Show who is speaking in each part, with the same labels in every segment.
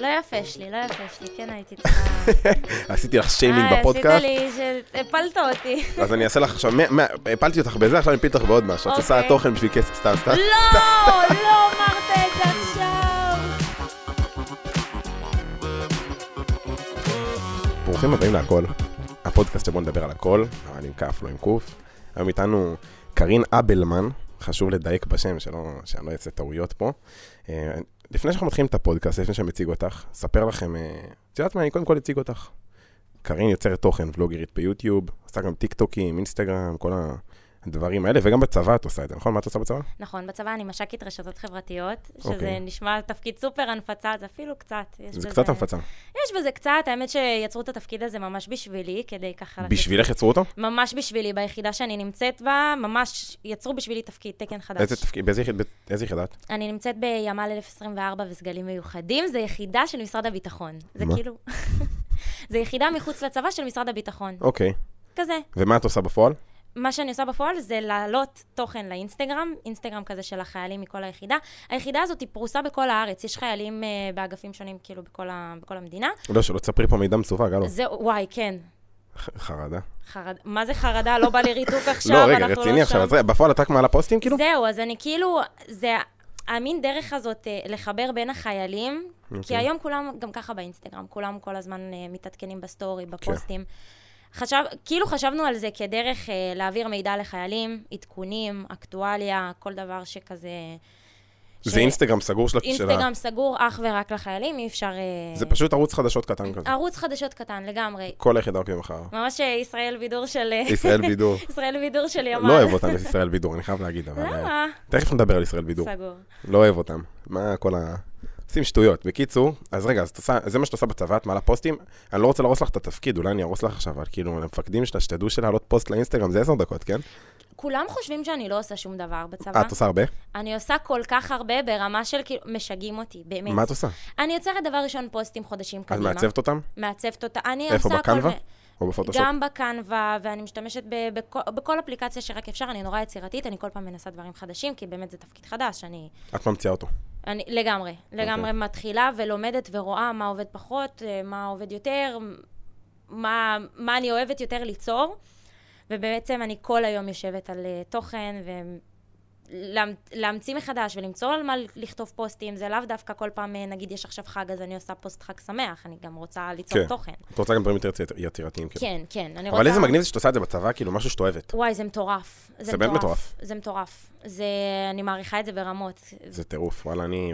Speaker 1: לא יפה שלי, לא יפה שלי, כן הייתי צריכה...
Speaker 2: עשיתי לך שיימינג
Speaker 1: אה, עשית
Speaker 2: בפודקאסט,
Speaker 1: לי, שהפלת אותי.
Speaker 2: אז אני אעשה לך עכשיו, מאה- מאה- הפלתי אותך בזה, עכשיו אני אפיל אותך בעוד משהו. את עושה
Speaker 1: אוקיי.
Speaker 2: תוכן בשביל כסף, סתם, סתם.
Speaker 1: לא, לא אמרת את זה עכשיו.
Speaker 2: ברוכים הבאים להכל, הפודקאסט שבו נדבר על הכל, אבל עם כף, לא עם קוף. היום איתנו קרין אבלמן, חשוב לדייק בשם, שלא, שאני לא אעשה טעויות פה. אה, לפני שאנחנו מתחילים את הפודקאסט, לפני שאני מציג אותך, אספר לכם, אה, את יודעת מה, אני קודם כל אציג אותך. קרין יוצרת תוכן, ולוגרית ביוטיוב, עושה גם טיק טוקים, אינסטגרם, כל הדברים האלה, וגם בצבא את עושה את זה, נכון? מה את עושה בצבא?
Speaker 1: נכון, בצבא אני מש"קית רשתות חברתיות, שזה
Speaker 2: אוקיי.
Speaker 1: נשמע תפקיד סופר הנפצה, אז אפילו קצת. יש
Speaker 2: זה
Speaker 1: בזה-
Speaker 2: קצת הנפצה.
Speaker 1: יש בזה קצת, האמת שיצרו את התפקיד הזה ממש בשבילי, כדי ככה... לתת-
Speaker 2: בשבילך יצרו אותו?
Speaker 1: ממש בשבילי, ביחידה שאני נמצאת בה, ממש יצרו בשבילי תפקיד, תקן חדש.
Speaker 2: איזה תפקיד, באיזה יחיד- באיזה יחידה את?
Speaker 1: אני נמצאת בימ"ל 1024 וסגלים מיוחדים, זה יחידה של משרד הביטחון. זה
Speaker 2: מה?
Speaker 1: כאילו... זה יחידה מחוץ לצבא של משרד הביטחון.
Speaker 2: אוקיי.
Speaker 1: כזה.
Speaker 2: ומה את עושה בפועל?
Speaker 1: מה שאני עושה בפועל זה להעלות תוכן לאינסטגרם, אינסטגרם כזה של החיילים מכל היחידה. היחידה הזאת היא פרוסה בכל הארץ, יש חיילים אה, באגפים שונים כאילו בכל, ה, בכל המדינה.
Speaker 2: לא, שלא תספרי פה מידע מסווג, הלו.
Speaker 1: זה, וואי, כן.
Speaker 2: ח- חרדה.
Speaker 1: חרד... מה זה חרדה? לא בא לי ריתוק עכשיו,
Speaker 2: לא, רגע,
Speaker 1: אנחנו
Speaker 2: רציני
Speaker 1: לא
Speaker 2: עכשיו,
Speaker 1: שם.
Speaker 2: אז רגע, בפועל את רק מעלה פוסטים כאילו?
Speaker 1: זהו, אז אני כאילו, זה המין דרך הזאת אה, לחבר בין החיילים, כי
Speaker 2: אוקיי.
Speaker 1: היום כולם גם ככה באינסטגרם, כולם כל הזמן אה, מתעדכנים
Speaker 2: כן.
Speaker 1: בסטורי, בפוסטים. חשב, כאילו חשבנו על זה כדרך אה, להעביר מידע לחיילים, עדכונים, אקטואליה, כל דבר שכזה...
Speaker 2: זה אינסטגרם סגור של ה...
Speaker 1: אינסטגרם סגור אך ורק לחיילים, אי אפשר... אה,
Speaker 2: זה פשוט ערוץ חדשות קטן כזה.
Speaker 1: ערוץ חדשות קטן לגמרי.
Speaker 2: כל היחידה עוקבים מחר.
Speaker 1: ממש אה, ישראל בידור של... אה,
Speaker 2: ישראל בידור.
Speaker 1: ישראל בידור של ימ"ל.
Speaker 2: לא אוהב אותם, את ישראל בידור, אני חייב להגיד, אבל... אה,
Speaker 1: למה?
Speaker 2: תכף נדבר על ישראל בידור.
Speaker 1: סגור.
Speaker 2: לא אוהב אותם. מה כל ה... עושים שטויות. בקיצור, אז רגע, אז את עושה- זה מה שאת עושה בצבא, את מעלה פוסטים. אני לא רוצה להרוס לך את התפקיד, אולי אני ארוס לך עכשיו, אבל כאילו, למפקדים שלה, שתדעו שלהעלות פוסט לאינסטגרם זה עשר דקות, כן?
Speaker 1: כולם חושבים שאני לא עושה שום דבר בצבא.
Speaker 2: אה, את עושה הרבה?
Speaker 1: אני עושה כל כך הרבה ברמה של כאילו, משגעים אותי, באמת.
Speaker 2: מה את עושה?
Speaker 1: אני יוצרת דבר ראשון פוסטים חודשים
Speaker 2: את
Speaker 1: קדימה.
Speaker 2: מעצבת אותם?
Speaker 1: מעצבת אותה. אני
Speaker 2: איפה,
Speaker 1: עושה הכל
Speaker 2: בקנווה? לא
Speaker 1: מ-
Speaker 2: או בפוטושופ?
Speaker 1: גם בקנווה, ואני משתמשת ב- בכל, בכל אפליקציה שרק אפשר, אני נורא יצירתית, אני כל פעם מנסה דברים חדשים, כי באמת זה תפקיד חדש, אני,
Speaker 2: את ממציאה אותו.
Speaker 1: אני לגמרי, לגמרי
Speaker 2: אוקיי.
Speaker 1: מתחילה ולומדת ורואה מה עובד פחות, אה, מה עובד יותר, מה, מה אני אוהבת יותר ליצור, ובעצם אני כל היום יושבת על אה, תוכן ולהמציא מחדש ולמצוא על מה לכתוב פוסטים, זה לאו דווקא כל פעם, אה, נגיד יש עכשיו חג אז אני עושה פוסט חג שמח, אני גם רוצה ליצור
Speaker 2: כן.
Speaker 1: תוכן.
Speaker 2: את רוצה גם דברים יותר יציר- יצירתיים, כאילו.
Speaker 1: כן, כן, אני רוצה...
Speaker 2: אבל איזה מגניב זה שאת עושה את זה בצבא, כאילו, משהו שאת אוהבת.
Speaker 1: וואי, זה מטורף.
Speaker 2: זה באמת מטורף.
Speaker 1: זה מטורף. זה, אני מעריכה את זה ברמות.
Speaker 2: זה טירוף, וואלה, אני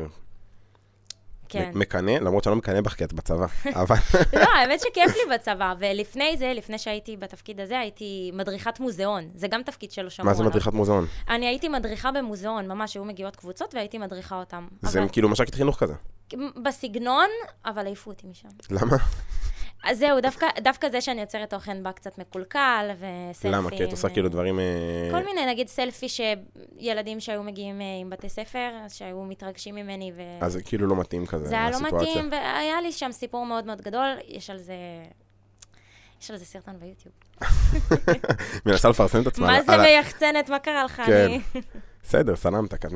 Speaker 1: כן.
Speaker 2: מ- מקנא, למרות שאני לא מקנא בך כי את בצבא, אבל
Speaker 1: לא, האמת שכיף לי בצבא, ולפני זה, לפני שהייתי בתפקיד הזה, הייתי מדריכת מוזיאון. זה גם תפקיד שלא שמעו
Speaker 2: מה זה
Speaker 1: עליו.
Speaker 2: מדריכת מוזיאון?
Speaker 1: אני הייתי מדריכה במוזיאון, ממש היו מגיעות קבוצות והייתי מדריכה אותם.
Speaker 2: זה
Speaker 1: אבל-
Speaker 2: כאילו מש"קית חינוך כזה.
Speaker 1: בסגנון, אבל העיפו אותי משם.
Speaker 2: למה?
Speaker 1: אז זהו, דווקא, דווקא זה שאני יוצרת תוכן בה קצת מקולקל, וסלפים.
Speaker 2: למה? כי את עושה כאילו
Speaker 1: אה,
Speaker 2: דברים... אה,
Speaker 1: כל מיני, נגיד סלפי שילדים שהיו מגיעים אה, עם בתי ספר, אז שהיו מתרגשים ממני, ו...
Speaker 2: אז זה כאילו לא מתאים כזה,
Speaker 1: זה היה לא
Speaker 2: הסיטואציה.
Speaker 1: מתאים, והיה לי שם סיפור מאוד מאוד גדול, יש על זה... יש על זה סרטון ביוטיוב.
Speaker 2: מנסה לפרסם את עצמה.
Speaker 1: מה
Speaker 2: על-
Speaker 1: זה
Speaker 2: על ה-
Speaker 1: מייחצנת? מה קרה לך?
Speaker 2: כן.
Speaker 1: אני
Speaker 2: בסדר, סלמת, כי את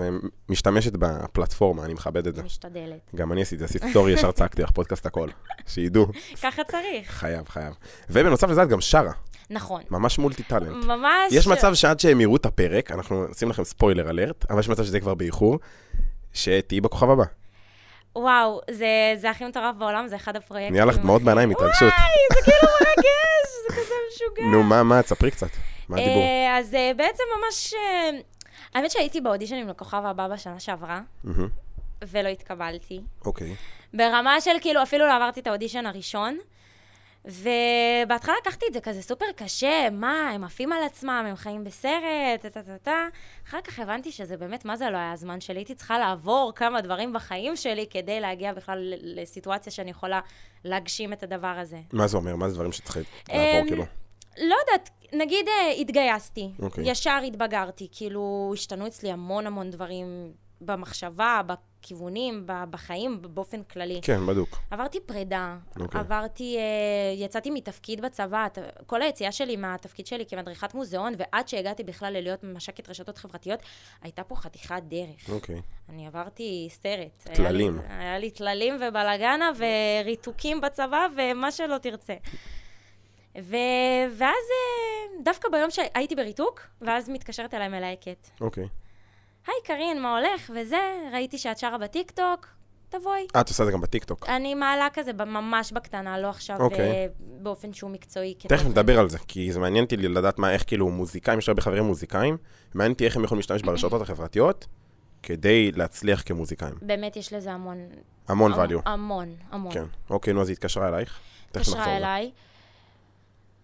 Speaker 2: משתמשת בפלטפורמה, אני מכבד את זה.
Speaker 1: משתדלת.
Speaker 2: גם אני עשיתי, עשיתי סטורי, ישר צעקתי לך פודקאסט הכל. שידעו,
Speaker 1: ככה צריך.
Speaker 2: חייב, חייב. ובנוסף לזה את גם שרה,
Speaker 1: נכון.
Speaker 2: ממש מולטי טאלנט.
Speaker 1: ממש...
Speaker 2: יש מצב שעד שהם יראו את הפרק, אנחנו עושים לכם ספוילר אלרט, אבל יש מצב שזה כבר באיחור, שתהיי בכוכב הבא.
Speaker 1: אה. וואו, זה- זה הכי מטורף בעולם, זה אחד הפרויקטים.
Speaker 2: נהיה לך דמעות
Speaker 1: הכי-
Speaker 2: בעיניים מהתרגשות.
Speaker 1: וואי, זה כאילו מרגש, זה כזה משוגע.
Speaker 2: נו, מה, מה, תספרי קצת. מה הדיבור?
Speaker 1: אה, אז אה, בעצם ממש... אה, האמת שהייתי באודישנים לכוכב הבא בשנה שעברה,
Speaker 2: מהמם,
Speaker 1: ולא התקבלתי.
Speaker 2: אוקיי.
Speaker 1: ברמה של כאילו, אפילו לא עברתי את האודישן הראשון. ובהתחלה לקחתי את זה כזה סופר קשה, מה, הם עפים על עצמם, הם חיים בסרט, טה טה טה טה. אחר כך הבנתי שזה באמת, מה זה לא היה הזמן שלי? הייתי צריכה לעבור כמה דברים בחיים שלי כדי להגיע בכלל ל- לסיטואציה שאני יכולה להגשים את הדבר הזה.
Speaker 2: מה זה אומר? מה זה דברים שצריך
Speaker 1: אמ,
Speaker 2: לעבור, כאילו?
Speaker 1: לא יודעת, נגיד אה, התגייסתי, okay.
Speaker 2: אוקיי.
Speaker 1: ישר התבגרתי, כאילו השתנו אצלי המון המון דברים במחשבה, בכיוונים, ב- בחיים, באופן כללי.
Speaker 2: כן, בדוק.
Speaker 1: עברתי פרידה, okay.
Speaker 2: אוקיי.
Speaker 1: עברתי, אה, יצאתי מתפקיד בצבא, ת- כל היציאה שלי מהתפקיד שלי כמדריכת מוזיאון, ועד שהגעתי בכלל ללהיות מש"קית רשתות חברתיות, הייתה פה חתיכת דרך.
Speaker 2: אוקיי.
Speaker 1: אני עברתי סרט. היה לי-
Speaker 2: טללים.
Speaker 1: היה לי טללים ובלאגנה וריתוקים בצבא ומה שלא תרצה. ו... ואז אה, דווקא ביום שהייתי בריתוק, ואז מתקשרת אליי מלהקת.
Speaker 2: אוקיי.
Speaker 1: היי קארין, מה הולך? וזה, ראיתי שאת שרה בטיקטוק, תבואי.
Speaker 2: אה, את עושה את זה גם בטיקטוק.
Speaker 1: אני מעלה כזה ב- ממש בקטנה, לא עכשיו
Speaker 2: אוקיי.
Speaker 1: אה, באופן שהוא מקצועי.
Speaker 2: תכף
Speaker 1: כתוכן.
Speaker 2: נדבר על זה, כי זה מעניין אותי לדעת מה, איך כאילו מוזיקאים, יש הרבה חברים מוזיקאים, מעניין אותי איך הם יכולים להשתמש ברשתות החברתיות כדי להצליח כמוזיקאים.
Speaker 1: באמת יש לזה המון.
Speaker 2: המון
Speaker 1: אה.
Speaker 2: value.
Speaker 1: המון, המון.
Speaker 2: כן. אוקיי, נו, אז היא התקשרה אלייך. תכף נחזור
Speaker 1: אה. התקשרה
Speaker 2: לזה.
Speaker 1: אליי.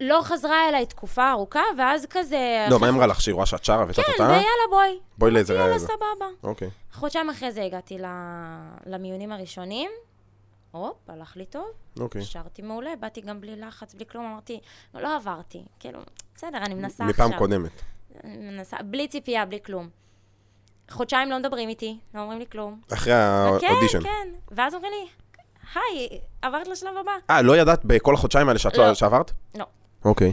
Speaker 1: לא חזרה אליי תקופה ארוכה, ואז כזה...
Speaker 2: לא, מה היא אמרה לך? שהיא רואה שאת שרה וטה
Speaker 1: אה, כן, ויאללה בואי.
Speaker 2: בואי לאיזה...
Speaker 1: יאללה, סבבה.
Speaker 2: אוקיי.
Speaker 1: חודשיים אחרי זה הגעתי ל- למיונים הראשונים. הופ, הלך לי טוב,
Speaker 2: אוקיי.
Speaker 1: שרתי מעולה, באתי גם בלי לחץ, בלי כלום, אמרתי, לא עברתי, כאילו, בסדר, אני מנסה עכשיו.
Speaker 2: מפעם קודמת.
Speaker 1: אני מנסה, בלי ציפייה, בלי כלום. חודשיים לא מדברים איתי, לא אומרים לי כלום.
Speaker 2: אחרי
Speaker 1: כן,
Speaker 2: האודישן.
Speaker 1: כן, ואז אומרים לי, היי, עברת לשלב הבא.
Speaker 2: אה, לא ידעת בכל החודשיים האלה שאת לא...
Speaker 1: לא.
Speaker 2: שעברת?
Speaker 1: לא.
Speaker 2: אוקיי.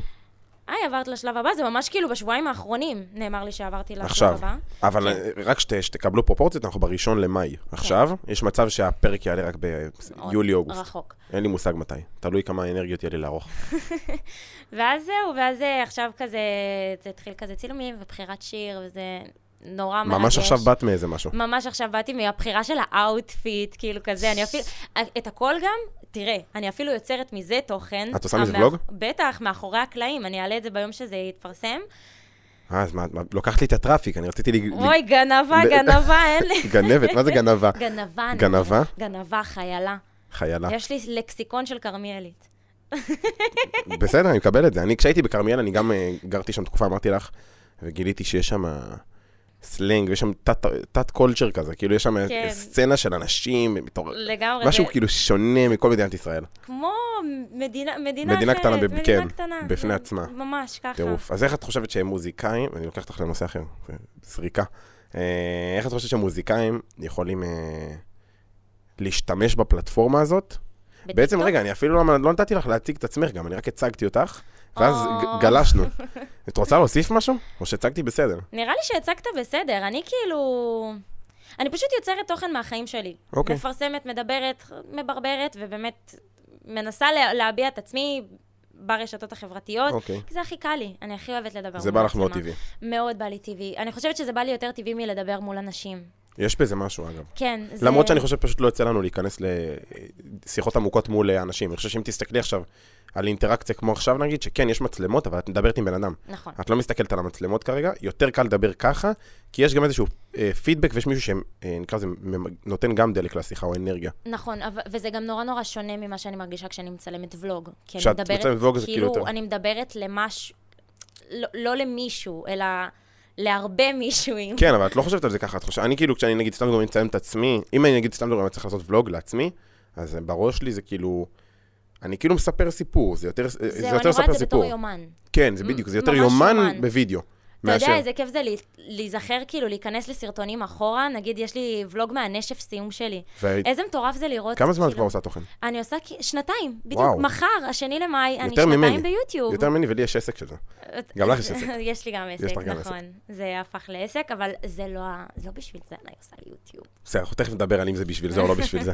Speaker 1: היי, עברת לשלב הבא, זה ממש כאילו בשבועיים האחרונים נאמר לי שעברתי לשלב
Speaker 2: עכשיו.
Speaker 1: הבא.
Speaker 2: אבל
Speaker 1: כן.
Speaker 2: אה, רק שת- שתקבלו פרופורציות, אנחנו בראשון למאי. עכשיו, יש מצב שהפרק יעלה רק
Speaker 1: עוד
Speaker 2: ביולי-אוגוסט.
Speaker 1: רחוק.
Speaker 2: אין לי מושג מתי. תלוי כמה אנרגיות יהיה לי לערוך.
Speaker 1: ואז זהו, ואז אה, עכשיו כזה, זה התחיל כזה צילומים ובחירת שיר, וזה נורא מרגש.
Speaker 2: ממש עכשיו באת מאיזה משהו.
Speaker 1: ממש עכשיו באתי מהבחירה של האאוטפיט, כאילו כזה, אני אפילו... את הכל גם, תראה, אני אפילו יוצרת מזה תוכן.
Speaker 2: את עושה מזה
Speaker 1: המאח-
Speaker 2: ולוג?
Speaker 1: בטח, מאחורי הקלעים, אני אעלה את זה ביום שזה יתפרסם.
Speaker 2: אה, אז מה, מה- לקחת לי את הטראפיק, אני רציתי... לי-
Speaker 1: אוי, גנבה,
Speaker 2: ל-
Speaker 1: גנבה, אין לי.
Speaker 2: גנבת, מה זה גנבה?
Speaker 1: גנבה. אני
Speaker 2: גנבה? אה.
Speaker 1: אומרת, גנבה, חיילה.
Speaker 2: חיילה.
Speaker 1: יש לי לקסיקון של כרמיאלית.
Speaker 2: בסדר, אני מקבל את זה. אני, כשהייתי בכרמיאל, אני גם אה, גרתי שם תקופה, אמרתי לך, וגיליתי שיש שם אה, סלנג, ויש שם תת- תת-קולצ'ר כזה, כאילו יש שם
Speaker 1: כן. לא
Speaker 2: סצנה של אנשים, מתור-
Speaker 1: לגמרי.
Speaker 2: משהו
Speaker 1: זה
Speaker 2: כאילו שונה מכל מדינת ישראל.
Speaker 1: כמו מדינה מדינה
Speaker 2: מדינה
Speaker 1: אחרת,
Speaker 2: קטנה ב- כן,
Speaker 1: מדינה קטנה.
Speaker 2: בפני
Speaker 1: זה-
Speaker 2: עצמה.
Speaker 1: ממש ככה.
Speaker 2: טירוף. אז איך את חושבת שמוזיקאים, אני לוקח אותך לנושא אחר, זה זריקה. אה, איך את חושבת שמוזיקאים יכולים אה, להשתמש בפלטפורמה הזאת? בעצם, רגע, אני אפילו לא, לא נתתי לך להציג את עצמך גם, אני רק הצגתי אותך, ואז
Speaker 1: או.
Speaker 2: ג- גלשנו. את רוצה להוסיף משהו? או שהצגתי בסדר?
Speaker 1: נראה לי שהצגת בסדר, אני כאילו... אני פשוט יוצרת תוכן מהחיים שלי.
Speaker 2: אוקיי.
Speaker 1: מפרסמת, מדברת, מברברת, ובאמת מנסה לה, להביע את עצמי ברשתות החברתיות.
Speaker 2: אוקיי.
Speaker 1: כי זה הכי קל לי, אני הכי אוהבת לדבר.
Speaker 2: זה
Speaker 1: מול
Speaker 2: בא לך מאוד
Speaker 1: מצלמה.
Speaker 2: טבעי.
Speaker 1: מאוד בא לי טבעי. אני חושבת שזה בא לי יותר טבעי מלדבר מול אנשים.
Speaker 2: יש בזה משהו, אגב.
Speaker 1: כן, זה...
Speaker 2: למרות שאני חושב פשוט לא יוצא לנו להיכנס לשיחות עמוקות מול אה, אנשים. אני חושב שאם תסתכלי עכשיו על אינטראקציה כמו עכשיו, נגיד, שכן, יש מצלמות, אבל את מדברת עם בן אדם.
Speaker 1: נכון.
Speaker 2: את לא מסתכלת על המצלמות כרגע, יותר קל לדבר ככה, כי יש גם איזשהו אה, פידבק ויש מישהו שנקרא לזה, ממ- נותן גם דלק לשיחה או אנרגיה.
Speaker 1: נכון, אבל- וזה גם נורא נורא שונה ממה שאני מרגישה כשאני מצלמת ולוג. כי אני
Speaker 2: כשאת
Speaker 1: מדברת-
Speaker 2: מצלמת ולוג זה כאילו יותר-
Speaker 1: אני מדברת למש... לא, לא למישהו, אלא להרבה מישהוים.
Speaker 2: כן, אבל את לא חושבת על זה ככה, את חושבת, אני כאילו, כשאני נגיד סתם דוגמא מצלם את עצמי, אם אני נגיד סתם דוגמא אני צריך לעשות ולוג לעצמי, אז בראש שלי זה כאילו, אני כאילו מספר סיפור, זה יותר, אה, זה
Speaker 1: זהו, אני
Speaker 2: יותר
Speaker 1: רואה את
Speaker 2: מספר
Speaker 1: זה בתור
Speaker 2: סיפור.
Speaker 1: יומן.
Speaker 2: כן, זה בדיוק, זה יותר
Speaker 1: ממש
Speaker 2: יומן
Speaker 1: יומן.
Speaker 2: בווידאו.
Speaker 1: אתה יודע
Speaker 2: מאשר-
Speaker 1: איזה כיף זה לה- להיזכר, כאילו, להיכנס לסרטונים אחורה, נגיד, יש לי ולוג מהנשף סיום שלי.
Speaker 2: ו-
Speaker 1: איזה מטורף זה לראות,
Speaker 2: כמה זמן את כבר
Speaker 1: כאילו,
Speaker 2: עושה תוכן?
Speaker 1: אני עושה כ- שנתיים, בדיוק,
Speaker 2: וואו.
Speaker 1: מחר, השני למאי, אני
Speaker 2: יותר ממני.
Speaker 1: שנתיים ביוטיוב.
Speaker 2: יותר ממני ולי יש עסק של זה. גם לך יש עסק.
Speaker 1: יש לי גם עסק,
Speaker 2: לך גם עסק.
Speaker 1: נכון. זה הפך לעסק, אבל זה לא ה- זה לא בשביל זה, אני עושה יוטיוב.
Speaker 2: בסדר, אנחנו תכף נדבר על אם זה בשביל זה או לא בשביל זה.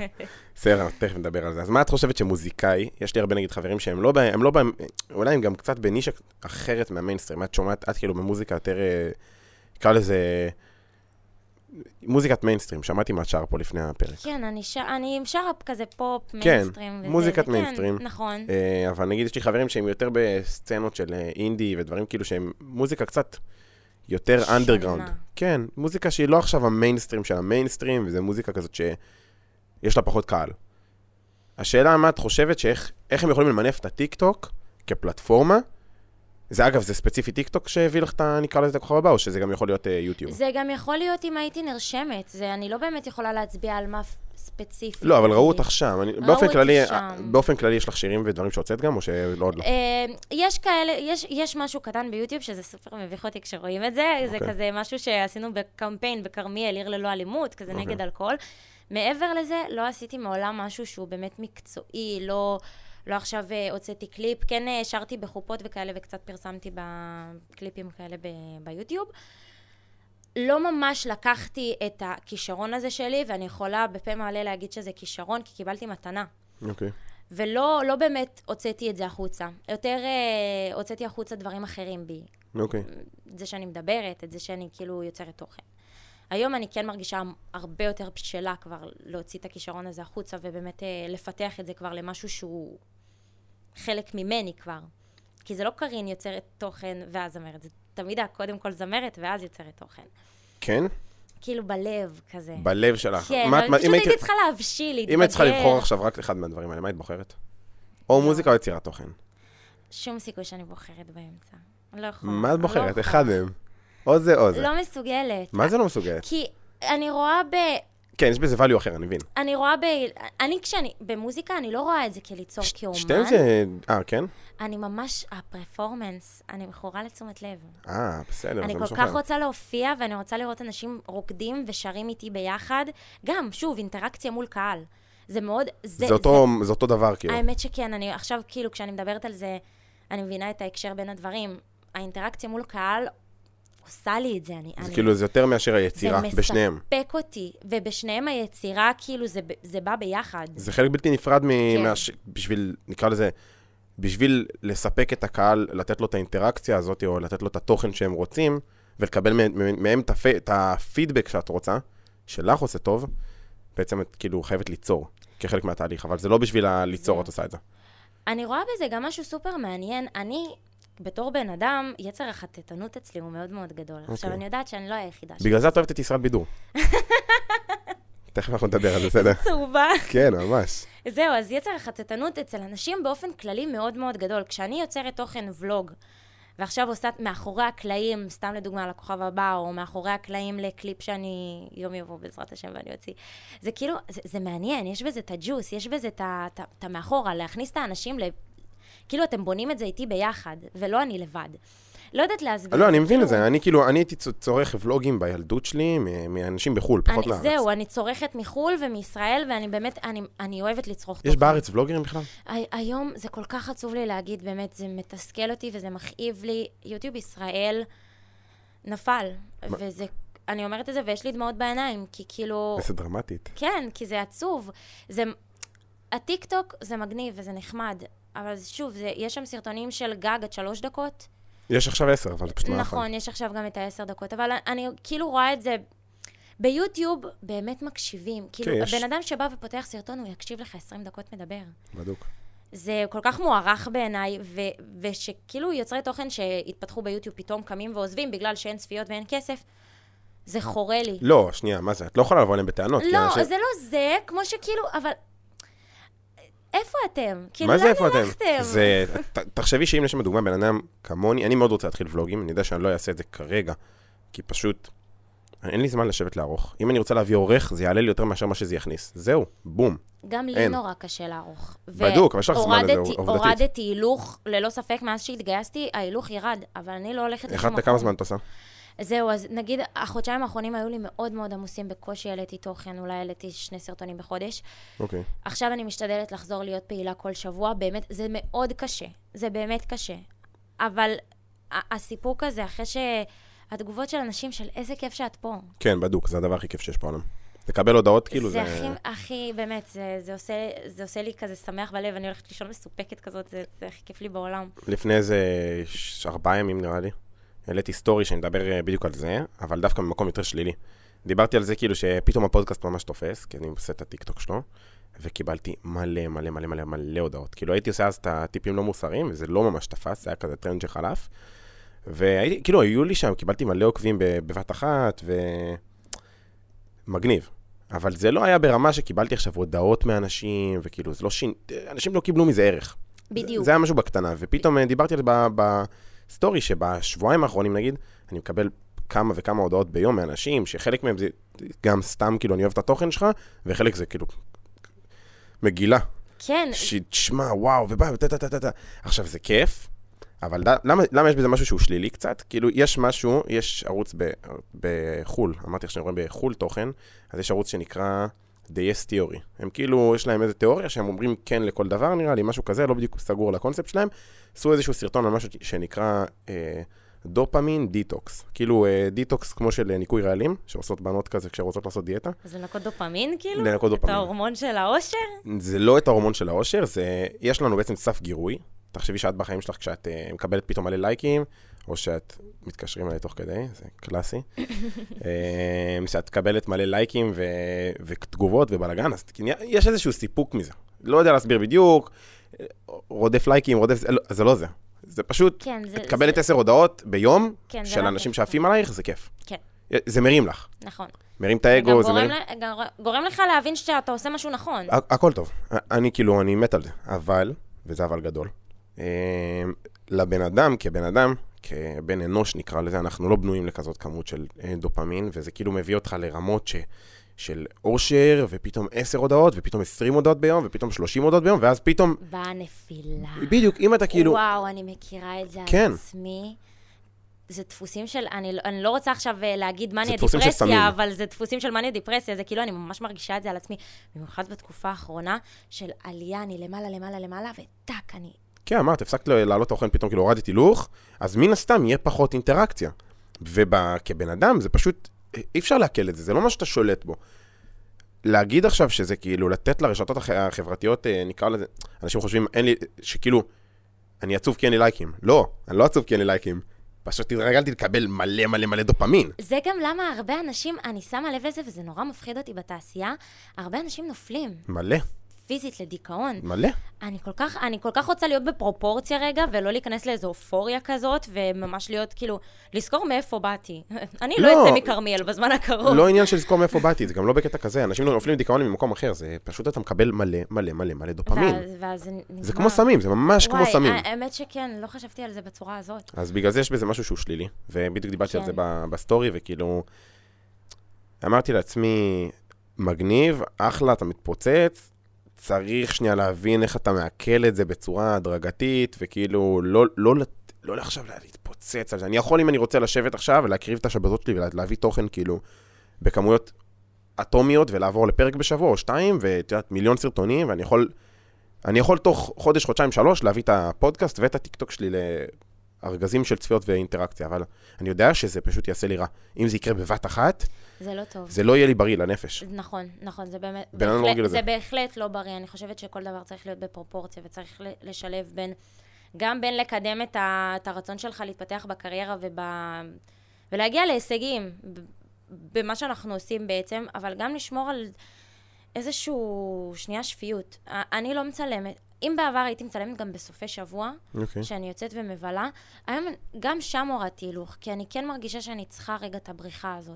Speaker 2: בסדר, אנחנו תכף נדבר על זה. אז מה את חושבת שמוזיקאי, יש לי הרבה נגיד חברים שהם לא, בהם- הם לא, בהם- אולי הם גם קצת בנישה אחרת מהמיינסטרים. את שומעת, את כאילו במוזיקה יותר, אה, נקרא לזה, מוזיקת מיינסטרים. שמעתי מה את שרה פה לפני הפרק.
Speaker 1: כן, אני ש- אני שרה כזה פופ, מיינסטרים. וזה-
Speaker 2: כן, מוזיקת
Speaker 1: כן,
Speaker 2: מיינסטרים.
Speaker 1: נכון.
Speaker 2: אה, אבל נגיד יש לי חברים שהם יותר בסצנות של אה, אינדי ודברים כאילו שהם מוזיקה קצת יותר
Speaker 1: שונה.
Speaker 2: אנדרגראונד. כן, מוזיקה שהיא לא עכשיו המיינסטרים של המיינסטרים, וזו מוזיקה כזאת שיש לה פחות קהל. השאלה מה את חושבת, שאיך איך הם יכולים למנף את הטיקטוק כפלטפורמה, זה אגב, זה ספציפית טיקטוק שהביא לך את ה... נקרא לזה את הכוכב הבא, או שזה גם יכול להיות אה, יוטיוב?
Speaker 1: זה גם יכול להיות אם הייתי נרשמת, זה, אני לא באמת יכולה להצביע על מה ספציפי.
Speaker 2: לא, אבל ראו אותך שם. אני- באופן
Speaker 1: אותי
Speaker 2: כללי,
Speaker 1: שם.
Speaker 2: באופן כללי יש לך שירים ודברים שהוצאת גם, או שלא עוד לא?
Speaker 1: אה, יש כאלה, יש, יש משהו קטן ביוטיוב שזה סופר מביך אותי כשרואים את זה, okay. זה
Speaker 2: אוקיי.
Speaker 1: כזה משהו שעשינו בקמפיין בכרמיאל, עיר ללא אלימות, כזה okay.
Speaker 2: אוקיי.
Speaker 1: נגד אלכוהול. מעבר לזה, לא עשיתי מעולם משהו שהוא באמת מקצועי, לא, לא עכשיו אה, הוצאתי קליפ, כן אה, שרתי בחופות וכאלה וקצת פרסמתי בקליפים כאלה ב, ביוטיוב. לא ממש לקחתי את הכישרון הזה שלי, ואני יכולה בפה מלא להגיד שזה כישרון, כי קיבלתי מתנה.
Speaker 2: אוקיי.
Speaker 1: ולא לא באמת הוצאתי את זה החוצה. יותר אה, הוצאתי החוצה דברים אחרים בי.
Speaker 2: אוקיי.
Speaker 1: את זה שאני מדברת, את זה שאני כאילו יוצרת תוכן. היום אני כן מרגישה הרבה יותר בשלה כבר להוציא את הכישרון הזה החוצה, ובאמת אה, לפתח את זה כבר למשהו שהוא חלק ממני כבר. כי זה לא קארין יוצרת תוכן ואז זמרת, זה תמיד היה קודם כל זמרת ואז יוצרת תוכן.
Speaker 2: כן?
Speaker 1: כאילו בלב כזה.
Speaker 2: בלב שלך.
Speaker 1: כן,
Speaker 2: מה את- מה-
Speaker 1: אבל
Speaker 2: אם
Speaker 1: פשוט
Speaker 2: הייתי-
Speaker 1: הייתי צריכה להבשיל, להתבגר.
Speaker 2: אם היית צריכה לבחור עכשיו רק אחד מהדברים האלה, מה היית בוחרת? או
Speaker 1: לא.
Speaker 2: מוזיקה או יצירת תוכן.
Speaker 1: שום סיכוי שאני בוחרת באמצע. לא יכולה.
Speaker 2: מה את
Speaker 1: לא
Speaker 2: בוחרת?
Speaker 1: יכולה.
Speaker 2: אחד מהם. או זה או זה.
Speaker 1: לא מסוגלת.
Speaker 2: מה זה לא מסוגלת?
Speaker 1: כי אני רואה ב...
Speaker 2: כן, יש בזה value אחר, אני מבין.
Speaker 1: אני רואה ב... אני כשאני... במוזיקה אני לא רואה את זה כליצור
Speaker 2: ש-
Speaker 1: כאומן.
Speaker 2: שתיהם זה... אה, כן?
Speaker 1: אני ממש... הפרפורמנס, אני מכורה לתשומת לב.
Speaker 2: אה, בסדר,
Speaker 1: אני
Speaker 2: זה
Speaker 1: כל
Speaker 2: משהו
Speaker 1: כך
Speaker 2: אחר.
Speaker 1: רוצה להופיע, ואני רוצה לראות אנשים רוקדים ושרים איתי ביחד. גם, שוב, אינטראקציה מול קהל. זה מאוד... זה,
Speaker 2: זה אותו- זה אותו דבר, כאילו.
Speaker 1: האמת שכן, אני עכשיו, כאילו, כשאני מדברת על זה, אני מבינה את ההקשר בין הדברים. האינטראקציה מול קהל עושה לי את זה. אני,
Speaker 2: זה
Speaker 1: אני...
Speaker 2: כאילו, זה יותר מאשר היצירה, בשניהם.
Speaker 1: זה מספק אותי, ובשניהם היצירה, כאילו, זה, ב- זה בא ביחד.
Speaker 2: זה חלק בלתי נפרד מ...
Speaker 1: כן.
Speaker 2: מהש... בשביל, נקרא לזה, בשביל לספק את הקהל, לתת לו את האינטראקציה הזאת, או לתת לו את התוכן שהם רוצים, ולקבל מה- מה- מהם את הפ- את הפידבק שאת רוצה, שלך עושה טוב, בעצם את כאילו חייבת ליצור כחלק מהתהליך, אבל זה לא בשביל הליצור
Speaker 1: זהו.
Speaker 2: את עושה את זה.
Speaker 1: אני רואה בזה גם משהו סופר מעניין. אני, בתור בן אדם, יצר החטטנות אצלי הוא מאוד מאוד גדול.
Speaker 2: אוקיי.
Speaker 1: עכשיו, אני יודעת שאני לא היחידה
Speaker 2: בגלל זה את אוהבת את ישראל בידור. תכף אנחנו נדבר על זה, בסדר?
Speaker 1: צהובה.
Speaker 2: כן, ממש.
Speaker 1: זהו, אז יצר החטטנות אצל אנשים באופן כללי מאוד מאוד גדול. כשאני יוצרת תוכן ולוג, ועכשיו עושה מאחורי הקלעים, סתם לדוגמה לכוכב הבא, או מאחורי הקלעים לקליפ שאני יום יבוא בעזרת השם ואני אוציא. זה כאילו, זה, זה מעניין, יש בזה את הג'וס, יש בזה את ה- את ה- את המאחורה, להכניס את האנשים ל... כאילו, אתם בונים את זה איתי ביחד, ולא אני לבד. לא יודעת להסביר.
Speaker 2: לא, אני מבין
Speaker 1: כאילו,
Speaker 2: את זה. אני כאילו, אני הייתי צו- צורך ולוגים בילדות שלי מ- מאנשים בחו"ל, פחות
Speaker 1: אני-
Speaker 2: לארץ.
Speaker 1: זהו, אני צורכת מחו"ל ומישראל, ואני באמת, אני, אני אוהבת לצרוך
Speaker 2: יש בארץ ולוגרים בכלל?
Speaker 1: הי- היום זה כל כך עצוב לי להגיד, באמת, זה מתסכל אותי וזה מכאיב לי. יוטיוב ישראל נפל,
Speaker 2: מה?
Speaker 1: וזה, אני אומרת את זה ויש לי דמעות בעיניים, כי כאילו,
Speaker 2: איזה דרמטית.
Speaker 1: כן, כי זה עצוב. זה, הטיקטוק זה מגניב וזה נחמד, אבל זה- שוב, זה, יש שם סרטונים של גג עד שלוש דקות.
Speaker 2: יש עכשיו עשר, אבל זה פשוט לא נכון.
Speaker 1: נכון, יש עכשיו גם את העשר דקות, אבל אני כאילו רואה את זה... ביוטיוב באמת מקשיבים. כאילו,
Speaker 2: כן, יש.
Speaker 1: הבן אדם שבא ופותח סרטון, הוא יקשיב לך 20 דקות מדבר.
Speaker 2: בדוק.
Speaker 1: זה כל כך מוערך בעיניי, ו- ושכאילו יוצרי תוכן שהתפתחו ביוטיוב פתאום קמים ועוזבים בגלל שאין צפיות ואין כסף, זה חורה לי.
Speaker 2: לא, שנייה, מה זה? את לא אוקיי, יכולה לבוא אליהם בטענות. כי
Speaker 1: לא,
Speaker 2: אנשים-
Speaker 1: זה לא זה, כמו שכאילו, אבל... איפה אתם? כאילו,
Speaker 2: מה זה
Speaker 1: לאן
Speaker 2: איפה אתם?
Speaker 1: הלכתם?
Speaker 2: זה... ת- תחשבי שאם יש שם דוגמה, בן אדם כמוני, אני מאוד רוצה להתחיל ולוגים, אני יודע שאני לא אעשה את זה כרגע, כי פשוט... אין לי זמן לשבת לערוך. אם אני רוצה להביא עורך, זה יעלה לי יותר מאשר מה שזה יכניס. זהו, בום.
Speaker 1: גם לי
Speaker 2: אין.
Speaker 1: נורא קשה לערוך. ו-
Speaker 2: בדוק, אבל יש לך זמן לזה,
Speaker 1: הורדתי-
Speaker 2: עובדתית.
Speaker 1: הורדתי הילוך, ללא ספק, מאז שהתגייסתי, ההילוך ירד, אבל אני לא הולכת לשום
Speaker 2: אחד לכמה זמן את עושה?
Speaker 1: זהו, אז נגיד, החודשיים האחרונים היו לי מאוד מאוד עמוסים, בקושי העליתי תוכן, אולי העליתי שני סרטונים בחודש.
Speaker 2: אוקיי.
Speaker 1: עכשיו אני משתדלת לחזור להיות פעילה כל שבוע, באמת, זה מאוד קשה, זה באמת קשה. אבל ה- הסיפוק הזה, אחרי שהתגובות של אנשים של איזה כיף שאת פה,
Speaker 2: כן, בדוק, זה הדבר הכי כיף שיש בעולם. לקבל הודעות, כאילו,
Speaker 1: זה
Speaker 2: זה...
Speaker 1: הכי, הכי, באמת, זה, זה, עושה, זה עושה לי כזה שמח בלב, אני הולכת לישון מסופקת כזאת, זה, זה הכי כיף לי בעולם.
Speaker 2: לפני איזה ש- ארבעה ימים נראה לי, העליתי סטורי שאני מדבר אה, בדיוק על זה, אבל דווקא ממקום יותר שלילי. דיברתי על זה כאילו שפתאום הפודקאסט ממש תופס, כי אני עושה את הטיקטוק שלו, וקיבלתי מלא מלא מלא מלא מלא הודעות. כאילו הייתי עושה אז את הטיפים לא מוסריים, וזה לא ממש תפס, זה היה כזה טרנד שחלף. והייתי, כאילו היו לי שם, קיבלתי מלא עוקבים ב- בבת אחת, ו... מגניב. אבל זה לא היה ברמה שקיבלתי עכשיו הודעות מאנשים, וכאילו, זה לא שין... אנשים לא קיבלו מזה ערך.
Speaker 1: בדיוק.
Speaker 2: זה היה משהו בקטנה, ופתאום אה, דיברתי על זה ב- ב- סטורי שבשבועיים האחרונים, נגיד, אני מקבל כמה וכמה הודעות ביום מאנשים, שחלק מהם זה גם סתם, כאילו, אני אוהב את התוכן שלך, וחלק זה כאילו מגילה.
Speaker 1: כן,
Speaker 2: שתשמע, וואו, ובא, וטה-טה-טה-טה. עכשיו, זה כיף, אבל ד- למה, למה יש בזה משהו שהוא שלילי קצת? כאילו, יש משהו, יש ערוץ ב, בחו"ל, אמרתי לך שאני רואה בחו"ל תוכן, אז יש ערוץ שנקרא The Yes Theory. הם כאילו, יש להם איזה תיאוריה שהם אומרים כן לכל דבר, נראה לי, משהו כזה, לא בדיוק סגור על הקונספט שלהם. עשו איזשהו סרטון על משהו שנקרא אה, דופמין דיטוקס. כאילו, אה, דיטוקס כמו של אה, ניקוי רעלים, שעושות בנות כזה כשרוצות לעשות דיאטה.
Speaker 1: אז לנקות דופמין, כאילו?
Speaker 2: לנקות דופמין.
Speaker 1: את ההורמון של האושר?
Speaker 2: זה לא את ההורמון של האושר, זה... יש לנו בעצם סף גירוי. תחשבי שאת בחיים שלך כשאת uh, מקבלת פתאום מלא לייקים, או שאת מתקשרים אליי תוך כדי, זה קלאסי. אה, שאת מקבלת מלא לייקים ו... ותגובות ובלאגן, אז כי נהיה- יש איזשהו סיפוק מזה. לא יודע להסביר בדיוק, אה, רודף לייקים, רודף... זה לא- זה לא זה. זה פשוט,
Speaker 1: כן, זה...
Speaker 2: את מקבלת עשר הודעות ביום
Speaker 1: כן, זה
Speaker 2: של
Speaker 1: לא
Speaker 2: אנשים
Speaker 1: כיף.
Speaker 2: שעפים עלייך, זה כיף.
Speaker 1: כן.
Speaker 2: זה מרים לך,
Speaker 1: זה... נכון.
Speaker 2: מרים את האגו,
Speaker 1: גם
Speaker 2: זה אה.
Speaker 1: גורם,
Speaker 2: מרים...
Speaker 1: ל... גם גורם לך להבין שאתה עושה משהו נכון.
Speaker 2: הכ- הכל טוב. אני כאילו, אני מת על זה. אבל, וזה אבל גדול, אמ, לבן אדם, כבן אדם, כבן אנוש נקרא לזה, אנחנו לא בנויים לכזאת כמות של אה, דופמין, וזה כאילו מביא אותך לרמות ש... של אושר, ופתאום 10 הודעות, ופתאום 20 הודעות ביום, ופתאום 30 הודעות ביום, ואז פתאום,
Speaker 1: באה נפילה.
Speaker 2: בדיוק, אם אתה כאילו...
Speaker 1: וואו, אני מכירה את זה
Speaker 2: כן.
Speaker 1: על עצמי. זה דפוסים של, אני, לא- אני לא רוצה עכשיו אה, להגיד מניה
Speaker 2: דפוסים של סמים.
Speaker 1: דיפרסיה, אבל זה דפוסים של מניה דיפרסיה, זה כאילו, אני ממש מרגישה את זה על עצמי, במיוחד בתקופה האחרונה של עלייה, אני למעלה, למעלה, למעלה, וטאק, אני...
Speaker 2: כן, אמרת, הפסקת ל- לעלות תוכן, פתאום כאילו הורדתי הילוך, אז מן הסתם יהיה פחות אינטראקציה. וכבן אדם, זה פשוט, אי אפשר לעכל את זה, זה לא מה שאתה שולט בו. להגיד עכשיו שזה כאילו, לתת לרשתות הח- החברתיות, אה, נקרא לזה, אנשים חושבים, אין לי, שכאילו, אני עצוב כי אין לי לייקים. לא, אני לא עצוב כי אין לי לייקים. פשוט התרגלתי לקבל מלא מלא מלא דופמין.
Speaker 1: זה גם למה הרבה אנשים, אני שמה לב לזה, וזה נורא מפחיד אותי בתעשייה, הרבה אנשים נופלים
Speaker 2: מלא,
Speaker 1: פיזית לדיכאון.
Speaker 2: מלא.
Speaker 1: אני כל כך, אני כל כך רוצה להיות בפרופורציה רגע, ולא להיכנס לאיזו אופוריה כזאת, וממש להיות, כאילו, לזכור מאיפה באתי. אני לא
Speaker 2: לא.
Speaker 1: אצא מכרמיאל בזמן הקרוב.
Speaker 2: לא עניין של לזכור מאיפה באתי, זה גם לא בקטע כזה, אנשים נופלים לדיכאון ממקום אחר, זה פשוט אתה מקבל מלא מלא מלא מלא דופמין.
Speaker 1: ואז, ואז זה נגמר.
Speaker 2: זה כמו סמים, זה ממש כמו
Speaker 1: וואי, אה,
Speaker 2: סמים.
Speaker 1: האמת שכן, לא חשבתי על זה בצורה הזאת.
Speaker 2: אז בגלל זה יש בזה משהו שהוא שלילי, ובדיוק דיברתי על זה
Speaker 1: כן.
Speaker 2: ב- בסטורי, וכאילו... אמרתי לעצמי, מגניב, אחלה, אתה מתפוצץ, צריך שנייה להבין איך אתה מעכל את זה בצורה הדרגתית, וכאילו, לא, לא, לת- לא עכשיו להתפוצץ על זה. אני יכול, אם אני רוצה, לשבת עכשיו ולהקריב את השבתות שלי ולהביא תוכן, כאילו, בכמויות אטומיות, ולעבור לפרק בשבוע או שתיים, ואת יודעת, מיליון סרטונים, ואני יכול... אני יכול תוך חודש, חודשיים, שלוש, להביא את הפודקאסט ואת הטיקטוק שלי ל- ארגזים של צפיות ואינטראקציה, אבל אני יודע שזה פשוט יעשה לי רע. אם זה יקרה בבת אחת,
Speaker 1: זה לא טוב.
Speaker 2: זה לא יהיה לי בריא לנפש.
Speaker 1: נכון, נכון, זה באמת...
Speaker 2: בן אדם לא
Speaker 1: בהחלט-
Speaker 2: רגיל לזה.
Speaker 1: זה בהחלט לא בריא, אני חושבת שכל דבר צריך להיות בפרופורציה, וצריך ל- לשלב בין... גם בין לקדם את, ה, את הרצון שלך להתפתח בקריירה וב, ולהגיע להישגים ב- במה שאנחנו עושים בעצם, אבל גם לשמור על איזשהו שנייה שפיות. א- אני לא מצלמת. אם בעבר הייתי מצלמת גם בסופי שבוע,
Speaker 2: אוקיי.
Speaker 1: שאני יוצאת ומבלה, היום גם שם הורדתי הילוך, כי אני כן מרגישה שאני צריכה רגע את הבריחה הזאת.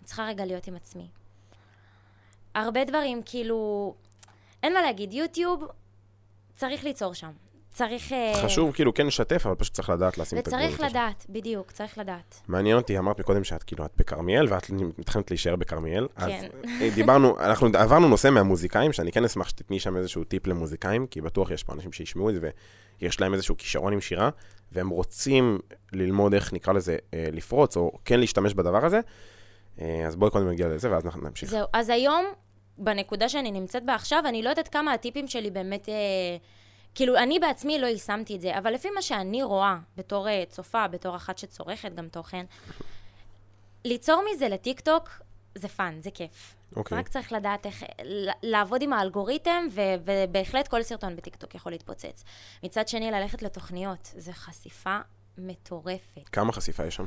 Speaker 1: אני צריכה רגע להיות עם עצמי. הרבה דברים, כאילו, אין מה להגיד, יוטיוב, צריך ליצור שם. צריך... אה,
Speaker 2: חשוב כאילו כן לשתף, אבל פשוט צריך לדעת לשים את הגבול.
Speaker 1: וצריך לדעת, בדיוק, צריך לדעת.
Speaker 2: מעניין אותי, אמרת מקודם שאת כאילו, את בכרמיאל, ואת מתכנת להישאר בכרמיאל. אז
Speaker 1: כן.
Speaker 2: אה, דיברנו, אנחנו עברנו נושא מהמוזיקאים, שאני כן אשמח שתתני שם איזשהו טיפ למוזיקאים, כי בטוח יש פה אנשים שישמעו את זה, ויש להם איזשהו כישרון עם שירה, והם רוצים ללמוד איך נקרא לזה אה, לפרוץ, או כן להשתמש בדבר הזה. אה, אז בואי קודם נגיע לזה, ואז אנחנו נמשיך.
Speaker 1: זהו, אז היום, בנקודה שאני נמצאת בה עכשיו, אני לא יודעת כמה הטיפים שלי באמת... אה, כאילו, אני בעצמי לא יישמתי את זה, אבל לפי מה שאני רואה, בתור אה, צופה, בתור אחת שצורכת גם תוכן, ליצור מזה לטיקטוק זה פאן, זה כיף.
Speaker 2: אוקיי.
Speaker 1: רק צריך לדעת איך ל- לעבוד עם האלגוריתם, ו- ובהחלט כל סרטון בטיקטוק יכול להתפוצץ. מצד שני, ללכת לתוכניות, זה חשיפה מטורפת.
Speaker 2: כמה חשיפה יש שם?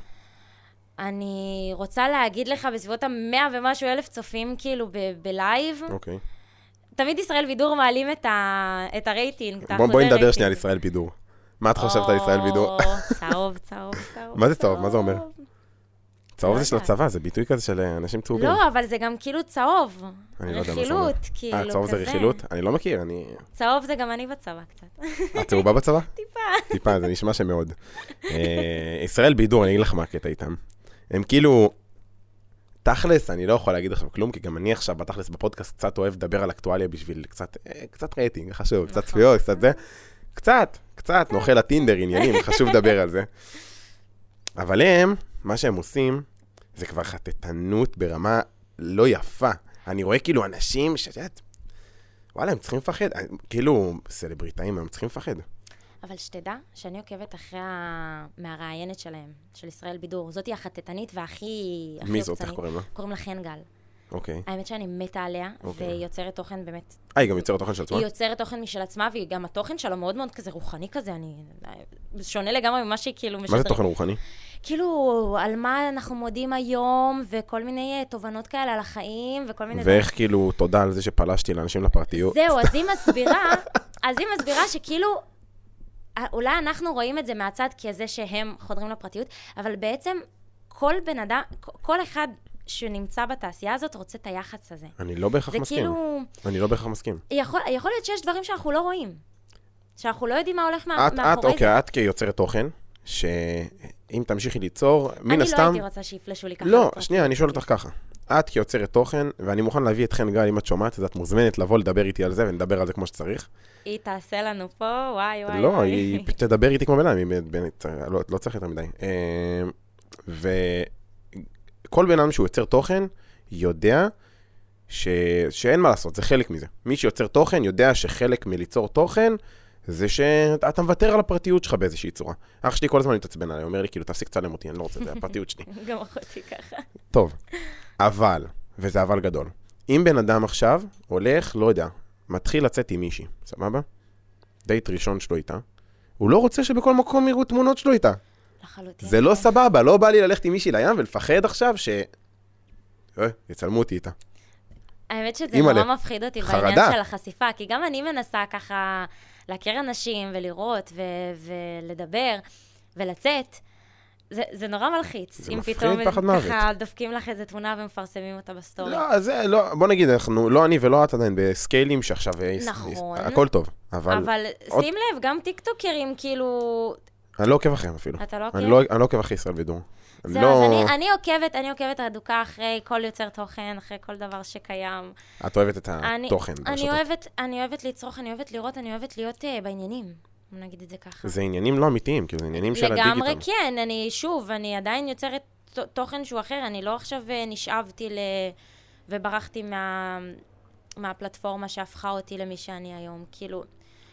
Speaker 1: אני רוצה להגיד לך, בסביבות המאה ומשהו אלף צופים, כאילו, ב- בלייב.
Speaker 2: אוקיי.
Speaker 1: תמיד ישראל בידור מעלים את, ה- את הרייטינג, את
Speaker 2: בוא- בואי
Speaker 1: האחוזי
Speaker 2: נדבר שנייה על
Speaker 1: רייטינג.
Speaker 2: ישראל בידור. מה את חושבת על ישראל בידור?
Speaker 1: או, צהוב, צהוב, צהוב.
Speaker 2: מה זה צהוב? מה זה אומר? צהוב
Speaker 1: לא
Speaker 2: זה של
Speaker 1: יודעת.
Speaker 2: הצבא, זה ביטוי כזה של אה, אנשים צהובים.
Speaker 1: לא, אבל זה גם כאילו צהוב.
Speaker 2: אני לא יודע מה זה
Speaker 1: רכילות,
Speaker 2: אומר.
Speaker 1: כאילו,
Speaker 2: אה, צהוב זה
Speaker 1: כזה.
Speaker 2: רכילות? אני לא מכיר, אני...
Speaker 1: צהוב זה גם אני בצבא קצת.
Speaker 2: את צהובה אה, בצבא?
Speaker 1: טיפה.
Speaker 2: טיפה, זה נשמע שמאוד. אה, ישראל בידור, אני אגיד לך מה הקטע איתם. הם כאילו... תכלס, אני לא יכול להגיד עכשיו כלום, כי גם אני עכשיו בתכלס בפודקאסט קצת אוהב לדבר על אקטואליה בשביל קצת, אה, קצת רייטינג, חשוב, קצת
Speaker 1: נכון. כן.
Speaker 2: צפיות, קצת זה. קצת, קצת, נוכל הטינדר עניינים, חשוב לדבר על זה. אבל הם, מה שהם עושים, זה כבר חטטנות ברמה לא יפה. אני רואה כאילו אנשים שאת יודעת, וואלה, הם צריכים לפחד, אה, כאילו, סלבריטאים, הם צריכים לפחד.
Speaker 1: אבל שתדע שאני עוקבת אחרי המראיינת שלהם, של ישראל בידור. זאתי החטטנית והכי... הכי אה,
Speaker 2: מי זאת? איך
Speaker 1: עוקצנית.
Speaker 2: קוראים לה?
Speaker 1: קוראים לה חן גל.
Speaker 2: אוקיי.
Speaker 1: האמת שאני מתה עליה,
Speaker 2: אוקיי.
Speaker 1: והיא יוצרת תוכן באמת
Speaker 2: אה, היא גם יוצרת תוכן של עצמה?
Speaker 1: היא יוצרת תוכן משל עצמה, והיא גם התוכן שלה מאוד מאוד כזה רוחני כזה, אני... שונה לגמרי ממה שהיא כאילו...
Speaker 2: מה
Speaker 1: משדרת.
Speaker 2: זה תוכן רוחני?
Speaker 1: כאילו, על מה אנחנו מודים היום, וכל מיני אה, תובנות כאלה על החיים, וכל מיני...
Speaker 2: ואיך כאילו, תודה על זה שפלשתי לאנשים לפרטיות.
Speaker 1: זהו, אז היא מסבירה, אז היא מסבירה שכאילו, אה, אולי אנחנו רואים את זה מהצד כזה שהם חודרים לפרטיות, אבל בעצם כל בן אדם, כ- כל אחד שנמצא בתעשייה הזאת רוצה את היח"צ הזה.
Speaker 2: אני לא בהכרח
Speaker 1: זה
Speaker 2: מסכים.
Speaker 1: כאילו,
Speaker 2: אני לא בהכרח מסכים.
Speaker 1: יכול, יכול להיות שיש דברים שאנחנו לא רואים, שאנחנו לא יודעים מה הולך מה,
Speaker 2: את,
Speaker 1: מאחורי
Speaker 2: את,
Speaker 1: זה.
Speaker 2: אוקיי, את כיוצרת תוכן, שאם תמשיכי ליצור, מן
Speaker 1: אני
Speaker 2: הסתם...
Speaker 1: לא הייתי רוצה שיפלשו לי ככה.
Speaker 2: לא,
Speaker 1: לפרטיות.
Speaker 2: שנייה, אני שואל אותך ככה. את כיוצרת תוכן, ואני מוכן להביא את חן גל, אם את שומעת, אז את מוזמנת לבוא לדבר איתי על זה, ונדבר על זה כמו שצריך.
Speaker 1: היא תעשה לנו פה, וואי וואי.
Speaker 2: לא,
Speaker 1: וואי.
Speaker 2: היא פשוט תדבר איתי כמו בן אדם, היא באמת- באמת- לא- לא צריך יותר מדי. אה, וכל בן אדם שהוא יוצר תוכן, יודע ש... שאין מה לעשות, זה חלק מזה. מי שיוצר תוכן יודע שחלק מליצור תוכן זה שאתה מוותר על הפרטיות שלך באיזושהי צורה. אח שלי כל הזמן מתעצבן עליי, אומר לי, כאילו, תפסיק לצלם אותי, אני לא רוצה את זה, הפרטיות שלי.
Speaker 1: גם אחותי ככה.
Speaker 2: טוב, אבל, וזה אבל גדול, אם בן אדם עכשיו הולך, לא יודע, מתחיל לצאת עם מישהי, סבבה? דייט ראשון שלו איתה, הוא לא רוצה שבכל מקום יראו תמונות שלו איתה.
Speaker 1: לחלוטין.
Speaker 2: זה לא סבבה, לא בא לי ללכת עם מישהי לים ולפחד עכשיו ש... אה, יצלמו אותי איתה.
Speaker 1: האמת שזה
Speaker 2: אימא'לה.
Speaker 1: נורא מפחיד אותי
Speaker 2: חרדה.
Speaker 1: בעניין של החשיפה, כי גם אני מנסה ככה להכיר אנשים ולראות ו- ולדבר ולצאת. זה, זה נורא מלחיץ.
Speaker 2: זה
Speaker 1: אם
Speaker 2: מפחיד,
Speaker 1: פתאום
Speaker 2: פחד מוות.
Speaker 1: ככה דופקים לך איזה תמונה ומפרסמים אותה בסטורי.
Speaker 2: לא, זה לא, בוא נגיד, אנחנו, לא אני ולא את עדיין בסקיילים שעכשיו... אה,
Speaker 1: נכון.
Speaker 2: הכל טוב, אבל,
Speaker 1: אבל, אבל
Speaker 2: עוד-
Speaker 1: שים לב, גם טיקטוקרים, כאילו,
Speaker 2: אני לא עוקב אחריהם אפילו.
Speaker 1: אתה לא עוקב?
Speaker 2: אני לא, אני לא עוקב אחרי ישראל בידור. אני
Speaker 1: זהו,
Speaker 2: לא...
Speaker 1: אז אני, אני עוקבת, אני עוקבת אדוקה אחרי כל יוצר תוכן, אחרי כל דבר שקיים.
Speaker 2: את אוהבת את
Speaker 1: אני-
Speaker 2: התוכן.
Speaker 1: אני
Speaker 2: אה, ברשתות.
Speaker 1: אוהבת, אני אוהבת לצרוך, אני אוהבת לראות, אני אוהבת להיות אה, בעניינים. בוא נגיד את זה ככה.
Speaker 2: זה עניינים לא אמיתיים, כאילו, זה עניינים של הדיגיטל.
Speaker 1: לגמרי כן, אני שוב, אני עדיין יוצרת ת- תוכן שהוא אחר, אני לא עכשיו אה, נשאבתי ל... וברחתי מה... מהפלטפורמה שהפכה אותי למי שאני היום. כאילו,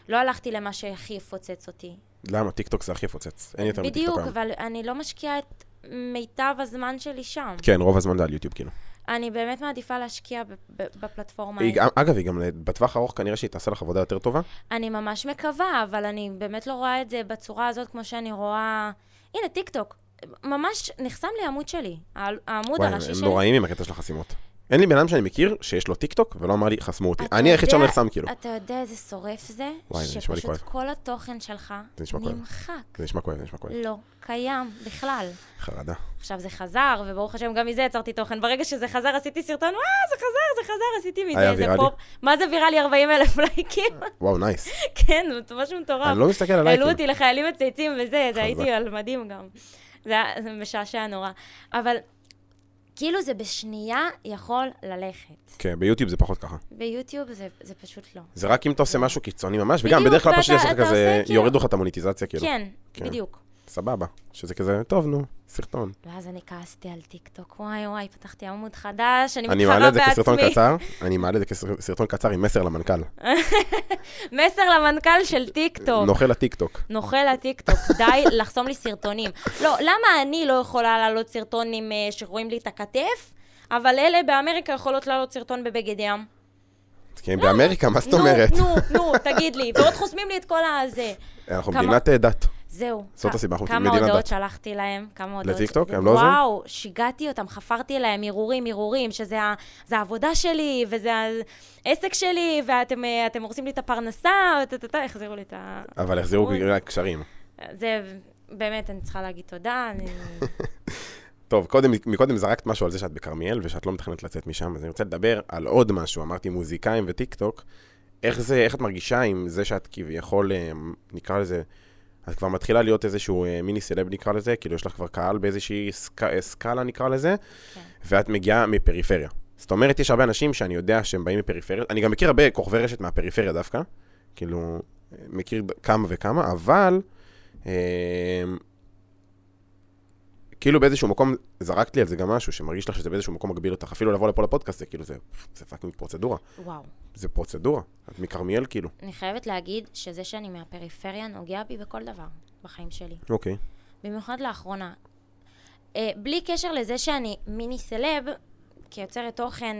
Speaker 1: לא הלכתי למה שהכי יפוצץ אותי.
Speaker 2: למה? טיקטוק זה הכי יפוצץ. אין יותר מטיקטוק
Speaker 1: בדיוק,
Speaker 2: היום.
Speaker 1: אבל אני לא משקיעה את מיטב הזמן שלי שם.
Speaker 2: כן, רוב הזמן זה על יוטיוב, כאילו.
Speaker 1: אני באמת מעדיפה להשקיע ב- ב- בפלטפורמה
Speaker 2: היא
Speaker 1: הזאת.
Speaker 2: גם- אגב, היא גם בטווח ארוך כנראה שהיא תעשה לך עבודה יותר טובה.
Speaker 1: אני ממש מקווה, אבל אני באמת לא רואה את זה בצורה הזאת כמו שאני רואה... הנה, טיקטוק. ממש נחסם לי העמוד שלי, העל- העמוד
Speaker 2: וואי, הם
Speaker 1: הראשי
Speaker 2: הם
Speaker 1: שלי.
Speaker 2: נוראים עם הקטע של החסימות. אין לי בן אדם שאני מכיר שיש לו טיקטוק ולא אמר לי, חסמו אותי.
Speaker 1: אתה
Speaker 2: אני היחיד
Speaker 1: יודע-
Speaker 2: שלא נחסם, כאילו.
Speaker 1: אתה יודע איזה שורף זה?
Speaker 2: וואי, זה נשמע לי כואב.
Speaker 1: שפשוט כל התוכן שלך
Speaker 2: זה נשמע כואב.
Speaker 1: נמחק.
Speaker 2: זה נשמע כואב, זה נשמע כואב.
Speaker 1: לא קיים בכלל.
Speaker 2: חרדה.
Speaker 1: עכשיו זה חזר, וברוך השם גם מזה יצרתי תוכן. ברגע שזה חזר עשיתי סרטון, וואו, זה חזר, זה חזר, עשיתי מזה
Speaker 2: היה
Speaker 1: איזה
Speaker 2: ויראלי?
Speaker 1: פופ. מה זה ויראלי? 40 אלף לייקים?
Speaker 2: וואו, נייס.
Speaker 1: כן, זה משהו מטורף.
Speaker 2: אני לא מסתכל על
Speaker 1: העלו
Speaker 2: לייקים.
Speaker 1: אותי לחיילים מצייצים וזה,
Speaker 2: חזק.
Speaker 1: זה הייתי על מדים גם. זה היה זה משעשע נורא. אבל כאילו זה בשנייה יכול ללכת.
Speaker 2: כן, ביוטיוב זה פחות ככה.
Speaker 1: ביוטיוב זה, זה פשוט לא.
Speaker 2: זה רק אם אתה עושה משהו קיצוני ממש, וגם
Speaker 1: בדיוק,
Speaker 2: בדרך כלל
Speaker 1: ואתה-
Speaker 2: פשוט יש לך
Speaker 1: אתה
Speaker 2: כזה,
Speaker 1: עושה, כאילו-
Speaker 2: יורידו לך את המוניטיזציה, כאילו.
Speaker 1: כן,
Speaker 2: כן.
Speaker 1: בדיוק.
Speaker 2: סבבה. שזה כזה, טוב, נו, סרטון.
Speaker 1: ואז אני כעסתי על טיקטוק, וואי וואי, פתחתי עמוד חדש, אני
Speaker 2: אני
Speaker 1: מתחרה
Speaker 2: מעלה את זה
Speaker 1: בעצמי.
Speaker 2: כסרטון קצר, אני מעלה את זה כסרטון קצר עם מסר למנכ"ל.
Speaker 1: מסר למנכ"ל של טיקטוק.
Speaker 2: נוכל לטיקטוק.
Speaker 1: נוכל הטיקטוק, די לחסום לי סרטונים. לא, למה אני לא יכולה להעלות סרטון עם אה, שרואים לי את הכתף, אבל אלה באמריקה יכולות להעלות סרטון בבגד ים?
Speaker 2: כן, באמריקה, מה זאת אומרת?
Speaker 1: נו, נו, נו, תגיד לי. ועוד חוסמים לי את כל הזה.
Speaker 2: אנחנו
Speaker 1: כמה-
Speaker 2: מדינת אה, דת.
Speaker 1: זהו.
Speaker 2: זאת
Speaker 1: כ-
Speaker 2: הסיבה, אנחנו
Speaker 1: כמה
Speaker 2: מדינת
Speaker 1: הודעות
Speaker 2: דת.
Speaker 1: שלחתי להם, כמה הודעות.
Speaker 2: לטיקטוק?
Speaker 1: ש-
Speaker 2: הם לא עוזרים?
Speaker 1: וואו, שיגעתי אותם, חפרתי להם הרהורים, הרהורים, שזה ה- זה העבודה שלי, וזה העסק שלי, ואתם אה, אתם הורסים לי את הפרנסה, וטה-טה-טה, החזירו לי את ה...
Speaker 2: אבל החזירו
Speaker 1: אוי.
Speaker 2: בגלל הקשרים.
Speaker 1: זה, באמת, אני צריכה להגיד תודה, אני...
Speaker 2: טוב, קודם, מקודם זרקת משהו על זה שאת בכרמיאל ושאת לא מתכננת לצאת משם, אז אני רוצה לדבר על עוד משהו, אמרתי מוזיקאים וטיקטוק. איך זה, איך את מרגישה עם זה שאת כביכול, אה, נקרא לזה, את כבר מתחילה להיות איזשהו אה, מיני סלב נקרא לזה, כאילו יש לך כבר קהל באיזושהי סק, אה, סקאלה נקרא לזה,
Speaker 1: כן.
Speaker 2: ואת מגיעה מפריפריה. זאת אומרת, יש הרבה אנשים שאני יודע שהם באים מפריפריה, אני גם מכיר הרבה כוכבי רשת מהפריפריה דווקא, כאילו, אה, מכיר ד- כמה וכמה, אבל, אה, כאילו באיזשהו מקום, זרקת לי על זה גם משהו, שמרגיש לך שזה באיזשהו מקום מגביל אותך, אפילו לבוא לפה לפודקאסט, זה כאילו, זה, זה פאקינג פרוצדורה.
Speaker 1: וואו.
Speaker 2: זה פרוצדורה. את מכרמיאל כאילו.
Speaker 1: אני חייבת להגיד שזה שאני מהפריפריה נוגע בי בכל דבר בחיים שלי.
Speaker 2: אוקיי.
Speaker 1: במיוחד לאחרונה. אה, בלי קשר לזה שאני מיני סלב, כיוצרת תוכן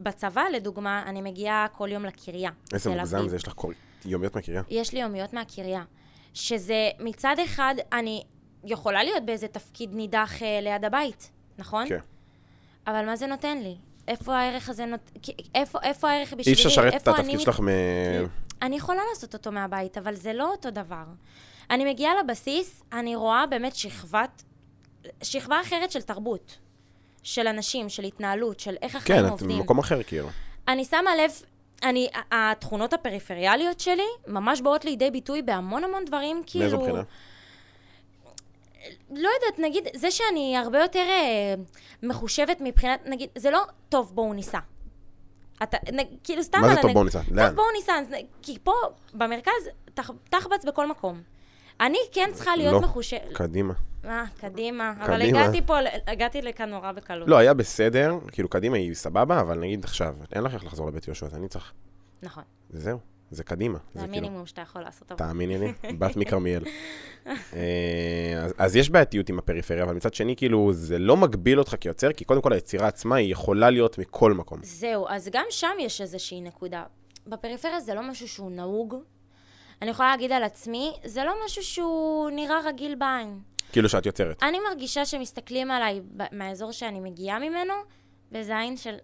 Speaker 1: בצבא, לדוגמה, אני מגיעה כל יום לקריה.
Speaker 2: איזה
Speaker 1: תל
Speaker 2: מוגזם
Speaker 1: אביב.
Speaker 2: זה, יש לך כל... יומיות מהקריה.
Speaker 1: יש לי יומיות מהקריה. שזה מצד אחד, אני יכולה להיות באיזה תפקיד נידח אה, ליד הבית, נכון?
Speaker 2: כן.
Speaker 1: אבל מה זה נותן לי? איפה הערך הזה נות... כי- איפה, איפה הערך בשבילי?
Speaker 2: אי אפשר לשרת את
Speaker 1: איפה אני כאילו,
Speaker 2: התפקיד
Speaker 1: מת-
Speaker 2: שלך מ...
Speaker 1: אני יכולה לעשות אותו מהבית, אבל זה לא אותו דבר. אני מגיעה לבסיס, אני רואה באמת שכבת, שכבה אחרת של תרבות, של אנשים, של התנהלות, של איך החיים
Speaker 2: כן, את
Speaker 1: עובדים.
Speaker 2: במקום אחר כאילו.
Speaker 1: אני שמה לב, אני, ה- התכונות הפריפריאליות שלי ממש באות לידי ביטוי בהמון המון דברים, כאילו...
Speaker 2: מאיזו בחינה?
Speaker 1: לא יודעת, נגיד, זה שאני הרבה יותר אה, מחושבת מבחינת, נגיד, זה לא טוב, בואו ניסע. אתה, נג, כאילו, סתם...
Speaker 2: מה זה
Speaker 1: על
Speaker 2: טוב
Speaker 1: הנג-
Speaker 2: בואו ניסע? לאן?
Speaker 1: טוב, בואו ניסע, אז נ- כי פה, במרכז, תח, תחבץ בכל מקום. אני כן צריכה להיות
Speaker 2: לא.
Speaker 1: מחושבת...
Speaker 2: קדימה.
Speaker 1: אה, קדימה. אבל
Speaker 2: קדימה.
Speaker 1: הגעתי פה, ל- הגעתי לכאן נורא בקלות.
Speaker 2: לא, היה בסדר, כאילו קדימה היא סבבה, אבל נגיד עכשיו, אין לך איך לחזור לבית יהושע, אז אני צריך...
Speaker 1: נכון,
Speaker 2: זהו, זה קדימה.
Speaker 1: זה
Speaker 2: כאילו-
Speaker 1: המינימום שאתה יכול לעשות. אבל-
Speaker 2: תאמיני לי, בת מכרמיאל. אה, אז- אז יש בעייתיות עם הפריפריה, אבל מצד שני, כאילו, זה לא מגביל אותך כיוצר, כי קודם כל היצירה עצמה היא יכולה להיות מכל מקום.
Speaker 1: זהו, אז גם שם יש איזושהי נקודה. בפריפריה זה לא משהו שהוא נהוג. אני יכולה להגיד על עצמי, זה לא משהו שהוא נראה רגיל בעין.
Speaker 2: כאילו שאת יוצרת.
Speaker 1: אני מרגישה שמסתכלים עליי ב- מהאזור שאני מגיעה ממנו, באיזה עין של...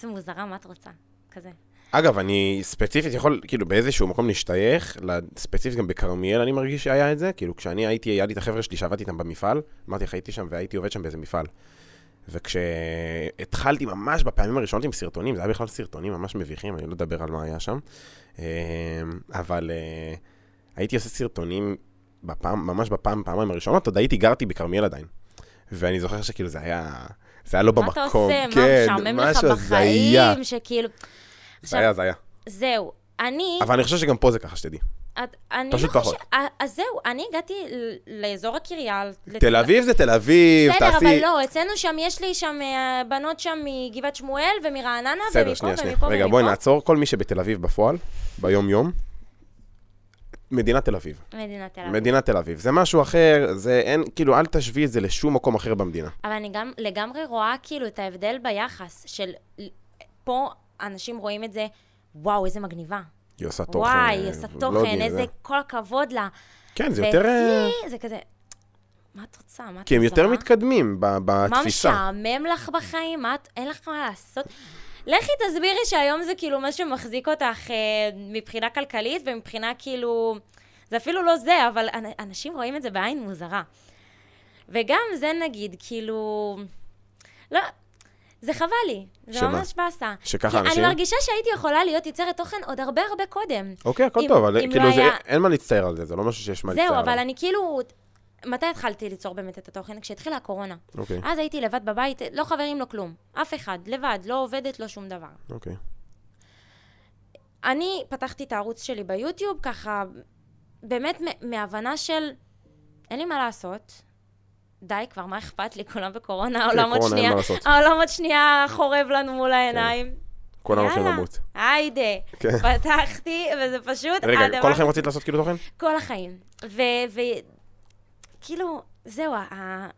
Speaker 1: זה מוזרה, מה את רוצה? כזה.
Speaker 2: אגב, אני ספציפית יכול, כאילו, באיזשהו מקום להשתייך, ל- ספציפית גם בכרמיאל אני מרגיש שהיה את זה, כאילו, כשאני הייתי, היה לי את החבר'ה שלי שעבדתי איתם במפעל, אמרתי לך, הייתי שם והייתי עובד שם באיזה מפעל. וכשהתחלתי ממש בפעמים הראשונות עם סרטונים, זה היה בכלל סרטונים ממש מביכים, אני לא אדבר על מה היה שם, אמ, אבל אה, הייתי עושה סרטונים בפעם, ממש בפעם, פעמיים הראשונות, עוד הייתי, גרתי בכרמיאל עדיין. ואני זוכר שכאילו זה היה, זה היה לא
Speaker 1: מה אתה
Speaker 2: במקום,
Speaker 1: עושה?
Speaker 2: כן,
Speaker 1: מה משעמם לך
Speaker 2: משהו הזיה,
Speaker 1: בחיים? שכאילו...
Speaker 2: זה
Speaker 1: עכשיו,
Speaker 2: היה הזיה.
Speaker 1: זהו. אני...
Speaker 2: אבל אני חושב שגם פה זה ככה, שתדעי.
Speaker 1: את- אני
Speaker 2: פשוט
Speaker 1: לא
Speaker 2: פחות.
Speaker 1: חושבת... אז זהו, אני הגעתי ל- לאזור הקריה. לת-
Speaker 2: תל אביב זה תל אביב,
Speaker 1: בסדר,
Speaker 2: תעשי...
Speaker 1: אבל לא, אצלנו שם, יש לי שם אה, בנות שם מגבעת שמואל ומרעננה ומפה
Speaker 2: בסדר,
Speaker 1: ומפה
Speaker 2: שנייה, שנייה.
Speaker 1: ומפה.
Speaker 2: רגע, בואי נעצור. כל מי שבתל אביב בפועל, ביום-יום, מדינת תל אביב.
Speaker 1: מדינת תל אביב.
Speaker 2: מדינת תל אביב. זה משהו אחר, זה אין, כאילו, אל תשווי את זה לשום מקום אחר במדינה.
Speaker 1: אבל אני גם לגמרי רואה כאילו את ההבדל ביחס של... פה אנשים רואים את זה, וואו, איזה מגניבה.
Speaker 2: היא עושה תוכן.
Speaker 1: וואי, היא עושה
Speaker 2: לא
Speaker 1: תוכן,
Speaker 2: יודעים,
Speaker 1: איזה
Speaker 2: זה-
Speaker 1: כל הכבוד לה.
Speaker 2: כן, זה יותר... אה,
Speaker 1: ואצלי זה כזה, מה את רוצה? מה את
Speaker 2: כי הם יותר
Speaker 1: מוזרה?
Speaker 2: מתקדמים ב-
Speaker 1: מה
Speaker 2: בתפיסה.
Speaker 1: משעמם לך בחיים? מה את... אין לך מה לעשות? לכי תסבירי שהיום זה כאילו מה שמחזיק אותך אה, מבחינה כלכלית ומבחינה כאילו... זה אפילו לא זה, אבל אנ- אנשים רואים את זה בעין מוזרה. וגם זה נגיד, כאילו... לא, זה חבל לי. זה
Speaker 2: שמה?
Speaker 1: ממש באסה.
Speaker 2: שככה
Speaker 1: כי
Speaker 2: אנשים-
Speaker 1: אני מרגישה שהייתי יכולה להיות יוצרת תוכן עוד הרבה הרבה קודם.
Speaker 2: אוקיי, הכל
Speaker 1: אם-
Speaker 2: טוב, אבל
Speaker 1: אם
Speaker 2: כאילו,
Speaker 1: לא
Speaker 2: זה-
Speaker 1: היה-
Speaker 2: אין מה להצטער על זה, זה לא משהו שיש מה להצטער
Speaker 1: זהו,
Speaker 2: עליו.
Speaker 1: אבל אני כאילו... מתי התחלתי ליצור באמת את התוכן? כשהתחילה הקורונה.
Speaker 2: אוקיי,
Speaker 1: אז הייתי לבד בבית, לא חברים, לא כלום. אף אחד, לבד, לא עובדת, לא שום דבר.
Speaker 2: אוקיי.
Speaker 1: אני פתחתי את הערוץ שלי ביוטיוב, ככה, באמת מ- מהבנה של, אין לי מה לעשות. די, כבר מה אכפת לי? כולם בקורונה, העולם עוד
Speaker 2: כן, קורונה, אין
Speaker 1: שנייה,
Speaker 2: מה כן. לעשות.
Speaker 1: העולם עוד שנייה חורב לנו מול העיניים.
Speaker 2: כל הולכים
Speaker 1: יאללה,
Speaker 2: למות.
Speaker 1: היידה.
Speaker 2: כן.
Speaker 1: פתחתי, וזה פשוט
Speaker 2: רגע,
Speaker 1: הדבר-
Speaker 2: כל החיים רצית לעשות כאילו תוכן?
Speaker 1: כל החיים. וכאילו, זהו, ה- ה-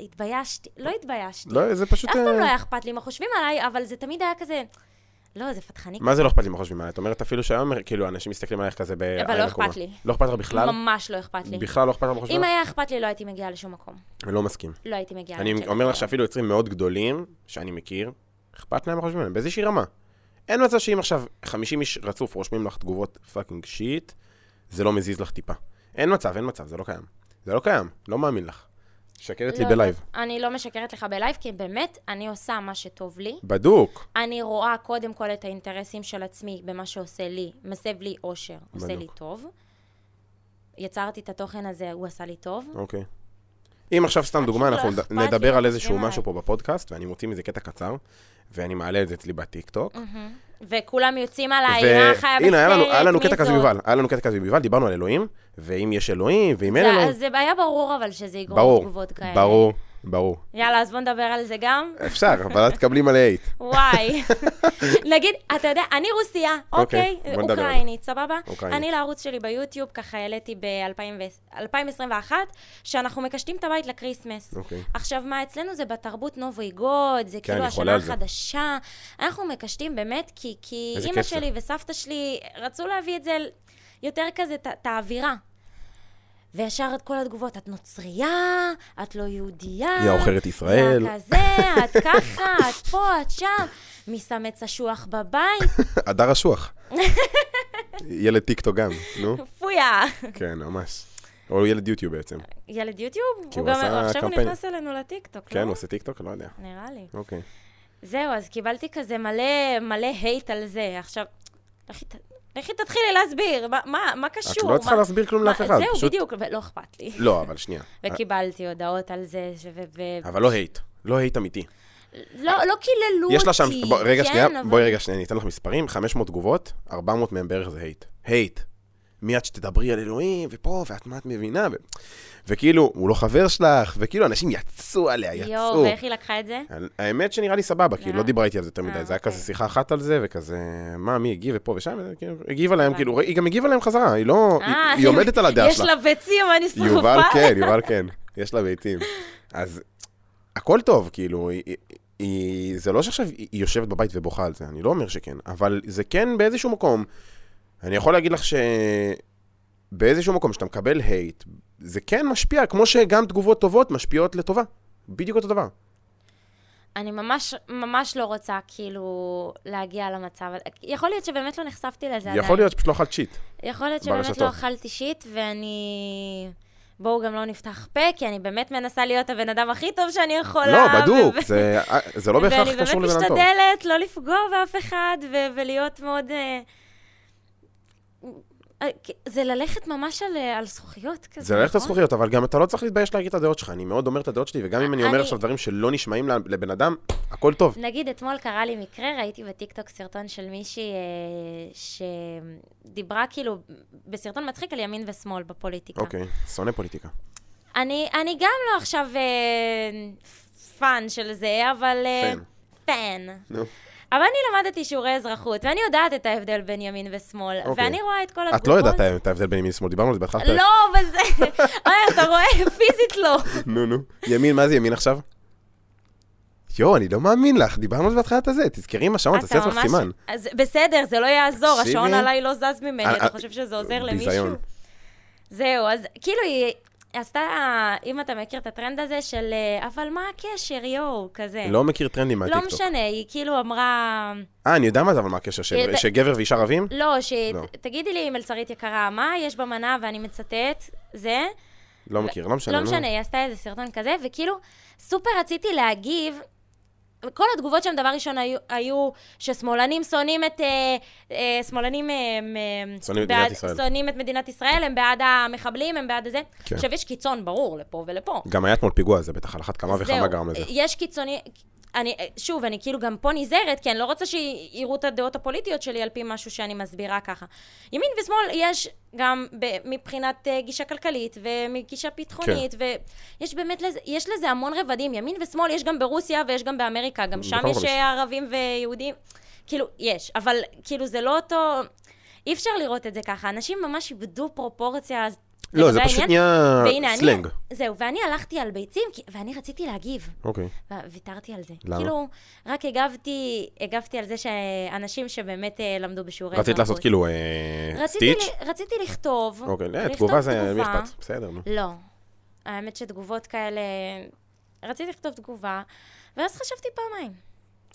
Speaker 1: התביישתי, לא התביישתי.
Speaker 2: לא, זה פשוט...
Speaker 1: אף פעם
Speaker 2: אה,
Speaker 1: לא היה אכפת לי מה חושבים עליי, אבל זה תמיד היה כזה, לא, זה פתחני.
Speaker 2: מה זה לא אכפת לי מה חושבים עליי? את אומרת אפילו שהיום, כאילו, אנשים מסתכלים עלייך כזה ב...
Speaker 1: אבל לא אכפת לי.
Speaker 2: לא אכפת לך בכלל?
Speaker 1: ממש לא אכפת לי.
Speaker 2: בכלל לא אכפת לך מה חושבים
Speaker 1: אם
Speaker 2: עלייך?
Speaker 1: היה אכפת לי, לא הייתי מגיעה לשום מקום.
Speaker 2: אני לא מסכים.
Speaker 1: לא הייתי מגיעה
Speaker 2: אני
Speaker 1: לשום
Speaker 2: אומר לך
Speaker 1: מקום.
Speaker 2: שאפילו יוצרים מאוד גדולים, שאני מכיר, אכפת להם מה חושבים עליהם, באיזושהי רמה. אין מצב שאם עכשיו 50 איש רצוף רושמים לך תגובות פאקינג שיט, זה לא מזיז לך טיפה. אין מצב, אין מצב, זה לא קיים. זה לא קיים, לא מאמין לך. משקרת לי
Speaker 1: לא,
Speaker 2: בלייב.
Speaker 1: לא, אני לא משקרת לך בלייב, כי באמת, אני עושה מה שטוב לי.
Speaker 2: בדוק.
Speaker 1: אני רואה קודם כל את האינטרסים של עצמי במה שעושה לי, מסב לי אושר, עושה לי
Speaker 2: בדיוק.
Speaker 1: טוב. יצרתי את התוכן הזה, הוא עשה לי טוב.
Speaker 2: אוקיי. אם עכשיו סתם דוגמה,
Speaker 1: פשוט לא
Speaker 2: אנחנו נד-
Speaker 1: אכפת לי,
Speaker 2: נדבר על
Speaker 1: מסתכלים
Speaker 2: איזשהו
Speaker 1: עליי.
Speaker 2: משהו פה בפודקאסט, ואני מוציא מזה קטע קצר, ואני מעלה את זה אצלי
Speaker 1: אה,
Speaker 2: בטיקטוק.
Speaker 1: וכולם יוצאים עליי, אה, חיה בסרט,
Speaker 2: והנה, היה לנו- היה לנו
Speaker 1: מי
Speaker 2: קטע כזה
Speaker 1: זאת?"
Speaker 2: ביובל, היה לנו קטע כזה ביובל, דיברנו על אלוהים, ואם יש אלוהים, ואם אין
Speaker 1: זה-
Speaker 2: אלוהים.
Speaker 1: אז זה היה ברור אבל שזה יגרום
Speaker 2: ברור,
Speaker 1: תגובות כאלה.
Speaker 2: ברור, אה, ברור.
Speaker 1: יאללה, אז בוא נדבר על זה גם.
Speaker 2: אפשר, אבל את תקבלי מלא אייט.
Speaker 1: וואי. נגיד, אתה יודע, אני רוסיה,
Speaker 2: אוקיי,
Speaker 1: אוקיי?
Speaker 2: בוא נדבר על זה.
Speaker 1: אוקראינית, סבבה?
Speaker 2: אוקראינית.
Speaker 1: אני לערוץ שלי ביוטיוב, ככה העליתי ב-2021, שאנחנו מקשטים את הבית לקריסמס.
Speaker 2: אוקיי. כן,
Speaker 1: עכשיו, מה אצלנו זה בתרבות נובוי גוד, זה כאילו
Speaker 2: אני חולה
Speaker 1: השנה
Speaker 2: על זה.
Speaker 1: החדשה. אנחנו מקשטים באמת, כי- כי
Speaker 2: איזה
Speaker 1: אימא
Speaker 2: כיף זה.
Speaker 1: שלי וסבתא שלי רצו להביא את זה ל- יותר כזה, את ה- את האווירה. וישר את כל התגובות, את נוצרייה, את לא יהודייה.
Speaker 2: יא עוכרת ישראל."
Speaker 1: יא כזה, את ככה, את פה, את שם. מי שם עץ אשוח בבית?
Speaker 2: הדר אשוח. ילד טיקטוק גם, נו.
Speaker 1: פויה.
Speaker 2: כן, ממש. או ילד יוטיוב בעצם.
Speaker 1: אה, ילד יוטיוב?
Speaker 2: כי
Speaker 1: הוא
Speaker 2: הוא
Speaker 1: גם,
Speaker 2: עשה
Speaker 1: עכשיו הוא
Speaker 2: קמפיין.
Speaker 1: נכנס אלינו לטיקטוק,
Speaker 2: כן, הוא
Speaker 1: לא?
Speaker 2: עושה טיקטוק? לא יודע.
Speaker 1: נראה לי.
Speaker 2: אוקיי.
Speaker 1: זהו, אז קיבלתי כזה מלא, מלא הייט על זה. עכשיו, לכי ת- לכי תתחילי להסביר, מה- מה מה קשור?
Speaker 2: את לא צריכה
Speaker 1: מה-
Speaker 2: להסביר כלום
Speaker 1: מה-
Speaker 2: לאף אחד,
Speaker 1: זהו,
Speaker 2: פשוט-
Speaker 1: בדיוק, ולא אכפת לי.
Speaker 2: לא, אבל שנייה.
Speaker 1: וקיבלתי הודעות על זה, ש- ו... ו-
Speaker 2: אבל לא הייט. לא הייט אמיתי.
Speaker 1: לא לא קיללו אותי.
Speaker 2: יש לה שם, בוא, רגע
Speaker 1: כן,
Speaker 2: שנייה,
Speaker 1: אבל-
Speaker 2: בואי רגע שנייה, אני אתן לך מספרים, 500 תגובות, 400 מהם בערך זה הייט. הייט. מיד שתדברי על אלוהים, ופה, ואת מה את מבינה, ו... וכאילו, הוא לא חבר שלך, וכאילו, אנשים יצאו עליה, יצאו.
Speaker 1: יואו, ואיך היא לקחה את זה?
Speaker 2: האמת שנראה לי סבבה, כי
Speaker 1: נראה.
Speaker 2: לא דיברה איתי על זה יותר מדי,
Speaker 1: אה,
Speaker 2: זה היה
Speaker 1: אוקיי.
Speaker 2: כזה שיחה אחת על זה, וכזה, מה, מי הגיב ופה ושם, כאילו, הגיבה להם,
Speaker 1: הבנתי.
Speaker 2: כאילו, היא גם הגיבה להם חזרה, היא לא, היא-
Speaker 1: אה,
Speaker 2: היא עומדת על הדעה
Speaker 1: יש
Speaker 2: שלה.
Speaker 1: לה ביצים, אני שרופה.
Speaker 2: יובל כן, יובל כן, יש לה ביתים. אז הכל טוב, כאילו, היא- היא- היא- זה לא שעכשיו היא היא יושבת בבית ובוכה על זה, אני לא אומר שכן, אבל זה כן באיזשהו מקום. אני יכול להגיד לך שבאיזשהו מקום שאתה מקבל הייט, זה כן משפיע, כמו שגם תגובות טובות משפיעות לטובה. בדיוק אותו דבר.
Speaker 1: אני ממש, ממש לא רוצה, כאילו, להגיע למצב הזה. יכול להיות שבאמת לא נחשפתי לזה עדיין.
Speaker 2: יכול להיות שפשוט לא אכלת שיט.
Speaker 1: יכול להיות שבאמת
Speaker 2: ברשתות.
Speaker 1: לא אכלתי שיט, ואני... בואו גם לא נפתח פה, כי אני באמת מנסה להיות הבן אדם הכי טוב שאני יכולה.
Speaker 2: לא, בדוק,
Speaker 1: ו-
Speaker 2: זה- זה לא בהכרח קשור לבן
Speaker 1: ואני
Speaker 2: אדם טוב.
Speaker 1: באמת משתדלת לא לפגוע באף אחד, ו- ולהיות מאוד... אה, אה, זה ללכת ממש על, אה, על זכוכיות כזה,
Speaker 2: זה ללכת על
Speaker 1: נכון?
Speaker 2: זכוכיות, אבל גם אתה לא צריך להתבייש להגיד את הדעות שלך. אני מאוד אומר את הדעות שלי, וגם אם אני אומר
Speaker 1: אני- אה.
Speaker 2: עכשיו דברים שלא נשמעים לבן אדם, הכל טוב.
Speaker 1: נגיד, אתמול קרה לי מקרה, ראיתי בטיקטוק סרטון של מישהי אה, שדיברה כאילו, בסרטון מצחיק על ימין ושמאל בפוליטיקה.
Speaker 2: אוקיי, שונא פוליטיקה.
Speaker 1: אני, אני גם לא עכשיו אה, פאן של זה, אבל... אה,
Speaker 2: פן.
Speaker 1: פן.
Speaker 2: נו.
Speaker 1: אבל אני למדתי שיעורי אזרחות, ואני יודעת את ההבדל בין ימין ושמאל,
Speaker 2: אוקיי.
Speaker 1: ואני רואה את כל התגובות.
Speaker 2: את לא יודעת את ההבדל בין ימין לשמאל, דיברנו על זה בהתחלת הפרק.
Speaker 1: נכון. לא, אבל זה... אוי, אתה רואה? פיזית לא.
Speaker 2: נו, נו. ימין, מה זה ימין עכשיו? יואו, אני לא מאמין לך, דיברנו על זה בהתחלת הזה, תזכרי עם השעון,
Speaker 1: אתה
Speaker 2: תעשי לעצמך
Speaker 1: ממש-
Speaker 2: סימן.
Speaker 1: אז בסדר, זה לא יעזור,
Speaker 2: תקשיבי.
Speaker 1: השעון עליי לא זז
Speaker 2: אה,
Speaker 1: ממני, אתה
Speaker 2: אה,
Speaker 1: חושב שזה עוזר למישהו?
Speaker 2: ביזיון.
Speaker 1: זהו, אז כאילו היא עשתה, אם אתה מכיר את הטרנד הזה של אה, אבל מה הקשר, יואו, כזה.
Speaker 2: לא מכיר טרנדים
Speaker 1: לא
Speaker 2: מהטיקטוק.
Speaker 1: משנה, היא כאילו אמרה,
Speaker 2: אה, אני יודע מה זה, אבל מה הקשר, ש-
Speaker 1: ידע-
Speaker 2: שגבר ואישה רבים?
Speaker 1: אה, לא, ש-
Speaker 2: לא.
Speaker 1: תגידי לי, מלצרית יקרה, מה יש במנה, ואני מצטט, זה,
Speaker 2: לא מכיר, לא משנה.
Speaker 1: לא
Speaker 2: נו.
Speaker 1: משנה, היא עשתה איזה סרטון כזה, וכאילו, סופר רציתי להגיב. כל התגובות שם, דבר ראשון, היו, היו ששמאלנים שונאים את... אה, אה, שמאלנים... אה, הם, אה,
Speaker 2: שונאים את
Speaker 1: בעד-
Speaker 2: מדינת ישראל.
Speaker 1: שונאים את מדינת ישראל, הם בעד המחבלים, הם בעד זה.
Speaker 2: כן.
Speaker 1: עכשיו, יש קיצון, ברור, לפה ולפה.
Speaker 2: גם היה אתמול פיגוע הזה, בטח על אחת כמה וכמה
Speaker 1: זהו, אה,
Speaker 2: גרם לזה.
Speaker 1: יש קיצוני... אני, שוב, אני כאילו גם פה נזהרת, כי אני לא רוצה שיראו את הדעות הפוליטיות שלי על פי משהו שאני מסבירה ככה. ימין ושמאל יש גם ב, מבחינת uh, גישה כלכלית ומגישה ביטחונית, כן. ויש באמת לזה, יש לזה המון רבדים. ימין ושמאל יש גם ברוסיה ויש גם באמריקה, גם שם
Speaker 2: בכל
Speaker 1: יש
Speaker 2: מקום יש.
Speaker 1: אה, ערבים ויהודים. כאילו, יש, אבל כאילו זה לא אותו... אי אפשר לראות את זה ככה. אנשים ממש איבדו פרופורציה.
Speaker 2: לא, זה
Speaker 1: לגבי
Speaker 2: פשוט
Speaker 1: העניין.
Speaker 2: נהיה
Speaker 1: והנה,
Speaker 2: סלנג.
Speaker 1: אני, זהו, ואני הלכתי על ביצים, כי, ואני רציתי להגיב,
Speaker 2: אוקיי.
Speaker 1: וויתרתי על זה.
Speaker 2: למה?
Speaker 1: כאילו, רק הגבתי, הגבתי על זה שאנשים שבאמת אה, למדו בשיעורי
Speaker 2: רצית לעשות כאילו אה,
Speaker 1: אוקיי. רציתי,
Speaker 2: סטיץ'?
Speaker 1: לי- רציתי לכתוב,
Speaker 2: אוקיי, לא,
Speaker 1: לכתוב
Speaker 2: תגובה זה, מי
Speaker 1: תגובה.
Speaker 2: אכפת? בסדר, נו.
Speaker 1: לא. האמת שתגובות כאלה... רציתי לכתוב תגובה, ואז חשבתי פעמיים.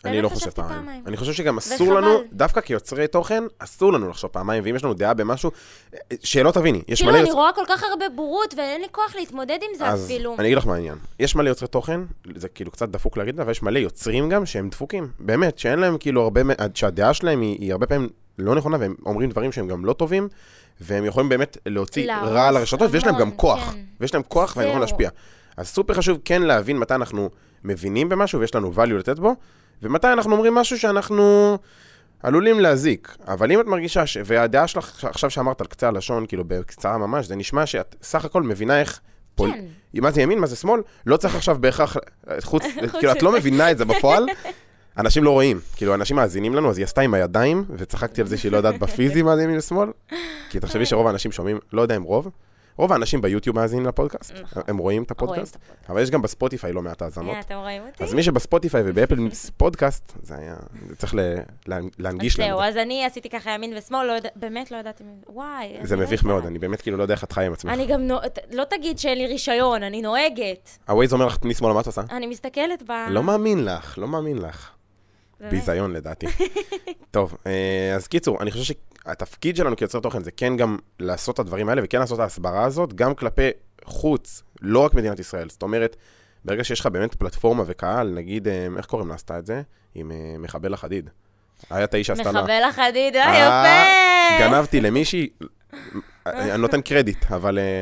Speaker 2: אני לא
Speaker 1: באמת
Speaker 2: חושב
Speaker 1: חשבתי
Speaker 2: פעמיים.
Speaker 1: פעמיים.
Speaker 2: אני חושב שגם אסור
Speaker 1: וחבל.
Speaker 2: לנו, דווקא כיוצרי תוכן, אסור לנו לחשוב פעמיים, ואם יש לנו דעה במשהו, שלא תביני, יש
Speaker 1: כאילו,
Speaker 2: מלא...
Speaker 1: אני
Speaker 2: יוצ-
Speaker 1: רואה כל כך הרבה בורות, ואין לי כוח להתמודד עם זה
Speaker 2: אז
Speaker 1: אפילו.
Speaker 2: אני אגיד לך מה העניין. יש מלא יוצרי תוכן, זה כאילו קצת דפוק להגיד, אבל יש מלא יוצרים גם שהם דפוקים. באמת, שאין להם כאילו הרבה, מ- שהדעה שלהם היא, היא הרבה פעמים לא נכונה, והם אומרים דברים שהם גם לא טובים, והם יכולים באמת להוציא
Speaker 1: להרוס
Speaker 2: רע על הרשתות, ויש להם גם
Speaker 1: המון,
Speaker 2: כוח.
Speaker 1: כן.
Speaker 2: ויש להם כוח והם יכולים
Speaker 1: זהו.
Speaker 2: להשפיע. אז סופר חשוב כן להבין מתי אנחנו מבינים במשהו ויש לנו value לתת בו, ומתי אנחנו אומרים משהו שאנחנו עלולים להזיק. אבל אם את מרגישה, ש... והדעה שלך עכשיו שאמרת על קצה הלשון, כאילו בקצרה ממש, זה נשמע שאת סך הכל מבינה איך... פול...
Speaker 1: כן.
Speaker 2: מה זה ימין, מה זה שמאל, לא צריך עכשיו בהכרח, חוץ, כאילו את לא
Speaker 1: מזה.
Speaker 2: מבינה את זה בפועל, אנשים לא רואים, כאילו אנשים מאזינים לנו, אז היא עשתה עם הידיים, וצחקתי על זה שהיא לא יודעת בפיזי מה זה ימין ושמאל, כי תחשבי שרוב האנשים שומעים, לא יודע אם רוב, רוב האנשים ביוטיוב מאזינים לפודקאסט,
Speaker 1: נכון.
Speaker 2: הם רואים את
Speaker 1: רואים את
Speaker 2: הפודקאסט,
Speaker 1: הפודקאסט.
Speaker 2: אבל יש גם בספוטיפיי לא מעט האזנות.
Speaker 1: הנה, אה, אתם רואים אותי?
Speaker 2: אז מי שבספוטיפיי ובאפל פודקאסט, זה היה, זה צריך ל- לה- להנגיש
Speaker 1: זהו,
Speaker 2: לנו.
Speaker 1: אז אני עשיתי ככה ימין ושמאל, לא יודע- באמת לא ידעתי... מי- וואי.
Speaker 2: זה
Speaker 1: אני
Speaker 2: מביך
Speaker 1: לא
Speaker 2: מאוד,
Speaker 1: יודעת.
Speaker 2: אני באמת כאילו לא יודע איך את חיה עם עצמך.
Speaker 1: אני גם נו... ת- לא תגיד שאין לי רישיון, אני נוהגת.
Speaker 2: הווייז אומר לך, תני שמאלה, מה את עושה?
Speaker 1: אני מסתכלת ב...
Speaker 2: לא מאמין לך, לא מאמין לך.
Speaker 1: באמת.
Speaker 2: ביזיון לדעתי. טוב, אה, אז קיצור, אני חושב שהתפקיד שלנו כיוצרי תוכן זה כן גם לעשות את הדברים האלה וכן לעשות את ההסברה הזאת, גם כלפי חוץ, לא רק מדינת ישראל. זאת אומרת, ברגע שיש לך באמת פלטפורמה וקהל, נגיד, אה, איך קוראים לה עשתה את זה? עם אה, מחבל החדיד. היה את האיש שעשתה לה...
Speaker 1: מחבל החדיד, אה,
Speaker 2: אה,
Speaker 1: יפה!
Speaker 2: גנבתי למישהי, אה, אני אני נותן קרדיט, אבל אה,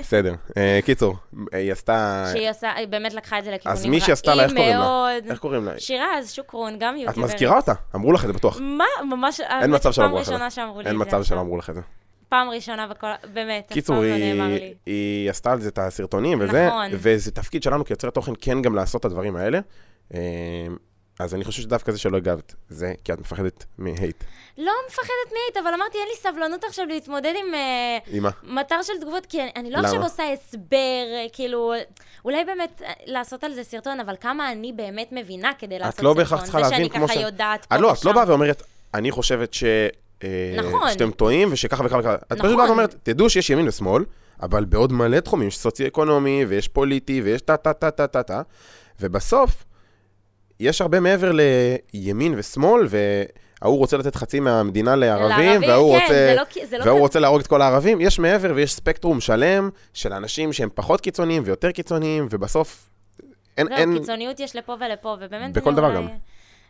Speaker 2: בסדר. אה, קיצור, היא עשתה...
Speaker 1: שהיא עושה, היא באמת לקחה את זה לכיוונים
Speaker 2: אז מי שעשתה לה, איך
Speaker 1: רעים
Speaker 2: קוראים לה?
Speaker 1: מאוד.
Speaker 2: איך קוראים לה?
Speaker 1: שירה אז שוקרון, גם
Speaker 2: את
Speaker 1: יוטיוברית.
Speaker 2: מזכירה אותה, אמרו לך את זה בטוח.
Speaker 1: מה? ממש...
Speaker 2: אין מצב שלא אמרו לך
Speaker 1: פעם
Speaker 2: את זה.
Speaker 1: ראשונה שאמרו לי כן, את
Speaker 2: אין
Speaker 1: זה.
Speaker 2: מצב שלא אמרו לך את זה.
Speaker 1: פעם ראשונה בכל... באמת, אף פעם
Speaker 2: קיצור,
Speaker 1: לא נאמר
Speaker 2: היא,
Speaker 1: לי.
Speaker 2: היא עשתה על זה את הסרטונים וזה,
Speaker 1: נכון.
Speaker 2: וזה תפקיד שלנו כיוצרי תוכן כן גם לעשות את הדברים האלה. אמ, אז אני חושב שדווקא זה שלא הגבת, זה כי את מפחדת מהייט.
Speaker 1: לא מפחדת מאית, אבל אמרתי, אין לי סבלנות עכשיו להתמודד עם... אה,
Speaker 2: אימא,
Speaker 1: מטר של תגובות, כי אני, אני לא
Speaker 2: למה?
Speaker 1: עכשיו עושה הסבר, אה, כאילו, אולי באמת אה, לעשות על זה סרטון, אבל כמה אני באמת מבינה כדי לעשות
Speaker 2: לא
Speaker 1: סרטון.
Speaker 2: בהכרח צריכה להבין
Speaker 1: זה
Speaker 2: כמו
Speaker 1: שאני
Speaker 2: ש-
Speaker 1: ככה יודעת פה
Speaker 2: את לא, את לא
Speaker 1: ושם.
Speaker 2: באה ואומרת, אני חושבת ש... אה,
Speaker 1: נכון.
Speaker 2: שאתם טועים ושככה וככה וככה. את פשוט
Speaker 1: נכון.
Speaker 2: באה ואומרת, תדעו שיש ימין ושמאל, אבל בעוד מלא תחומים, יש סוציו-אקונומי ויש פוליטי ויש טה-טה-טה-טה-טה, ובסוף יש הרבה מעבר לימין ושמאל, וההוא רוצה לתת חצי מהמדינה לערבים,
Speaker 1: לערבים,
Speaker 2: וההוא
Speaker 1: כן,
Speaker 2: רוצה...
Speaker 1: זה לא כי- זה לא
Speaker 2: והוא
Speaker 1: כזה.
Speaker 2: רוצה להרוג את כל הערבים, יש מעבר ויש ספקטרום שלם של אנשים שהם פחות קיצוניים ויותר קיצוניים, ובסוף אין...
Speaker 1: זהו,
Speaker 2: אין...
Speaker 1: קיצוניות יש לפה ולפה, ובאמת...
Speaker 2: בכל
Speaker 1: אני
Speaker 2: דבר
Speaker 1: אולי-
Speaker 2: גם.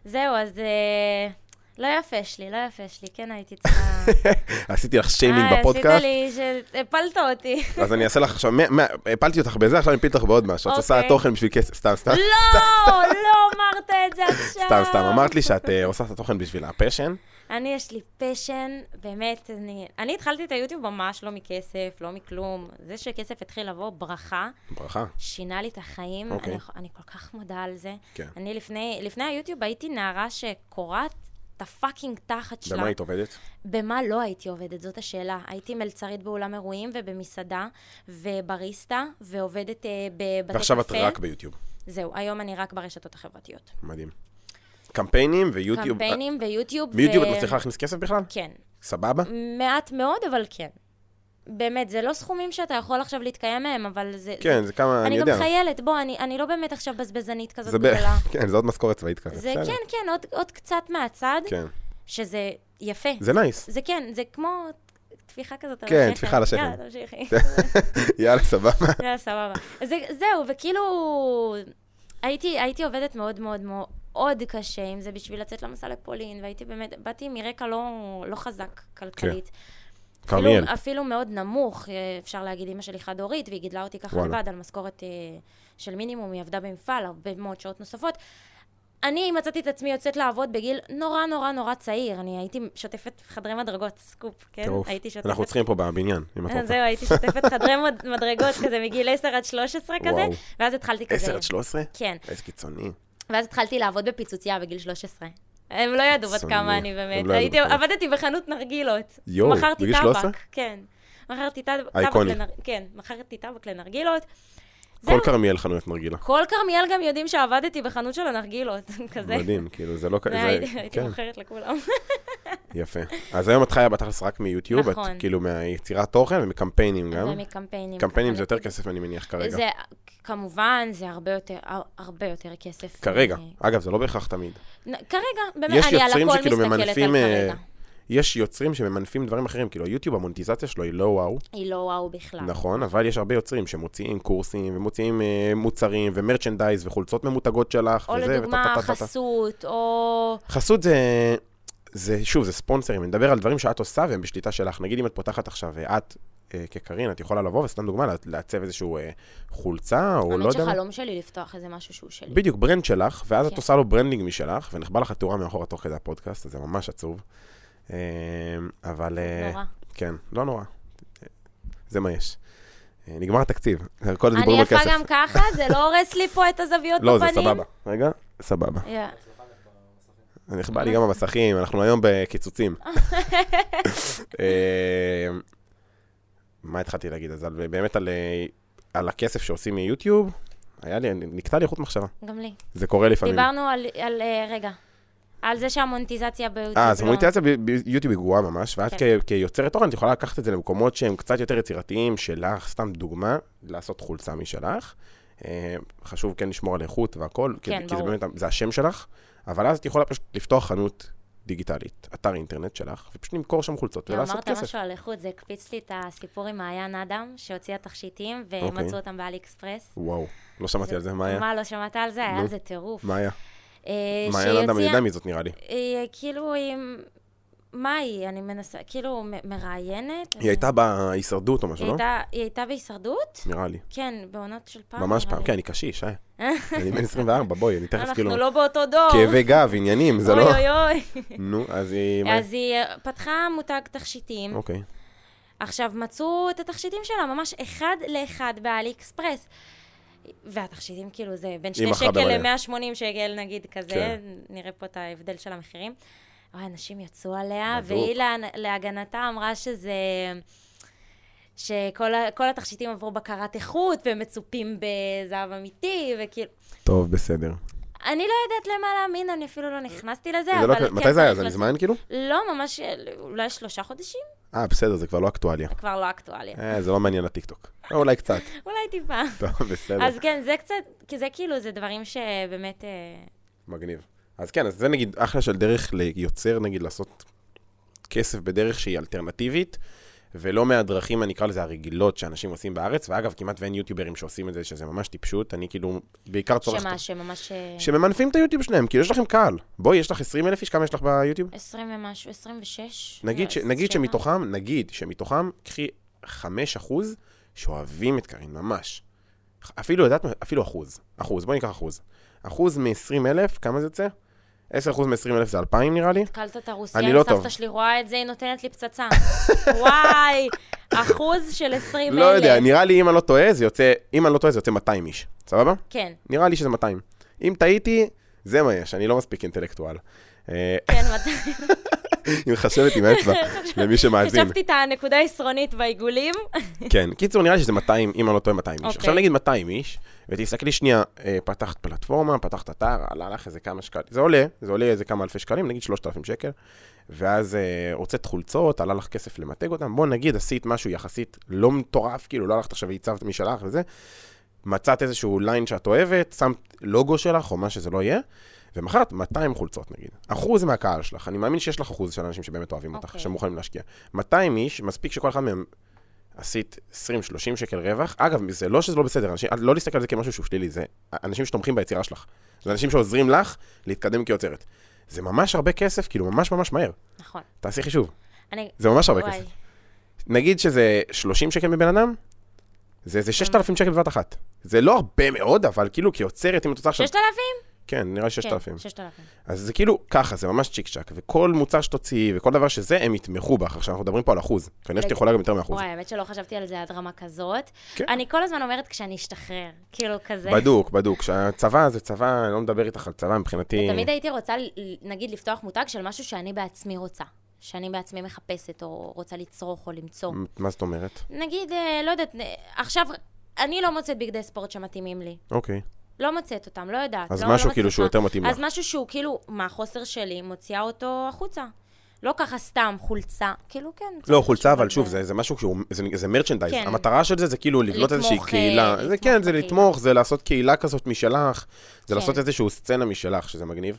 Speaker 1: זהו, אז אה, לא יפה שלי, לא יפה שלי, כן הייתי צריכה...
Speaker 2: עשיתי לך שיימינג
Speaker 1: אה, עשית
Speaker 2: בפודקאסט.
Speaker 1: לי, שהפלת אותי.
Speaker 2: אז אני אעשה לך עכשיו, מאה- מאה- הפלתי אותך בזה, עכשיו אני אפיל אותך בעוד משהו. את עושה
Speaker 1: אוקיי.
Speaker 2: תוכן בשביל כסף, סתם, סתם,
Speaker 1: לא, לא אמרת את זה עכשיו.
Speaker 2: סתם, סתם. אמרת לי שאת אה, עושה את התוכן בשביל הפשן.
Speaker 1: אני, יש לי פשן, באמת, אני, אני התחלתי את היוטיוב ממש לא מכסף, לא מכלום. זה שכסף התחיל לבוא, ברכה,
Speaker 2: ברכה.
Speaker 1: שינה לי את החיים.
Speaker 2: אוקיי.
Speaker 1: אני, אני כל כך מודה על זה.
Speaker 2: כן.
Speaker 1: אני לפני, לפני היוטיוב הייתי נערה שקורעת את הפאקינג תחת שלה.
Speaker 2: במה היית עובדת?
Speaker 1: במה לא הייתי עובדת? זאת השאלה. הייתי מלצרית באולם אירועים ובמסעדה, ובריסטה, ועובדת אה, בבתי קפה.
Speaker 2: ועכשיו את רק ביוטיוב.
Speaker 1: זהו, היום אני רק ברשתות החברתיות.
Speaker 2: מדהים. קמפיינים ויוטיוב.
Speaker 1: קמפיינים ויוטיוב. ו-
Speaker 2: אה, ביוטיוב את מצליחה להכניס כסף בכלל?
Speaker 1: כן.
Speaker 2: סבבה?
Speaker 1: מעט מאוד, אבל כן. באמת, זה לא סכומים שאתה יכול עכשיו להתקיים מהם, אבל זה...
Speaker 2: כן, זה כמה, אני
Speaker 1: אני גם
Speaker 2: יודע.
Speaker 1: חיילת, בוא, אני, אני לא באמת עכשיו בזבזנית כזאת
Speaker 2: זה ב-
Speaker 1: גדולה.
Speaker 2: כן, זה עוד משכורת צבאית כזה.
Speaker 1: זה
Speaker 2: בסדר.
Speaker 1: כן, כן, עוד, עוד קצת מהצד,
Speaker 2: כן.
Speaker 1: שזה יפה.
Speaker 2: זה נייס.
Speaker 1: זה כן, זה כמו טפיחה כזאת על
Speaker 2: כן,
Speaker 1: השכם.
Speaker 2: טפיחה על השכם.
Speaker 1: יאללה, תמשיכי.
Speaker 2: יאללה, סבבה.
Speaker 1: יאללה, סבבה. זה, זהו, וכאילו... הייתי, הייתי עובדת מאוד מאוד מאוד קשה עם זה בשביל לצאת למסע לפולין, והייתי באמת, באתי מרקע לא, לא חזק
Speaker 2: כן.
Speaker 1: כלכלית. אפילו-
Speaker 2: כרמיאל.
Speaker 1: אפילו מאוד נמוך, אה, אפשר להגיד, אימא שלי חד-הורית, והיא גידלה אותי ככה
Speaker 2: וואלה.
Speaker 1: לבד על משכורת אה, של מינימום, היא עבדה במפעל הרבה מאוד שעות נוספות. אני מצאתי את עצמי יוצאת לעבוד בגיל נורא נורא נורא צעיר, אני הייתי שוטפת חדרי מדרגות, סקופ, כן?
Speaker 2: טירוף.
Speaker 1: הייתי שוטפת...
Speaker 2: אנחנו צריכים פה בבניין, אם את
Speaker 1: אה,
Speaker 2: רוצה.
Speaker 1: זהו, הייתי שוטפת חדרי מד- מדרגות כזה מגיל 10 עד 13 כזה,
Speaker 2: וואו.
Speaker 1: ואז התחלתי כזה...
Speaker 2: 10 עד 13?
Speaker 1: כן.
Speaker 2: איזה קיצוני.
Speaker 1: ואז התחלתי לעבוד בפיצוצייה בגיל 13. הם לא ידעו בת
Speaker 2: קיצוני.
Speaker 1: כמה אני
Speaker 2: הם
Speaker 1: באמת.
Speaker 2: לא ידעו
Speaker 1: הייתי,
Speaker 2: בת כמה.
Speaker 1: עבדתי בחנות נרגילות.
Speaker 2: יואו,
Speaker 1: מכרתי
Speaker 2: בגיל
Speaker 1: טבק,
Speaker 2: 13?
Speaker 1: כן. מכרתי טב- טבק
Speaker 2: אייקוני.
Speaker 1: לנר... כן, מכרתי טבק לנרגילות. זהו.
Speaker 2: כל כרמיאל חנויות נרגילה.
Speaker 1: כל כרמיאל גם יודעים שעבדתי בחנות של הנרגילות, כזה.
Speaker 2: מדהים, כאילו, זה לא כ-
Speaker 1: זה
Speaker 2: זה-
Speaker 1: הייתי הייתי
Speaker 2: כן,
Speaker 1: מוכרת לכולם.
Speaker 2: יפה. אז היום את חיה בתכלס רק מיוטיוב, את
Speaker 1: נכון.
Speaker 2: כאילו מהיצירת תוכן ומקמפיינים גם.
Speaker 1: ומקמפיינים.
Speaker 2: קמפיינים זה
Speaker 1: ככה,
Speaker 2: יותר כסף, אני מניח, כרגע.
Speaker 1: זה, כמובן, זה הרבה יותר, הרבה יותר כסף.
Speaker 2: כרגע.
Speaker 1: אה,
Speaker 2: אגב, זה לא בהכרח תמיד.
Speaker 1: נ- כרגע, באמת,
Speaker 2: יש
Speaker 1: אני על
Speaker 2: יוצרים
Speaker 1: הכל
Speaker 2: שכאילו
Speaker 1: מסתכלת על
Speaker 2: ממנפים, אה,
Speaker 1: כרגע.
Speaker 2: יש יוצרים שממנפים דברים אחרים, כאילו היוטיוב, המוניטיזציה שלו היא לא וואו,
Speaker 1: היא לא וואו בכלל.
Speaker 2: נכון, אבל יש הרבה יוצרים שמוציאים קורסים, ומוציאים אה, מוצרים, ומרצ'נדייז, וחולצות ממותגות שלך,
Speaker 1: או
Speaker 2: וזה,
Speaker 1: לדוגמה,
Speaker 2: וטה-טה-טה-טה.
Speaker 1: חסות, או...
Speaker 2: חסות זה, זה, שוב, זה ספונסרים, אני מדבר על דברים שאת עושה והם בשליטה שלך. נגיד אם את פותחת עכשיו, אה, את אה, כקרין, את יכולה לבוא, וסתם דוגמה, לה- לעצב איזשהו אה, חולצה, או לא
Speaker 1: האמת
Speaker 2: יודע מה.
Speaker 1: שחלום שלי לפתוח איזה משהו שהוא שלי.
Speaker 2: בדיוק, ברנד שלך, ואז את
Speaker 1: כן.
Speaker 2: עושה לו ברנדינג משלך, ונחבא לך התאורה מאחורה תוך כדי הפודקאסט, אז זה ממש עצוב. אה, אבל... אה,
Speaker 1: נורא.
Speaker 2: כן, לא נורא. זה מה יש. אה, נגמר התקציב, כל
Speaker 1: אני
Speaker 2: הדיבורים על
Speaker 1: יפה
Speaker 2: כסף.
Speaker 1: גם ככה, זה לא הורס לי פה את הזוויות בפנים.
Speaker 2: לא, זה סבבה. רגע, סבבה.
Speaker 1: יא.
Speaker 2: נכבה לי גם המסכים, אנחנו היום בקיצוצים. אה, מה התחלתי להגיד? אז על- באמת על, אה, על הכסף שעושים מיוטיוב, היה לי, נקטע לי חוט מחשבה.
Speaker 1: גם לי.
Speaker 2: זה קורה לפעמים.
Speaker 1: דיברנו על, על, אה, רגע, על זה שהמונטיזציה ביוטיוב.
Speaker 2: אה, אז
Speaker 1: לא-
Speaker 2: המוניטיזציה ב- ביוטיוב היא גרועה ממש, ואת
Speaker 1: כן.
Speaker 2: כ- כיוצרת תוכן, את יכולה לקחת את זה למקומות שהם קצת יותר יצירתיים שלך, סתם דוגמה, לעשות חולצה משלך. אה, חשוב כן לשמור על איכות והכל, כי-
Speaker 1: כן,
Speaker 2: כי זה
Speaker 1: ברור.
Speaker 2: באמת, זה השם שלך, אבל אז את יכולה פשוט לפתוח חנות דיגיטלית, אתר אינטרנט שלך, ופשוט למכור שם חולצות ולעשות
Speaker 1: לא, אמרת
Speaker 2: לא כסף.
Speaker 1: משהו על איכות, זה הקפיץ לי את הסיפור עם מעיין אדם, שהוציאה תכשיטים,
Speaker 2: אוקיי.
Speaker 1: ומצאו אותם באלי אקספרס.
Speaker 2: וואו, לא שמעתי על זה, מה היה?
Speaker 1: מה, לא שמעת על זה? היה
Speaker 2: נו.
Speaker 1: על זה טירוף.
Speaker 2: מה היה?
Speaker 1: אה,
Speaker 2: מה היה? אדם, אני
Speaker 1: שהיא
Speaker 2: יודע מי זאת נראה לי.
Speaker 1: הוציאה- אה, כאילו, היא... מה היא? אני מנסה, כאילו, מ- מראיינת?
Speaker 2: היא הייתה בהישרדות או משהו,
Speaker 1: היא
Speaker 2: לא?
Speaker 1: אה. הייתה- היא הייתה בהישרדות?
Speaker 2: נראה לי.
Speaker 1: כן, בעונות של פעם.
Speaker 2: ממש
Speaker 1: נראה
Speaker 2: פעם,
Speaker 1: לי.
Speaker 2: כן, אני קשיש, אה. אני בן 24, בואי, אני תכף כאילו...
Speaker 1: אנחנו לא באותו דור.
Speaker 2: כאבי גב, עניינים, זה לא...
Speaker 1: אוי, אוי,
Speaker 2: נו, אז היא...
Speaker 1: אוי. אז היא אה, פתחה מותג תכשיטים.
Speaker 2: אוקיי.
Speaker 1: עכשיו, מצאו את התכשיטים שלה ממש אחד לאחד באלי אקספרס. והתכשיטים, כאילו, זה בין שני
Speaker 2: מכרה
Speaker 1: שקל
Speaker 2: במלא.
Speaker 1: ל-180 שקל, נגיד, כזה,
Speaker 2: כן.
Speaker 1: נראה פה את ההבדל של המחירים. אוי, אנשים יצאו עליה,
Speaker 2: בדוק.
Speaker 1: והיא לה- להגנתה אמרה שזה... שכל ה- כל התכשיטים עברו בקרת איכות, והם מצופים בזהב אמיתי, וכאילו...
Speaker 2: טוב, בסדר.
Speaker 1: אני לא יודעת למה להאמין, אני אפילו לא נכנסתי לזה,
Speaker 2: זה לא
Speaker 1: אבל...
Speaker 2: כ-
Speaker 1: כן
Speaker 2: מתי זה היה?
Speaker 1: צריך
Speaker 2: זה
Speaker 1: לעשות-
Speaker 2: מזמן כאילו?
Speaker 1: לא, ממש אה, אולי שלושה חודשים?
Speaker 2: אה, בסדר, זה כבר לא אקטואליה.
Speaker 1: זה כבר לא אקטואליה.
Speaker 2: אה, זה לא מעניין הטיקטוק. אה, אולי קצת.
Speaker 1: אולי טיפה.
Speaker 2: טוב, בסדר.
Speaker 1: אז כן, זה קצת, כי זה כאילו, זה דברים שבאמת... אה,
Speaker 2: מגניב. אז כן, אז זה נגיד אחלה של דרך ליוצר, נגיד לעשות כסף בדרך שהיא אלטרנטיבית, ולא מהדרכים, אני אקרא לזה, הרגילות שאנשים עושים בארץ. ואגב, כמעט ואין יוטיוברים שעושים את זה, שזה ממש טיפשות. אני כאילו, בעיקר צורך...
Speaker 1: שמה, שממש... אה,
Speaker 2: שממנפים את היוטיוב שלהם, כאילו יש לכם קהל. בואי, יש לך 20 אלף איש, כמה יש לך ביוטיוב?
Speaker 1: 20 ומשהו, 26?
Speaker 2: נגיד, ש,
Speaker 1: אה,
Speaker 2: נגיד
Speaker 1: שבע.
Speaker 2: שמתוכם, נגיד שמתוכם, קחי 5 אחוז שאוהבים את קארין, ממש. אפילו, יודעת מה? אפילו אחוז. אחוז, בואי ניקח אחוז. אחוז מ-20 אלף, כמה זה יוצא? 10 אחוז מ-20 אלף זה 2,000 נראה לי.
Speaker 1: קלת את הרוסיה,
Speaker 2: אני לא טוב.
Speaker 1: סבתא שלי רואה את זה, היא נותנת לי פצצה. וואי, אחוז של 20 אלף.
Speaker 2: לא יודע, נראה לי אם אני לא טועה, זה יוצא, אם אני לא טועה, זה יוצא 200 איש. סבבה?
Speaker 1: כן,
Speaker 2: נראה לי שזה 200. אם טעיתי, זה מה יש, אני לא מספיק אינטלקטואל. אה,
Speaker 1: כן, מתי...
Speaker 2: היא מחשבת עם האצבע, למי שמאזין.
Speaker 1: חשבתי את הנקודה העשרונית בעיגולים.
Speaker 2: כן, קיצור, נראה לי שזה 200, אם אני לא טועה, 200 איש.
Speaker 1: אוקיי.
Speaker 2: עכשיו נגיד 200 איש, ותסתכלי שנייה, אה, פתחת פלטפורמה, פתחת אתר, עלה לך איזה כמה שקלים, זה עולה, זה עולה איזה כמה אלפי שקלים, נגיד 3,000 שקל, ואז אה, הוצאת חולצות, עלה לך כסף למתג אותם, בוא נגיד עשית משהו יחסית לא מטורף, כאילו לא הלכת עכשיו והצבת משלך וזה, מצאת איזשהו ליין שאת אוהבת, שמת לוגו שלך או מה שזה לא יהיה, ומכרת 200 חולצות נגיד. אחוז מהקהל שלך, אני מאמין שיש לך אחוז של אנשים שבאמת אוהבים אותך,
Speaker 1: אוקיי.
Speaker 2: שמוכנים להשקיע. 200 איש, מספיק שכל אחד מהם עשית 20-30 שקל רווח. אגב, זה לא שזה לא בסדר, אנשים, לא להסתכל על זה כמשהו שהוא שלילי, זה אנשים שתומכים ביצירה שלך. זה אנשים שעוזרים לך להתקדם כיוצרת. זה ממש הרבה כסף, כאילו ממש ממש מהר.
Speaker 1: נכון.
Speaker 2: תעשי חישוב,
Speaker 1: אני...
Speaker 2: זה ממש הרבה
Speaker 1: וואי.
Speaker 2: כסף. נגיד שזה 30 שקל מבן אדם, זה איזה 6,000 שקל בבת אחת. זה לא הרבה מאוד, אבל כאילו כיוצרת, אם את רוצה עכשיו...
Speaker 1: 6,000?
Speaker 2: כן, נראה לי
Speaker 1: כן,
Speaker 2: 6,000.
Speaker 1: 6,000.
Speaker 2: אז זה כאילו ככה, זה ממש צ'יק צ'אק, וכל מוצר שתוציאי וכל דבר שזה, הם יתמכו בך. עכשיו, אנחנו מדברים פה על אחוז. כנראה שאת
Speaker 1: רגע.
Speaker 2: יכולה גם יותר מאחוז.
Speaker 1: וואי, האמת שלא חשבתי על זה עד רמה כזאת.
Speaker 2: כן.
Speaker 1: אני כל הזמן אומרת כשאני אשתחרר, כאילו כזה.
Speaker 2: בדוק, בדוק. שהצבא זה צבא, אני לא מדבר איתך על צבא, מבחינתי...
Speaker 1: תמיד הייתי רוצה, ל- נגיד, לפתוח מותג של משהו שאני בעצמי רוצה. שאני בעצמי מחפשת, או רוצה לצרוך, או למצוא.
Speaker 2: מה זאת אומרת?
Speaker 1: נגיד, אה, לא יודעת, אה, עכשיו אני לא מוצאת בגדי ספורט שמתאימים לי.
Speaker 2: אוקיי.
Speaker 1: לא מוצאת אותם, לא יודעת.
Speaker 2: אז
Speaker 1: לא,
Speaker 2: משהו
Speaker 1: לא
Speaker 2: כאילו שהוא
Speaker 1: מצליחה.
Speaker 2: יותר מתאים לך.
Speaker 1: אז משהו שהוא כאילו, מהחוסר שלי, מוציאה אותו החוצה. לא ככה סתם, חולצה. כאילו, כן.
Speaker 2: לא, חולצה, אבל שוב, זה, זה משהו שהוא, זה, זה מרצ'נדייז.
Speaker 1: כן.
Speaker 2: המטרה של זה זה כאילו לבנות
Speaker 1: לתמוך,
Speaker 2: איזושהי
Speaker 1: אה,
Speaker 2: קהילה. זה
Speaker 1: לתמוך
Speaker 2: כן, זה
Speaker 1: בקהילה.
Speaker 2: לתמוך, זה לעשות קהילה כזאת משלך, זה
Speaker 1: כן.
Speaker 2: לעשות איזשהו סצנה משלך, שזה מגניב.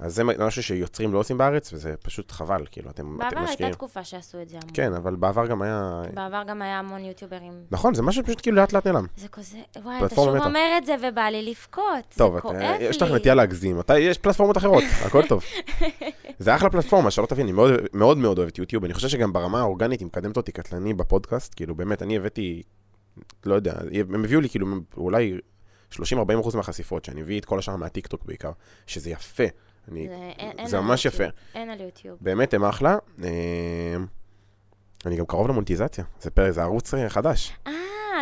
Speaker 2: אז זה משהו שיוצרים לא עושים בארץ, וזה פשוט חבל, כאילו, אתם,
Speaker 1: בעבר
Speaker 2: אתם
Speaker 1: הייתה
Speaker 2: משקיעים.
Speaker 1: תקופה שעשו את זה המון.
Speaker 2: כן, אבל בעבר גם היה...
Speaker 1: בעבר גם היה המון יוטיוברים.
Speaker 2: נכון, זה משהו שפשוט כאילו לאט לאט נעלם.
Speaker 1: זה כזה, וואי, אתה
Speaker 2: פלטפורמה
Speaker 1: שוב
Speaker 2: מתה.
Speaker 1: אומר את זה ובא לי לבכות. זה
Speaker 2: טוב, את-
Speaker 1: כואב
Speaker 2: אה,
Speaker 1: לי.
Speaker 2: יש לך נטייה להגזים, אתה- יש פלטפורמות אחרות, הכל טוב. זה אחלה פלטפורמה, שלא תבין, אני מאוד מאוד מאוד אוהב את יוטיוב, אני חושב שגם ברמה האורגנית היא מקדמת אותי קטלני בפודקאסט, כאילו באמת, אני הבאתי, לא יודע, הם הביאו לי כאילו אולי 30-40% מהחשיפות, שאני מביא את כל השאר מהטיקטוק בעיקר, שזה יפה, אני-
Speaker 1: זה אין- אין
Speaker 2: זה
Speaker 1: על
Speaker 2: ממש יפה,
Speaker 1: יוטיוב. אין על יוטיוב.
Speaker 2: באמת הם אחלה. אה, אני גם קרוב למונטיזציה, זה פרק, זה ערוץ אה, חדש.
Speaker 1: אה,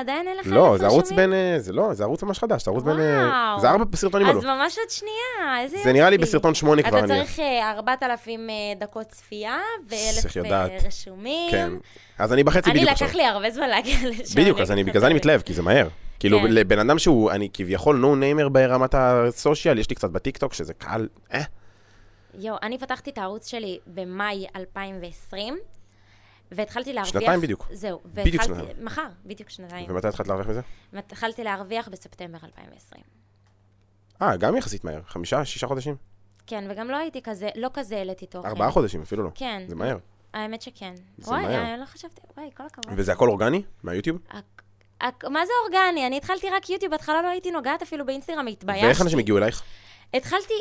Speaker 1: עדיין אין לך...
Speaker 2: לא,
Speaker 1: אלף
Speaker 2: זה ערוץ
Speaker 1: מרשמים?
Speaker 2: בין, אה, זה לא, זה ערוץ ממש חדש, זה ערוץ בין, אה,
Speaker 1: וואו.
Speaker 2: זה ארבע סרטונים עלו.
Speaker 1: אז ממש עוד שנייה, איזה יופי.
Speaker 2: זה נראה לי בסרטון שמונה
Speaker 1: אתה
Speaker 2: כבר אני...
Speaker 1: צריך אה, 4,000 אה, דקות צפייה
Speaker 2: צריך
Speaker 1: ואלף
Speaker 2: יודעת.
Speaker 1: אה, רשומים.
Speaker 2: כן. אז אני בחצי
Speaker 1: אני
Speaker 2: בדיוק עכשיו.
Speaker 1: לקח לי הרבה זמן להגיע לשם.
Speaker 2: בדיוק, אז אני, בגלל זה אני מתלהב, כי זה מהר. כאילו,
Speaker 1: כן.
Speaker 2: לבן אדם שהוא, אני כביכול נו ניימר ברמת הסושיאל, יש לי קצת בטיקטוק, שזה קהל, אה,
Speaker 1: יואו, אני פתחתי את הערוץ שלי במאי 2020, והתחלתי להרוויח...
Speaker 2: שנתיים בדיוק.
Speaker 1: זהו.
Speaker 2: בדיוק
Speaker 1: והתחלתי-
Speaker 2: שנתיים.
Speaker 1: מחר, בדיוק שנתיים.
Speaker 2: ומתי התחלת להרוויח מזה?
Speaker 1: התחלתי להרוויח בספטמבר 2020.
Speaker 2: אה, גם יחסית מהר, חמישה, שישה חודשים?
Speaker 1: כן, וגם לא הייתי כזה, לא כזה העליתי תוכן.
Speaker 2: ארבעה חודשים, אפילו לא.
Speaker 1: כן.
Speaker 2: זה מהר.
Speaker 1: האמת שכן.
Speaker 2: זה
Speaker 1: וואי,
Speaker 2: מהר.
Speaker 1: אה, לא חשבתי, וואי, כל הכבוד.
Speaker 2: וזה הכל אורגני? מהיוטיוב?
Speaker 1: הק- הק- מה זה אורגני? אני התחלתי רק יוטיוב, בהתחלה לא הייתי נוגעת אפילו באינסטגרם, התביישתי.
Speaker 2: ואיך אנשים הגיעו אלייך?
Speaker 1: התחלתי,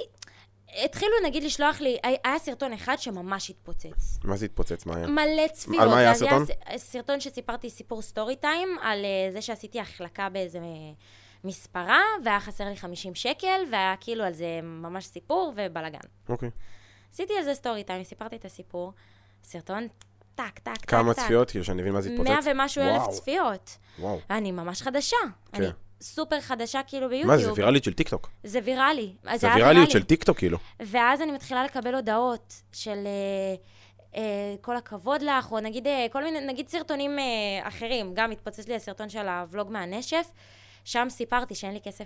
Speaker 1: התחילו נגיד לשלוח לי, הי- היה סרטון אחד שממש התפוצץ.
Speaker 2: מה זה התפוצץ? מה היה?
Speaker 1: מלא צפיות.
Speaker 2: כן. על מה היה
Speaker 1: זה
Speaker 2: הסרטון?
Speaker 1: ס- סרטון שסיפרתי סיפור סטורי טיים, על אה, זה שעשיתי החלקה באיזה מספרה, והיה חסר לי 50 שקל, והיה כאילו על זה ממש סיפור ובלאגן.
Speaker 2: אוקיי.
Speaker 1: עשיתי על זה סטורי טיים, סיפרתי את הסיפור. סרטון טק, טק, טק,
Speaker 2: כמה
Speaker 1: טק.
Speaker 2: צפיות? כאילו, שאני מבין מה זה התפוצץ?
Speaker 1: מאה ומשהו אלף
Speaker 2: וואו,
Speaker 1: צפיות.
Speaker 2: וואו.
Speaker 1: אני ממש חדשה.
Speaker 2: כן.
Speaker 1: אני סופר חדשה כאילו ביוטיוב.
Speaker 2: מה זה, זה ויראליות של טיקטוק.
Speaker 1: זה ויראלי. אז
Speaker 2: זה
Speaker 1: היה
Speaker 2: ויראליות
Speaker 1: ויראלי.
Speaker 2: של טיקטוק, כאילו.
Speaker 1: ואז אני מתחילה לקבל הודעות של אה, אה, כל הכבוד לך, או נגיד אה, כל מיני, נגיד סרטונים אה, אחרים. גם התפוצץ לי הסרטון של הוולוג מהנשף. שם סיפרתי שאין לי כסף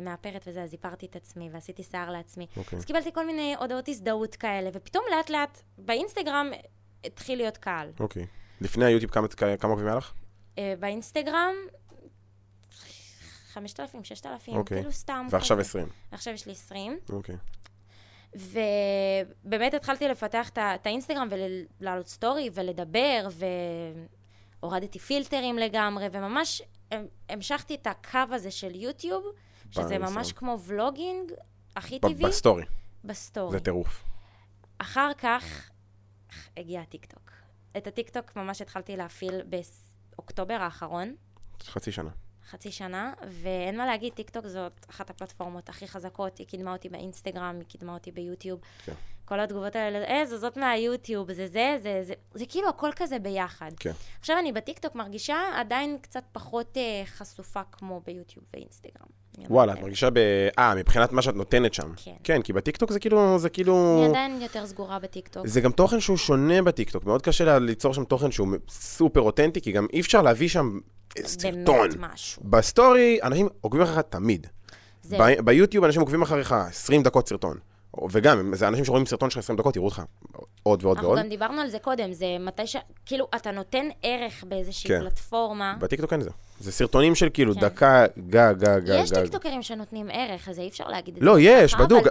Speaker 1: למאפרת וזה, אז סיפרתי את עצמי ועשיתי שיער לעצמי.
Speaker 2: אוקיי.
Speaker 1: אז קיבלתי כל מיני הודעות הזדהות כאלה, ופתאום לאט לאט באינסטגרם התחיל להיות קהל.
Speaker 2: אוקיי. לפני היוטיוב, כמה- כמה עוקבים היה לך?
Speaker 1: אה, באינסטגרם, 5,000, 6,000,
Speaker 2: אוקיי.
Speaker 1: כאילו סתם.
Speaker 2: ועכשיו
Speaker 1: כזה.
Speaker 2: 20.
Speaker 1: עכשיו יש לי 20.
Speaker 2: אוקיי.
Speaker 1: ובאמת התחלתי לפתח את ה- את האינסטגרם ולהעלות סטורי ולדבר, והורדתי פילטרים לגמרי, וממש המ- המשכתי את הקו הזה של יוטיוב, שזה
Speaker 2: באינסטגרם.
Speaker 1: ממש כמו ולוגינג הכי
Speaker 2: ב-
Speaker 1: טבעי,
Speaker 2: בסטורי,
Speaker 1: בסטורי.
Speaker 2: זה טירוף.
Speaker 1: אחר כך הגיע הטיקטוק. את הטיקטוק ממש התחלתי להפעיל באוקטובר האחרון.
Speaker 2: חצי שנה.
Speaker 1: חצי שנה, ואין מה להגיד, טיקטוק זאת אחת הפלטפורמות הכי חזקות, היא קידמה אותי באינסטגרם, היא קידמה אותי ביוטיוב.
Speaker 2: כן.
Speaker 1: כל התגובות האלה, אה, זו זאת מהיוטיוב, זה זה, זה זה, זה כאילו הכל כזה ביחד.
Speaker 2: כן.
Speaker 1: עכשיו אני בטיקטוק מרגישה עדיין קצת פחות אה, חשופה כמו ביוטיוב ואינסטגרם. אני לא
Speaker 2: וואלה, את
Speaker 1: אומרת,
Speaker 2: מרגישה ב... אה, מבחינת מה שאת נותנת שם.
Speaker 1: כן.
Speaker 2: כן, כי בטיקטוק זה כאילו, זה כאילו...
Speaker 1: אני עדיין לא. יותר סגורה בטיקטוק.
Speaker 2: זה גם תוכן שהוא שונה בטיקטוק, מאוד קשה לה- ליצור שם תוכן שהוא סופר אותנטי, כי גם אי אפשר להביא שם סרטון.
Speaker 1: באמת משהו.
Speaker 2: בסטורי, אנשים עוקבים אחריך תמיד.
Speaker 1: זה
Speaker 2: ב- ביוטיוב אנשים עוקבים אחריך 20 דקות סרטון. וגם, זה אנשים שרואים סרטון שלך 20 דקות, יראו אותך עוד ועוד
Speaker 1: אנחנו
Speaker 2: ועוד.
Speaker 1: גם דיברנו על זה קודם, זה מתי ש... כאילו, אתה נותן ערך באיזושהי
Speaker 2: כן.
Speaker 1: פלטפורמה.
Speaker 2: בטיקטוק אין זה. זה סרטונים של כאילו
Speaker 1: כן.
Speaker 2: דקה, גג, גג, גג.
Speaker 1: יש
Speaker 2: גג.
Speaker 1: טיקטוקרים שנותנים ערך, אז אי אפשר להגיד את זה.
Speaker 2: לא, יש,
Speaker 1: ככה, אבל
Speaker 2: בדוק.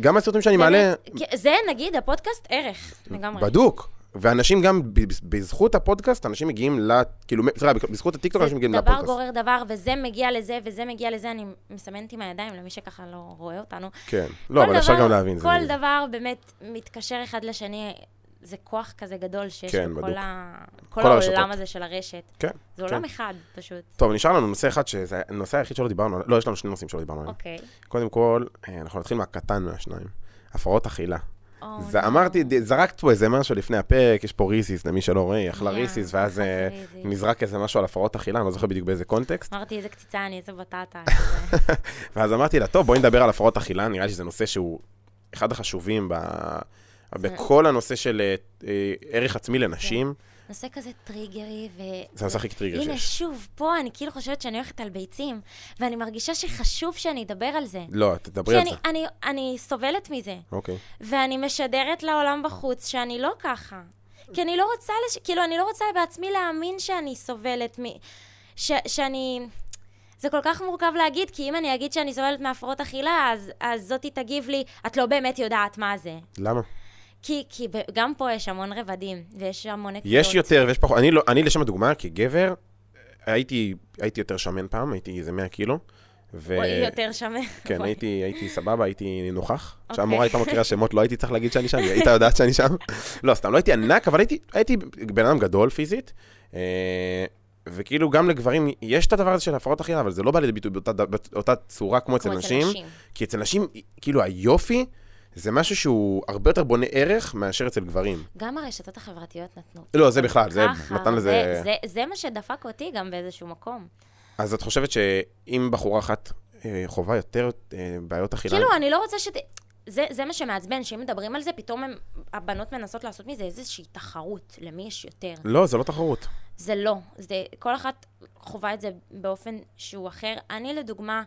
Speaker 2: גם הסרטונים שאני מעלה,
Speaker 1: באמת, כן, זה נגיד הפודקאסט ערך, לגמרי.
Speaker 2: בדוק. ואנשים גם, ב- בזכות הפודקאסט, אנשים מגיעים ל... כאילו, סליחה, בזכות הטיקטוק אנשים מגיעים
Speaker 1: זה דבר
Speaker 2: לפודקאסט.
Speaker 1: גורר דבר, וזה מגיע לזה, וזה מגיע לזה, אני מסמנת עם הידיים למי שככה לא רואה אותנו.
Speaker 2: כן. לא,
Speaker 1: כל
Speaker 2: אבל אפשר
Speaker 1: דבר-
Speaker 2: גם להבין. זה-
Speaker 1: כל דבר באמת מתקשר אחד לשני, זה כוח כזה גדול שיש
Speaker 2: כן, בדוק.
Speaker 1: לכל ה- כל
Speaker 2: כל הרשתות.
Speaker 1: העולם הזה של הרשת.
Speaker 2: כן.
Speaker 1: זה עולם אחד פשוט.
Speaker 2: טוב, נשאר לנו נושא אחד, שזה הנושא היחיד שלא דיברנו עליו. לא, יש לנו שני נושאים שלא דיברנו עליהם.
Speaker 1: אוקיי.
Speaker 2: קודם כל, אה, אנחנו נתחיל מהקטן מהשניים. הפרעות אכילה.
Speaker 1: או,
Speaker 2: זה-
Speaker 1: לא.
Speaker 2: אמרתי, ד- זרקת פה איזה משהו לפני הפרק, יש פה ריסיס, למי שלא רואה, היא אכלה
Speaker 1: יא,
Speaker 2: ריסיס, ואז אה,
Speaker 1: אכלתי ריסיס.
Speaker 2: נזרק איזה משהו על הפרעות אכילה, אני לא זוכר בדיוק באיזה קונטקסט.
Speaker 1: אמרתי, איזה קציצה אני, איזה בטטה.
Speaker 2: ואז אמרתי לה, טוב, בואי נדבר על הפרעות אכילה, נראה לי שזה נושא שהוא אחד החשובים ב... בכל הנושא של אה, אה, ערך עצמי לנשים,
Speaker 1: נושא כזה טריגרי, ו...
Speaker 2: זה המשחק טריגר
Speaker 1: כן. הנה,
Speaker 2: שיש.
Speaker 1: שוב, פה אני כאילו חושבת שאני הולכת על ביצים, ואני מרגישה שחשוב שאני אדבר על זה.
Speaker 2: לא, תדברי
Speaker 1: כי
Speaker 2: על
Speaker 1: אני,
Speaker 2: זה.
Speaker 1: אני, אני סובלת מזה,
Speaker 2: אוקיי.
Speaker 1: ואני משדרת לעולם בחוץ שאני לא ככה. כי אני לא רוצה, לש... כאילו, אני לא רוצה בעצמי להאמין שאני סובלת מ... ש... שאני... זה כל כך מורכב להגיד, כי אם אני אגיד שאני סובלת מהפרעות אכילה, אז, אז זאתי תגיב לי, את לא באמת יודעת מה זה.
Speaker 2: למה?
Speaker 1: כי, כי ב- גם פה יש המון רבדים, ויש המון נקודות.
Speaker 2: יש יותר ויש פחות. אני, לא, אני לשם הדוגמה, כגבר, הייתי, הייתי יותר שמן פעם, הייתי איזה 100 קילו. ו...
Speaker 1: וואי, יותר שמן.
Speaker 2: כן,
Speaker 1: וואי.
Speaker 2: הייתי, הייתי סבבה, הייתי נוכח.
Speaker 1: נכון. אוקיי.
Speaker 2: כשהמורה הייתה מקריאה שמות, לא הייתי צריך להגיד שאני שם, היא הייתה יודעת שאני שם. לא, סתם, לא הייתי ענק, אבל הייתי, הייתי בן אדם גדול פיזית. אה, וכאילו, גם לגברים, יש את הדבר הזה של הפרעות אכילה, אבל זה לא בא לידי ביטוי באותה, באותה צורה כמו אצל
Speaker 1: כמו
Speaker 2: נשים. כי אצל נשים, כאילו, היופי זה משהו שהוא הרבה יותר בונה ערך מאשר אצל גברים.
Speaker 1: גם הרשתות החברתיות נתנו.
Speaker 2: לא, זה בכלל, זה
Speaker 1: ככה,
Speaker 2: נתן לזה...
Speaker 1: זה, זה, זה מה שדפק אותי גם באיזשהו מקום.
Speaker 2: אז את חושבת שאם בחורה אחת אה, חווה יותר אה, בעיות אכילה...
Speaker 1: כאילו, אני לא רוצה שת... זה, זה מה שמעצבן, שאם מדברים על זה, פתאום הם, הבנות מנסות לעשות מזה איזושהי תחרות, למי יש יותר.
Speaker 2: לא, זה לא תחרות.
Speaker 1: זה לא. זה, כל אחת חווה את זה באופן שהוא אחר. אני, לדוגמה,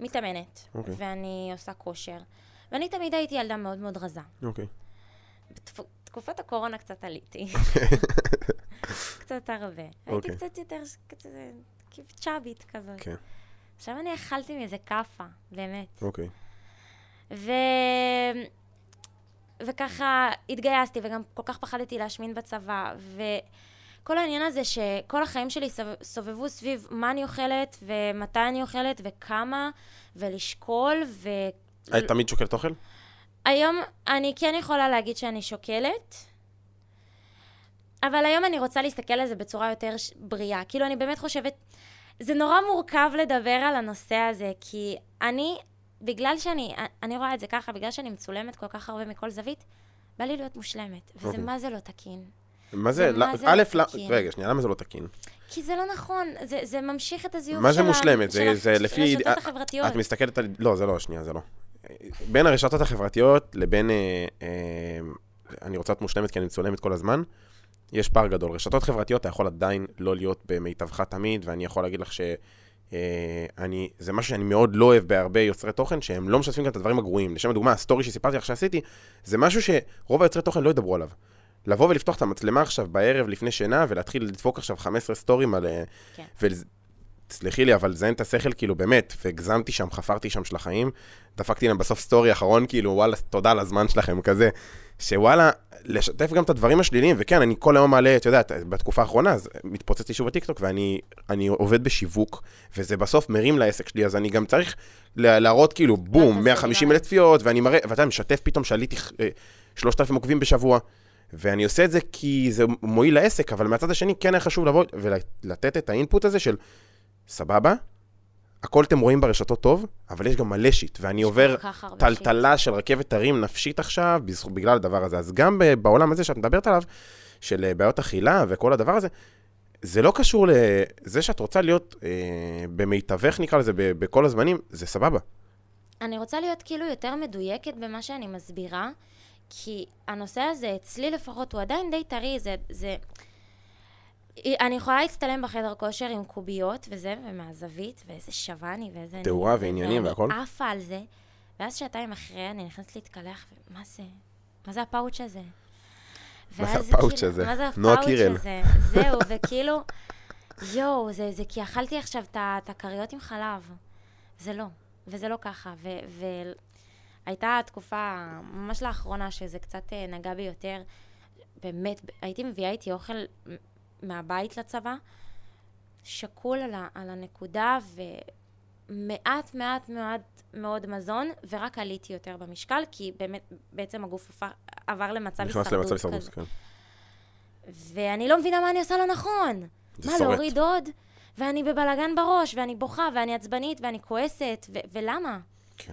Speaker 1: מתאמנת,
Speaker 2: אוקיי.
Speaker 1: ואני עושה כושר, ואני תמיד הייתי ילדה מאוד מאוד רזה.
Speaker 2: אוקיי.
Speaker 1: בתקופת הקורונה קצת עליתי. קצת הרבה.
Speaker 2: אוקיי.
Speaker 1: הייתי קצת יותר, קצת, כאילו צ'אבית כזאת.
Speaker 2: כן.
Speaker 1: עכשיו אני אכלתי מזה כאפה, באמת.
Speaker 2: אוקיי.
Speaker 1: ו... וככה התגייסתי, וגם כל כך פחדתי להשמין בצבא, וכל העניין הזה שכל החיים שלי סב- סובבו סביב מה אני אוכלת, ומתי אני אוכלת, וכמה, ולשקול, ו...
Speaker 2: היית תמיד שוקלת אוכל?
Speaker 1: היום אני כן יכולה להגיד שאני שוקלת, אבל היום אני רוצה להסתכל על זה בצורה יותר ש- בריאה. כאילו, אני באמת חושבת, זה נורא מורכב לדבר על הנושא הזה, כי אני, בגלל שאני, אני רואה את זה ככה, בגלל שאני מצולמת כל כך הרבה מכל זווית, בא לי להיות מושלמת, וזה
Speaker 2: אוקיי.
Speaker 1: מה זה לא תקין.
Speaker 2: מה זה?
Speaker 1: מה
Speaker 2: לא-
Speaker 1: זה
Speaker 2: א',
Speaker 1: לא
Speaker 2: לא-
Speaker 1: תקין?
Speaker 2: רגע, שנייה, למה זה לא תקין?
Speaker 1: כי זה לא נכון, זה, זה ממשיך את הזיוף
Speaker 2: מה זה
Speaker 1: של ה-
Speaker 2: מושלמת?
Speaker 1: של
Speaker 2: זה זה לפי...
Speaker 1: הרשתות
Speaker 2: את-
Speaker 1: החברתיות.
Speaker 2: את מסתכלת על... לא, זה לא, שנייה, זה לא. בין הרשתות החברתיות לבין... אה, אה, אני רוצה להיות מושלמת כי אני מצולמת כל הזמן. יש פער גדול. רשתות חברתיות, אתה יכול עדיין לא להיות במיטבך תמיד, ואני יכול להגיד לך ש... אה, אני, זה משהו שאני מאוד לא אוהב בהרבה יוצרי תוכן, שהם לא משתפים גם את הדברים הגרועים. לשם הדוגמה, הסטורי שסיפרתי לך שעשיתי, זה משהו שרוב היוצרי תוכן לא ידברו עליו. לבוא ולפתוח את המצלמה עכשיו בערב לפני שינה, ולהתחיל לדפוק עכשיו 15 סטורים על... אה,
Speaker 1: כן.
Speaker 2: ול- תסלחי לי, אבל זה אין את השכל, כאילו, באמת, והגזמתי שם, חפרתי שם של החיים, דפקתי להם בסוף סטורי אחרון, כאילו, וואלה, תודה על הזמן שלכם, כזה. שוואלה, לשתף גם את הדברים השליליים, וכן, אני כל היום מעלה, את יודעת, בתקופה האחרונה, אז מתפוצצתי שוב בטיקטוק, ואני אני עובד בשיווק, וזה בסוף מרים לעסק שלי, אז אני גם צריך לה- להראות, כאילו, בום,
Speaker 1: הסביבה.
Speaker 2: 150 אלף צפיות, ואני מראה, ואתה יודע, משתף פתאום שעליתי אה, 3,000 עוקבים בשבוע. ואני עושה את זה כי זה מועיל לעסק, אבל מהצד השני כן היה חשוב לבוא ולתת את האינפוט הזה של סבבה, הכל אתם רואים ברשתות טוב, אבל יש גם מלא שיט, ואני עובר
Speaker 1: כל כך הרבה שיט.
Speaker 2: טלטלה של רכבת הרים נפשית עכשיו בזכו- בגלל הדבר הזה. אז גם ב- בעולם הזה שאת מדברת עליו, של אה, בעיות אכילה וכל הדבר הזה, זה לא קשור לזה שאת רוצה להיות אה, במיטבך, נקרא לזה, ב- בכל הזמנים, זה סבבה.
Speaker 1: אני רוצה להיות כאילו יותר מדויקת במה שאני מסבירה, כי הנושא הזה, אצלי לפחות, הוא עדיין די טרי, זה... זה... אני יכולה להצטלם בחדר כושר עם קוביות וזה, ומהזווית, ואיזה שווה אני, ואיזה... אני-
Speaker 2: תאורה ועניינים והכל.
Speaker 1: ואני עפה על זה, ואז שעתיים אחרי אני נכנסת להתקלח, ומה זה? מה זה הפאוץ' הזה?
Speaker 2: מה זה
Speaker 1: ואז
Speaker 2: הפאוץ'
Speaker 1: כאילו-
Speaker 2: הזה?
Speaker 1: מה זה
Speaker 2: נועה
Speaker 1: הפאוץ'
Speaker 2: קירל.
Speaker 1: הזה? זהו, וכאילו, יואו, זה, זה כי אכלתי עכשיו את ה- את הכריות עם חלב. זה לא, וזה לא ככה. ו, והייתה תקופה, ממש לאחרונה, שזה קצת אה, נגע בי יותר. באמת, ב- הייתי מביאה איתי אוכל מ- מהבית לצבא, שקול על, ה, על הנקודה, ומעט מעט מאוד מאוד מזון, ורק עליתי יותר במשקל, כי באמת, בעצם הגוף הפך- עבר למצב הישרדות
Speaker 2: נכנס
Speaker 1: כזה.
Speaker 2: למצב סרדוס, כן.
Speaker 1: ואני לא מבינה מה אני עושה לא נכון.
Speaker 2: זה
Speaker 1: מה,
Speaker 2: שורט.
Speaker 1: להוריד עוד? ואני בבלגן בראש, ואני בוכה, ואני עצבנית, ואני כועסת, ו- ולמה?
Speaker 2: כן.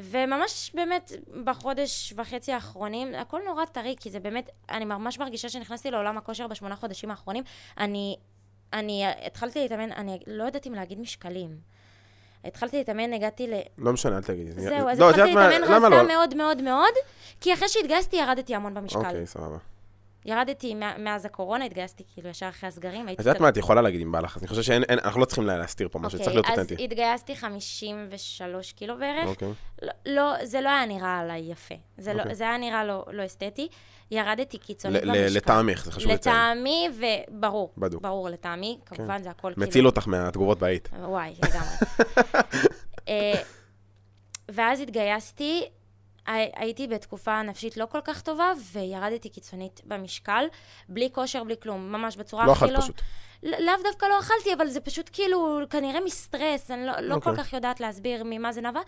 Speaker 1: וממש באמת בחודש וחצי האחרונים, הכל נורא טרי, כי זה באמת, אני ממש מרגישה שנכנסתי לעולם הכושר בשמונה חודשים האחרונים. אני, אני התחלתי להתאמן, אני לא יודעת אם להגיד משקלים. התחלתי להתאמן, הגעתי ל...
Speaker 2: לא משנה, אל תגידי.
Speaker 1: זהו, אז
Speaker 2: לא, את
Speaker 1: התחלתי
Speaker 2: יודעת מה?
Speaker 1: להתאמן
Speaker 2: למה לא?
Speaker 1: רזה מאוד מאוד מאוד, כי אחרי שהתגייסתי ירדתי המון במשקל.
Speaker 2: אוקיי, סבבה.
Speaker 1: ירדתי מה- מאז הקורונה, התגייסתי כאילו ישר אחרי הסגרים, הייתי
Speaker 2: את יודעת מה, את יכולה להגיד אם בא לך, אז אני חושב שאין, אין- אנחנו לא צריכים לה- להסתיר פה משהו, צריך להיות
Speaker 1: אוקיי, אז
Speaker 2: אותנטי.
Speaker 1: התגייסתי 53 קילו בערך.
Speaker 2: אוקיי.
Speaker 1: לא- לא, זה לא היה נראה עליי יפה. זה לא-
Speaker 2: אוקיי.
Speaker 1: זה היה נראה לא- לא אסתטי. ירדתי קיצונית
Speaker 2: ל- ל-
Speaker 1: במשקל.
Speaker 2: לטעמך, זה חשוב לציין.
Speaker 1: לטעמי, וברור.
Speaker 2: בדוק. כן.
Speaker 1: ברור, לטעמי, כמובן, זה הכל כאילו-
Speaker 2: מציל אותך מהתגובות בעית.
Speaker 1: וואי, לגמרי. אה, ואז התגייסתי, הי- הייתי בתקופה נפשית לא כל כך טובה, וירדתי קיצונית במשקל, בלי כושר, בלי כלום, ממש בצורה
Speaker 2: לא
Speaker 1: הכי
Speaker 2: אכלת פשוט.
Speaker 1: ל- לאו דווקא לא אכלתי, אבל זה פשוט כאילו, כנראה מסטרס, אני לא, לא
Speaker 2: אוקיי.
Speaker 1: כל כך יודעת להסביר ממה זה נבע.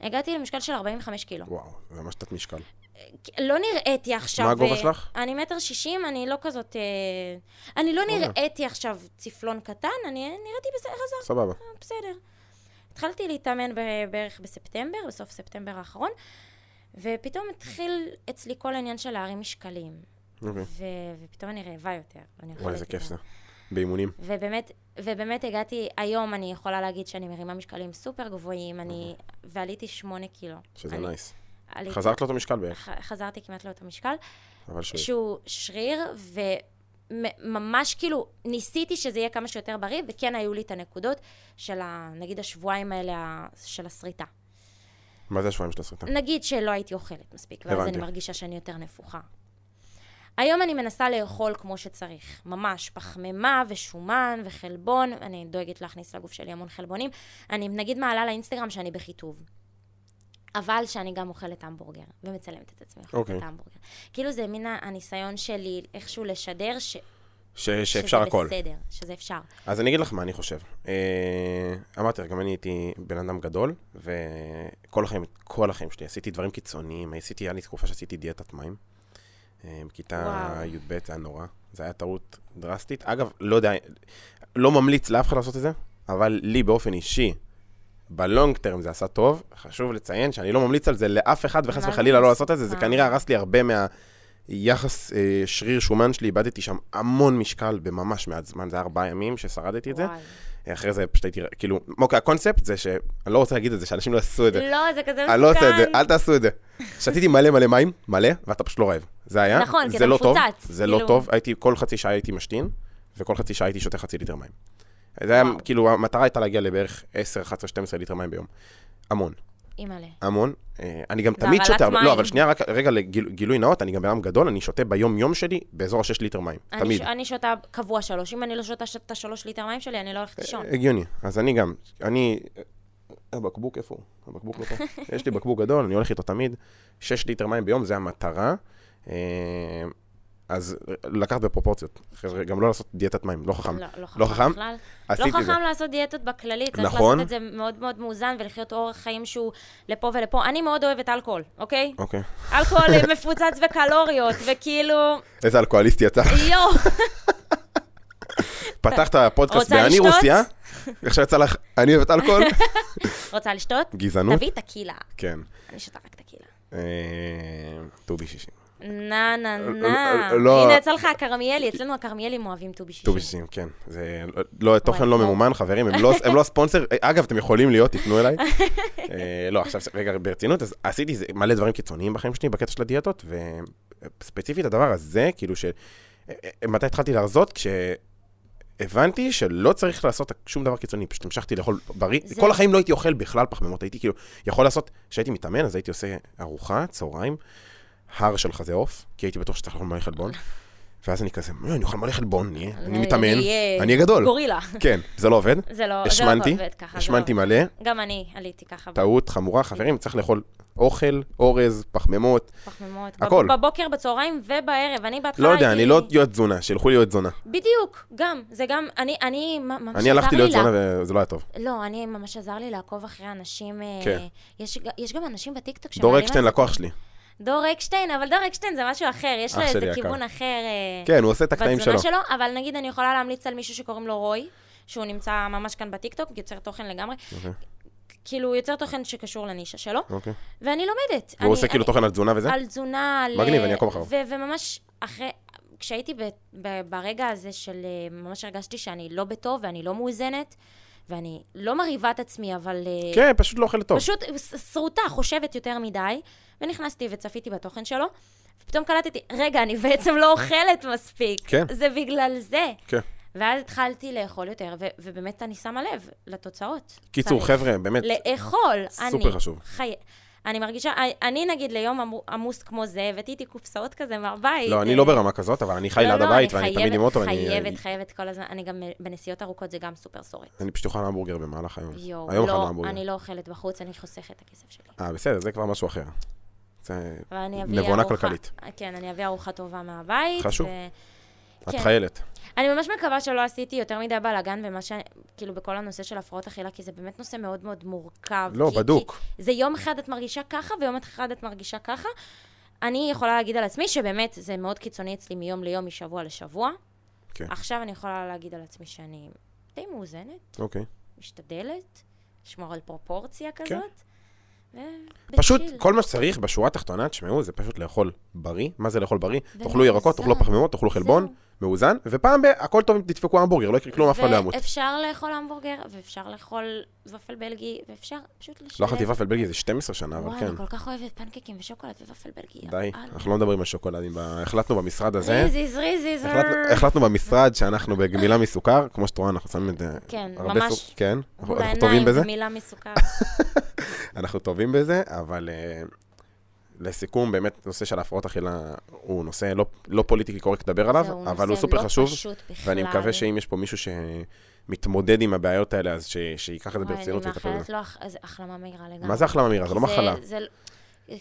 Speaker 1: הגעתי למשקל של 45 קילו.
Speaker 2: וואו, זה ממש תת משקל.
Speaker 1: לא נראיתי עכשיו...
Speaker 2: מה הגובה
Speaker 1: אה,
Speaker 2: שלך?
Speaker 1: אני מטר שישים, אני לא כזאת... אה, אני לא
Speaker 2: וואלה.
Speaker 1: נראיתי עכשיו צפלון קטן, אני נראיתי בסדר, חזר
Speaker 2: סבבה.
Speaker 1: בסדר. התחלתי להתאמן ב- בערך בספטמבר, בסוף ספטמבר האחרון, ופתאום התחיל אצלי כל העניין של להרים משקלים.
Speaker 2: אוקיי.
Speaker 1: ו- ופתאום אני רעבה יותר. ואני אוכלת
Speaker 2: וואי, איזה
Speaker 1: יותר.
Speaker 2: כיף זה. באימונים.
Speaker 1: ובאמת, ובאמת הגעתי, היום אני יכולה להגיד שאני מרימה משקלים סופר גבוהים, אני... ועליתי שמונה קילו.
Speaker 2: שזה
Speaker 1: אני-
Speaker 2: נייס.
Speaker 1: עליתי-
Speaker 2: חזרת לאותו משקל בערך,
Speaker 1: ח- חזרתי כמעט לאותו משקל.
Speaker 2: אבל ש...
Speaker 1: שהוא שריר, וממש כאילו ניסיתי שזה יהיה כמה שיותר בריא, וכן היו לי את הנקודות של ה, נגיד השבועיים האלה ה- של הסריטה.
Speaker 2: מה זה השבועיים של הסרטן?
Speaker 1: נגיד שלא הייתי אוכלת מספיק, ואז
Speaker 2: הבנתי.
Speaker 1: אני מרגישה שאני יותר נפוחה. היום אני מנסה לאכול כמו שצריך, ממש פחמימה ושומן וחלבון, אני דואגת להכניס לגוף שלי המון חלבונים. אני נגיד מעלה לאינסטגרם שאני בחיטוב, אבל שאני גם אוכלת המבורגר, ומצלמת את עצמי אוכלת
Speaker 2: אוקיי.
Speaker 1: את ההמבורגר. כאילו זה מן הניסיון שלי איכשהו לשדר ש...
Speaker 2: ש- שאפשר הכל.
Speaker 1: שזה בסדר, שזה אפשר.
Speaker 2: אז אני אגיד לך מה אני חושב. אה, אמרתי לך, גם אני הייתי בן אדם גדול, וכל החיים, כל החיים שלי, עשיתי דברים קיצוניים, עשיתי, היה לי תקופה שעשיתי דיאטת מים. אה, בכיתה
Speaker 1: וואו.
Speaker 2: י"ב זה היה נורא, זה היה טעות דרסטית. אגב, לא יודע, לא ממליץ לאף אחד לעשות את זה, אבל לי באופן אישי, בלונג טרם זה עשה טוב. חשוב לציין שאני לא ממליץ על זה לאף אחד, וחס
Speaker 1: מה זה
Speaker 2: וחלילה לא
Speaker 1: ממליץ?
Speaker 2: לעשות את זה, זה
Speaker 1: מה?
Speaker 2: כנראה הרס לי הרבה מה... יחס אה, שריר שומן שלי, איבדתי שם המון משקל בממש מעט זמן, זה היה ארבעה ימים ששרדתי את זה. אה,
Speaker 1: וואי.
Speaker 2: אחרי זה פשוט הייתי, כאילו, אוקיי, הקונספט זה שאני לא רוצה להגיד את זה, שאנשים לא יעשו את זה.
Speaker 1: לא, זה כזה מסוכן.
Speaker 2: אני לא עושה את זה, אל תעשו את זה. שתיתי מלא מלא מים, מלא, ואתה פשוט לא רעב. זה היה,
Speaker 1: נכון, כי
Speaker 2: זה
Speaker 1: אתה
Speaker 2: לא טוב,
Speaker 1: מפוצץ,
Speaker 2: זה לא
Speaker 1: כאילו.
Speaker 2: טוב, הייתי, כל חצי שעה הייתי משתין, וכל חצי שעה הייתי שותה חצי ליטר מים. זה היה,
Speaker 1: וואו.
Speaker 2: כאילו, המטרה הייתה להגיע לבערך 10, 11, 12 ליטר מים ביום. המון.
Speaker 1: אימא'לה.
Speaker 2: המון. אה, אני גם
Speaker 1: זה
Speaker 2: תמיד
Speaker 1: הרעלת
Speaker 2: שותה, הרבה- לא,
Speaker 1: מים.
Speaker 2: אבל שנייה, רק רגע לגילוי נאות, אני גם בן אדם גדול, אני שותה ביום-יום שלי באזור ה-6 ליטר מים.
Speaker 1: אני
Speaker 2: תמיד.
Speaker 1: ש- אני שותה קבוע שלוש, אם אני לא שותה ש- את השלוש ליטר מים שלי, אני לא הולכת לישון.
Speaker 2: הגיוני. אז אני גם, אני... הבקבוק איפה הוא? הבקבוק לא פה. יש לי בקבוק גדול, אני הולך איתו תמיד. 6 ליטר מים ביום, זה המטרה. אה, אז לקחת בפרופורציות. חבר'ה, גם לא לעשות דיאטת מים, לא חכם.
Speaker 1: לא,
Speaker 2: לא
Speaker 1: לא
Speaker 2: חכם?
Speaker 1: חכם בכלל. לא
Speaker 2: עשיתי זה.
Speaker 1: חכם לעשות דיאטות בכללי, צריך
Speaker 2: נכון.
Speaker 1: לעשות את זה מאוד מאוד מאוזן ולחיות אורח חיים שהוא לפה ולפה. אני מאוד אוהבת אלכוהול, אוקיי?
Speaker 2: אוקיי.
Speaker 1: אלכוהול אה, מפוצץ בקלוריות, וכאילו,
Speaker 2: איזה אלכוהוליסט יצא.
Speaker 1: יואו,
Speaker 2: פתחת פודקאסט
Speaker 1: רוצה
Speaker 2: ב"אני
Speaker 1: לשתות?
Speaker 2: רוסיה", עכשיו יצא לך, אני אוהבת אלכוהול.
Speaker 1: רוצה לשתות?
Speaker 2: גזענות?
Speaker 1: תביא טקילה.
Speaker 2: כן.
Speaker 1: אני שותה רק טקילה.
Speaker 2: אה, טובי שישים.
Speaker 1: נה, נה,
Speaker 2: לא,
Speaker 1: נה.
Speaker 2: לא. אה,
Speaker 1: הנה, יצא לך הכרמיאלי, אצלנו הכרמיאלים אוהבים ט"ו
Speaker 2: טובי
Speaker 1: בשישים.
Speaker 2: שישים, כן. זה לא, תוכן
Speaker 1: וואי,
Speaker 2: לא
Speaker 1: וואו.
Speaker 2: ממומן, חברים, הם לא- הם לא הספונסר. אה, אגב, אתם יכולים להיות, תפנו אליי. אה, לא, עכשיו, רגע, ברצינות, אז עשיתי זה- מלא דברים קיצוניים בחיים שלי, בקטע של הדיאטות, וספציפית הדבר הזה, כאילו ש... אה, אה, מתי התחלתי להרזות? כשהבנתי שלא צריך לעשות שום דבר קיצוני, פשוט המשכתי לאכול בריא.
Speaker 1: זה-
Speaker 2: כל החיים לא הייתי אוכל בכלל פחמימות, הייתי כאילו, יכול לעשות, כשהייתי מתאמן, אז הייתי עושה ארוחה, צהריים, הר של חזה עוף, כי הייתי בטוח שצריך לאכול מלא חלבון. ואז אני כזה, "אה, אני אוכל מלא חלבון, נהיה, אני מתאמן,
Speaker 1: לא, אהיה
Speaker 2: אני אהיה גדול.
Speaker 1: גורילה.
Speaker 2: כן, זה לא עובד.
Speaker 1: זה לא, זה לא
Speaker 2: השמנתי,
Speaker 1: עובד ככה. זה לא
Speaker 2: השמנתי
Speaker 1: עובד.
Speaker 2: מלא,
Speaker 1: גם אני עליתי ככה.
Speaker 2: טעות חמורה, חברים, צריך לאכול אוכל, אורז, פחמימות,
Speaker 1: פחמימות.
Speaker 2: הכל.
Speaker 1: הכל. בבוקר, בצהריים ובערב. אני בהתחלה
Speaker 2: לא יודע, אני
Speaker 1: הייתי-
Speaker 2: לא יועץ תזונה, שילכו לי יועץ תזונה.
Speaker 1: בדיוק, גם. זה גם, אני, אני, מ- ממש עזר
Speaker 2: אני הלכתי
Speaker 1: לי
Speaker 2: ליועץ
Speaker 1: לה-
Speaker 2: תזונה וזה לא היה טוב.
Speaker 1: לא, אני ממש עזר לי לעקוב אחרי אנשים... אה,
Speaker 2: כן.
Speaker 1: יש, יש גם אנשים בטיקטוק שמעלים...
Speaker 2: דור
Speaker 1: על
Speaker 2: אקשטיין
Speaker 1: זה-
Speaker 2: לקוח שלי.
Speaker 1: דור אקשטיין, אבל דור אקשטיין זה משהו אחר, יש
Speaker 2: אח
Speaker 1: לו
Speaker 2: שלי
Speaker 1: איזה
Speaker 2: יקר.
Speaker 1: כיוון אחר. אה,
Speaker 2: כן, הוא עושה את הקטעים שלו.
Speaker 1: בתזונה שלו, אבל נגיד אני יכולה להמליץ על מישהו שקוראים לו רוי, שהוא נמצא ממש כאן בטיקטוק, יוצר תוכן לגמרי.
Speaker 2: אוקיי.
Speaker 1: כאילו, יוצר תוכן שקשור לנישה שלו,
Speaker 2: אוקיי.
Speaker 1: ואני לומדת. אני-
Speaker 2: והוא עושה כאילו
Speaker 1: אני-
Speaker 2: תוכן על תזונה וזה?
Speaker 1: על תזונה, על... אה,
Speaker 2: מגניב, אני אעקוב אחריו.
Speaker 1: ו- וממש אחרי, כשהייתי ב- ב- ברגע הזה של, אה, ממש הרגשתי שאני לא בטוב ואני לא מאוזנת, ואני לא מרהיבה את עצמי, אבל... אה,
Speaker 2: כן, פשוט לא אוכל טוב.
Speaker 1: פשוט ס- שרוטה, חושבת יותר מדי, ונכנסתי וצפיתי בתוכן שלו, ופתאום קלטתי, רגע, אני בעצם לא אוכלת מספיק.
Speaker 2: כן.
Speaker 1: זה בגלל זה.
Speaker 2: כן.
Speaker 1: ואז התחלתי לאכול יותר, ו- ובאמת אני שמה לב לתוצאות.
Speaker 2: קיצור,
Speaker 1: צריך
Speaker 2: חבר'ה, באמת,
Speaker 1: לאכול.
Speaker 2: סופר
Speaker 1: אני
Speaker 2: חשוב.
Speaker 1: חי... אני מרגישה, אני נגיד ליום עמו- עמוס כמו זה, הבאתי איתי קופסאות כזה מהבית.
Speaker 2: לא, אני לא ברמה כזאת, אבל אני חי
Speaker 1: לא,
Speaker 2: ליד
Speaker 1: לא,
Speaker 2: הבית,
Speaker 1: אני
Speaker 2: ואני תמיד
Speaker 1: חייבת-
Speaker 2: עם אוטו, ואני- אני-
Speaker 1: חייבת, חייבת כל הזמן. אני גם בנסיעות ארוכות, זה גם סופר שורד.
Speaker 2: אני פשוט אוכל המבורגר במהלך היום.
Speaker 1: יואו,
Speaker 2: היום אוכל
Speaker 1: לא,
Speaker 2: המבורגר.
Speaker 1: אני לא אוכלת בחוץ, אני חוסכת את הכסף שלי.
Speaker 2: אה, בסדר, זה כבר משהו אחר. זה-
Speaker 1: אבל אני אביא
Speaker 2: נבונה
Speaker 1: ארוחה-
Speaker 2: כלכלית.
Speaker 1: כן, אני אביא ארוחה טובה מהבית.
Speaker 2: חשוב.
Speaker 1: ו-
Speaker 2: את
Speaker 1: כן.
Speaker 2: חיילת.
Speaker 1: אני ממש מקווה שלא עשיתי יותר מדי בלאגן ומה ש... כאילו, בכל הנושא של הפרעות אכילה, כי זה באמת נושא מאוד מאוד מורכב.
Speaker 2: לא,
Speaker 1: כי,
Speaker 2: בדוק.
Speaker 1: כי זה יום אחד את מרגישה ככה, ויום אחד את מרגישה ככה. אני יכולה להגיד על עצמי שבאמת זה מאוד קיצוני אצלי מיום ליום, משבוע לשבוע.
Speaker 2: כן.
Speaker 1: עכשיו אני יכולה להגיד על עצמי שאני די מאוזנת,
Speaker 2: אוקיי.
Speaker 1: משתדלת, לשמור על פרופורציה כזאת. ו...
Speaker 2: כן. פשוט,
Speaker 1: בצ'יל.
Speaker 2: כל מה שצריך בשורה התחתונה, תשמעו, זה פשוט לאכול בריא. מה זה לאכול בריא? תאכלו
Speaker 1: ומאוזן.
Speaker 2: ירקות, תאכלו פחמימות, תאכלו חלבון,
Speaker 1: זהו.
Speaker 2: מאוזן, ופעם ב... הכל טוב אם תדפקו המבורגר, לא יקרה כלום, אף אחד לא ימות.
Speaker 1: ואפשר לאכול המבורגר, ואפשר לאכול ופל בלגי, ואפשר פשוט לשלם.
Speaker 2: לא אכלתי ופל בלגי איזה 12 שנה, אבל
Speaker 1: כן. וואי,
Speaker 2: כן.
Speaker 1: אני כל כך אוהבת פנקקים ושוקולד ופל בלגי.
Speaker 2: די,
Speaker 1: יאללה.
Speaker 2: אנחנו לא מדברים על שוקולדים. ב- החלטנו במשרד הזה,
Speaker 1: ריזיז, ריזיז.
Speaker 2: החלטנו- החלטנו במשרד שאנחנו בגמילה מסוכר, כמו שאת רואה, אנחנו שמים את זה.
Speaker 1: כן,
Speaker 2: הרבה
Speaker 1: ממש.
Speaker 2: סוכ- כן, אנחנו אנחנו
Speaker 1: בעיניים,
Speaker 2: טובים בזה.
Speaker 1: מילה מסוכר.
Speaker 2: אנחנו טובים בזה, אבל אה, לסיכום, באמת, נושא של הפרעות אכילה הוא נושא לא- לא פוליטיקלי קורקט לדבר עליו,
Speaker 1: זהו,
Speaker 2: אבל הוא
Speaker 1: נושא
Speaker 2: סופר
Speaker 1: לא
Speaker 2: חשוב.
Speaker 1: פשוט בכלל.
Speaker 2: ואני מקווה שאם יש פה מישהו שמתמודד עם הבעיות האלה, אז ש- שייקח את זה
Speaker 1: וואי,
Speaker 2: ברצינות
Speaker 1: אני
Speaker 2: ויטפל בזה.
Speaker 1: מאחלת לו הח- איזה החלמה מהירה לגמרי.
Speaker 2: מה זה החלמה מהירה? זה לא
Speaker 1: כי
Speaker 2: מחלה.
Speaker 1: זה